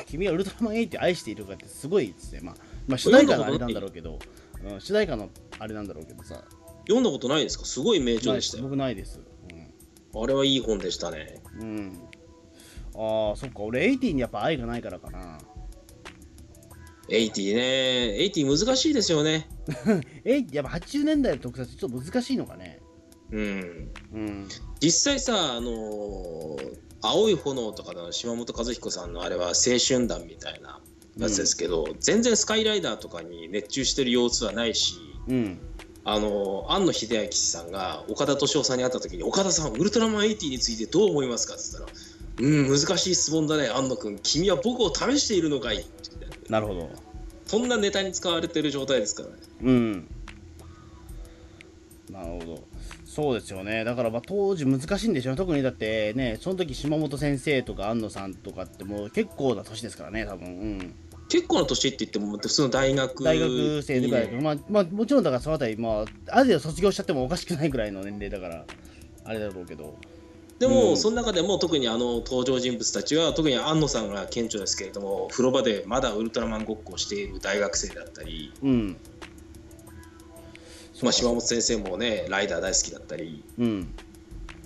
Speaker 2: あ 君はウルトラマン8を愛しているかってすごいですねまあ、まあ、主題歌のあれなんだろうけど、うん、主題歌のあれなんだろうけどさ、
Speaker 3: 読んだことないですかすごい名
Speaker 2: ま
Speaker 3: 著
Speaker 2: あ
Speaker 3: でしたよ、
Speaker 2: 僕ないです
Speaker 3: あ、れはいい本でしたね
Speaker 2: うん、うん、ああそっか俺80にやっぱ愛がないからかな
Speaker 3: 80ね80難しいですよね
Speaker 2: 80やっぱ80年代の特撮ちょっと難しいのかね
Speaker 3: うん
Speaker 2: うん
Speaker 3: 実際さあのー青い炎」とかの島本和彦さんのあれは青春団みたいなやつですけど、全然スカイライダーとかに熱中してる様子はないし
Speaker 2: うん
Speaker 3: あのー庵野秀明さんが岡田敏夫さんに会った時に「岡田さんウルトラマン80についてどう思いますか?」って言ったら「うん難しい質問だね庵野君君は僕を試しているのかい」って言って
Speaker 2: なるほど
Speaker 3: そんなネタに使われてる状態ですからね。
Speaker 2: うん。なるほど。そうですよね。だからまあ当時難しいんでしょうね。特にだってね、その時島本先生とか安野さんとかってもう結構な年ですからね、多分。うん、
Speaker 3: 結構な年って言っても、普通の大学
Speaker 2: 大学生ぐらい
Speaker 3: に
Speaker 2: の、
Speaker 3: ね
Speaker 2: まあ、まあもちろんだからそのあたり、まあ、ある程度卒業しちゃってもおかしくないぐらいの年齢だから、あれだろうけど。
Speaker 3: で
Speaker 2: う
Speaker 3: も、
Speaker 2: ん
Speaker 3: その中でも特にあの登場人物たちは、特に安野さんが顕著ですけれども、風呂場でまだウルトラマンごっこをしている大学生だったり、
Speaker 2: うん。
Speaker 3: まあ、島本先生もね、ライダー大好きだったり、
Speaker 2: うん。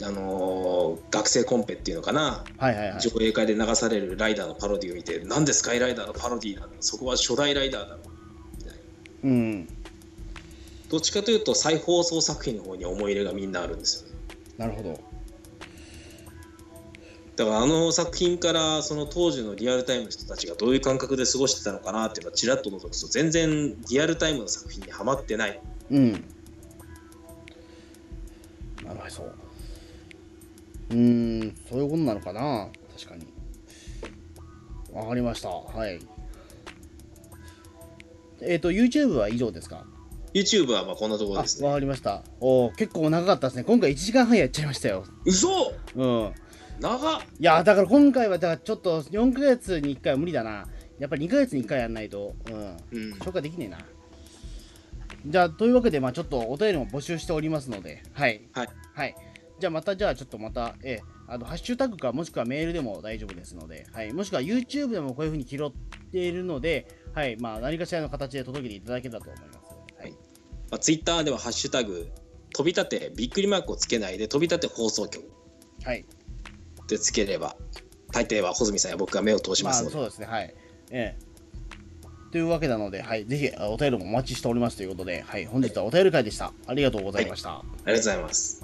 Speaker 3: あのー学生コンペっていうのかな、
Speaker 2: はいはいはい。
Speaker 3: 上映会で流されるライダーのパロディを見て、なんでスカイライダーのパロディなのそこは初代ライダーだろみたいな
Speaker 2: うん。
Speaker 3: どっちかというと、再放送作品の方に思い入れがみんなあるんですよね。
Speaker 2: なるほど。
Speaker 3: だからあの作品からその当時のリアルタイムの人たちがどういう感覚で過ごしてたのかなっていうのをちらっと覗くと全然リアルタイムの作品にはまってない
Speaker 2: うん。なるほどそう。うーん、そういうことなのかな確かに。わかりました。はい。えっ、と、YouTube は以上ですか
Speaker 3: YouTube はまあこんなところです
Speaker 2: あ、
Speaker 3: ね
Speaker 2: わかりました。おー結構長かったですね。今回1時間半やっちゃいましたよ。
Speaker 3: 嘘
Speaker 2: うん。
Speaker 3: 長っ
Speaker 2: いやーだから今回はだからちょっと4ヶ月に1回は無理だなやっぱり2ヶ月に1回やんないと、うん、
Speaker 3: うん
Speaker 2: 消化できねえなじゃあというわけでまあちょっとお便りも募集しておりますのではい
Speaker 3: はい、
Speaker 2: はい、じゃあまたじゃあちょっとまたえーあのハッシュタグかもしくはメールでも大丈夫ですので、はい、もしくは YouTube でもこういうふうに拾っているので、はいまあ、何かしらの形で届けていただけたらと思います、はい、
Speaker 3: まあ、Twitter では「ハッシュタグ飛び立て」びっくりマークをつけないで飛び立て放送局
Speaker 2: はい
Speaker 3: でつければ大抵は穂積さんや僕が目を通しますので、
Speaker 2: あ、そうですねはいええというわけなので、はい、ぜひあお便りもお待ちしておりますということで、はい、本日はお便り会でした。ありがとうございました。
Speaker 3: ありがとうございます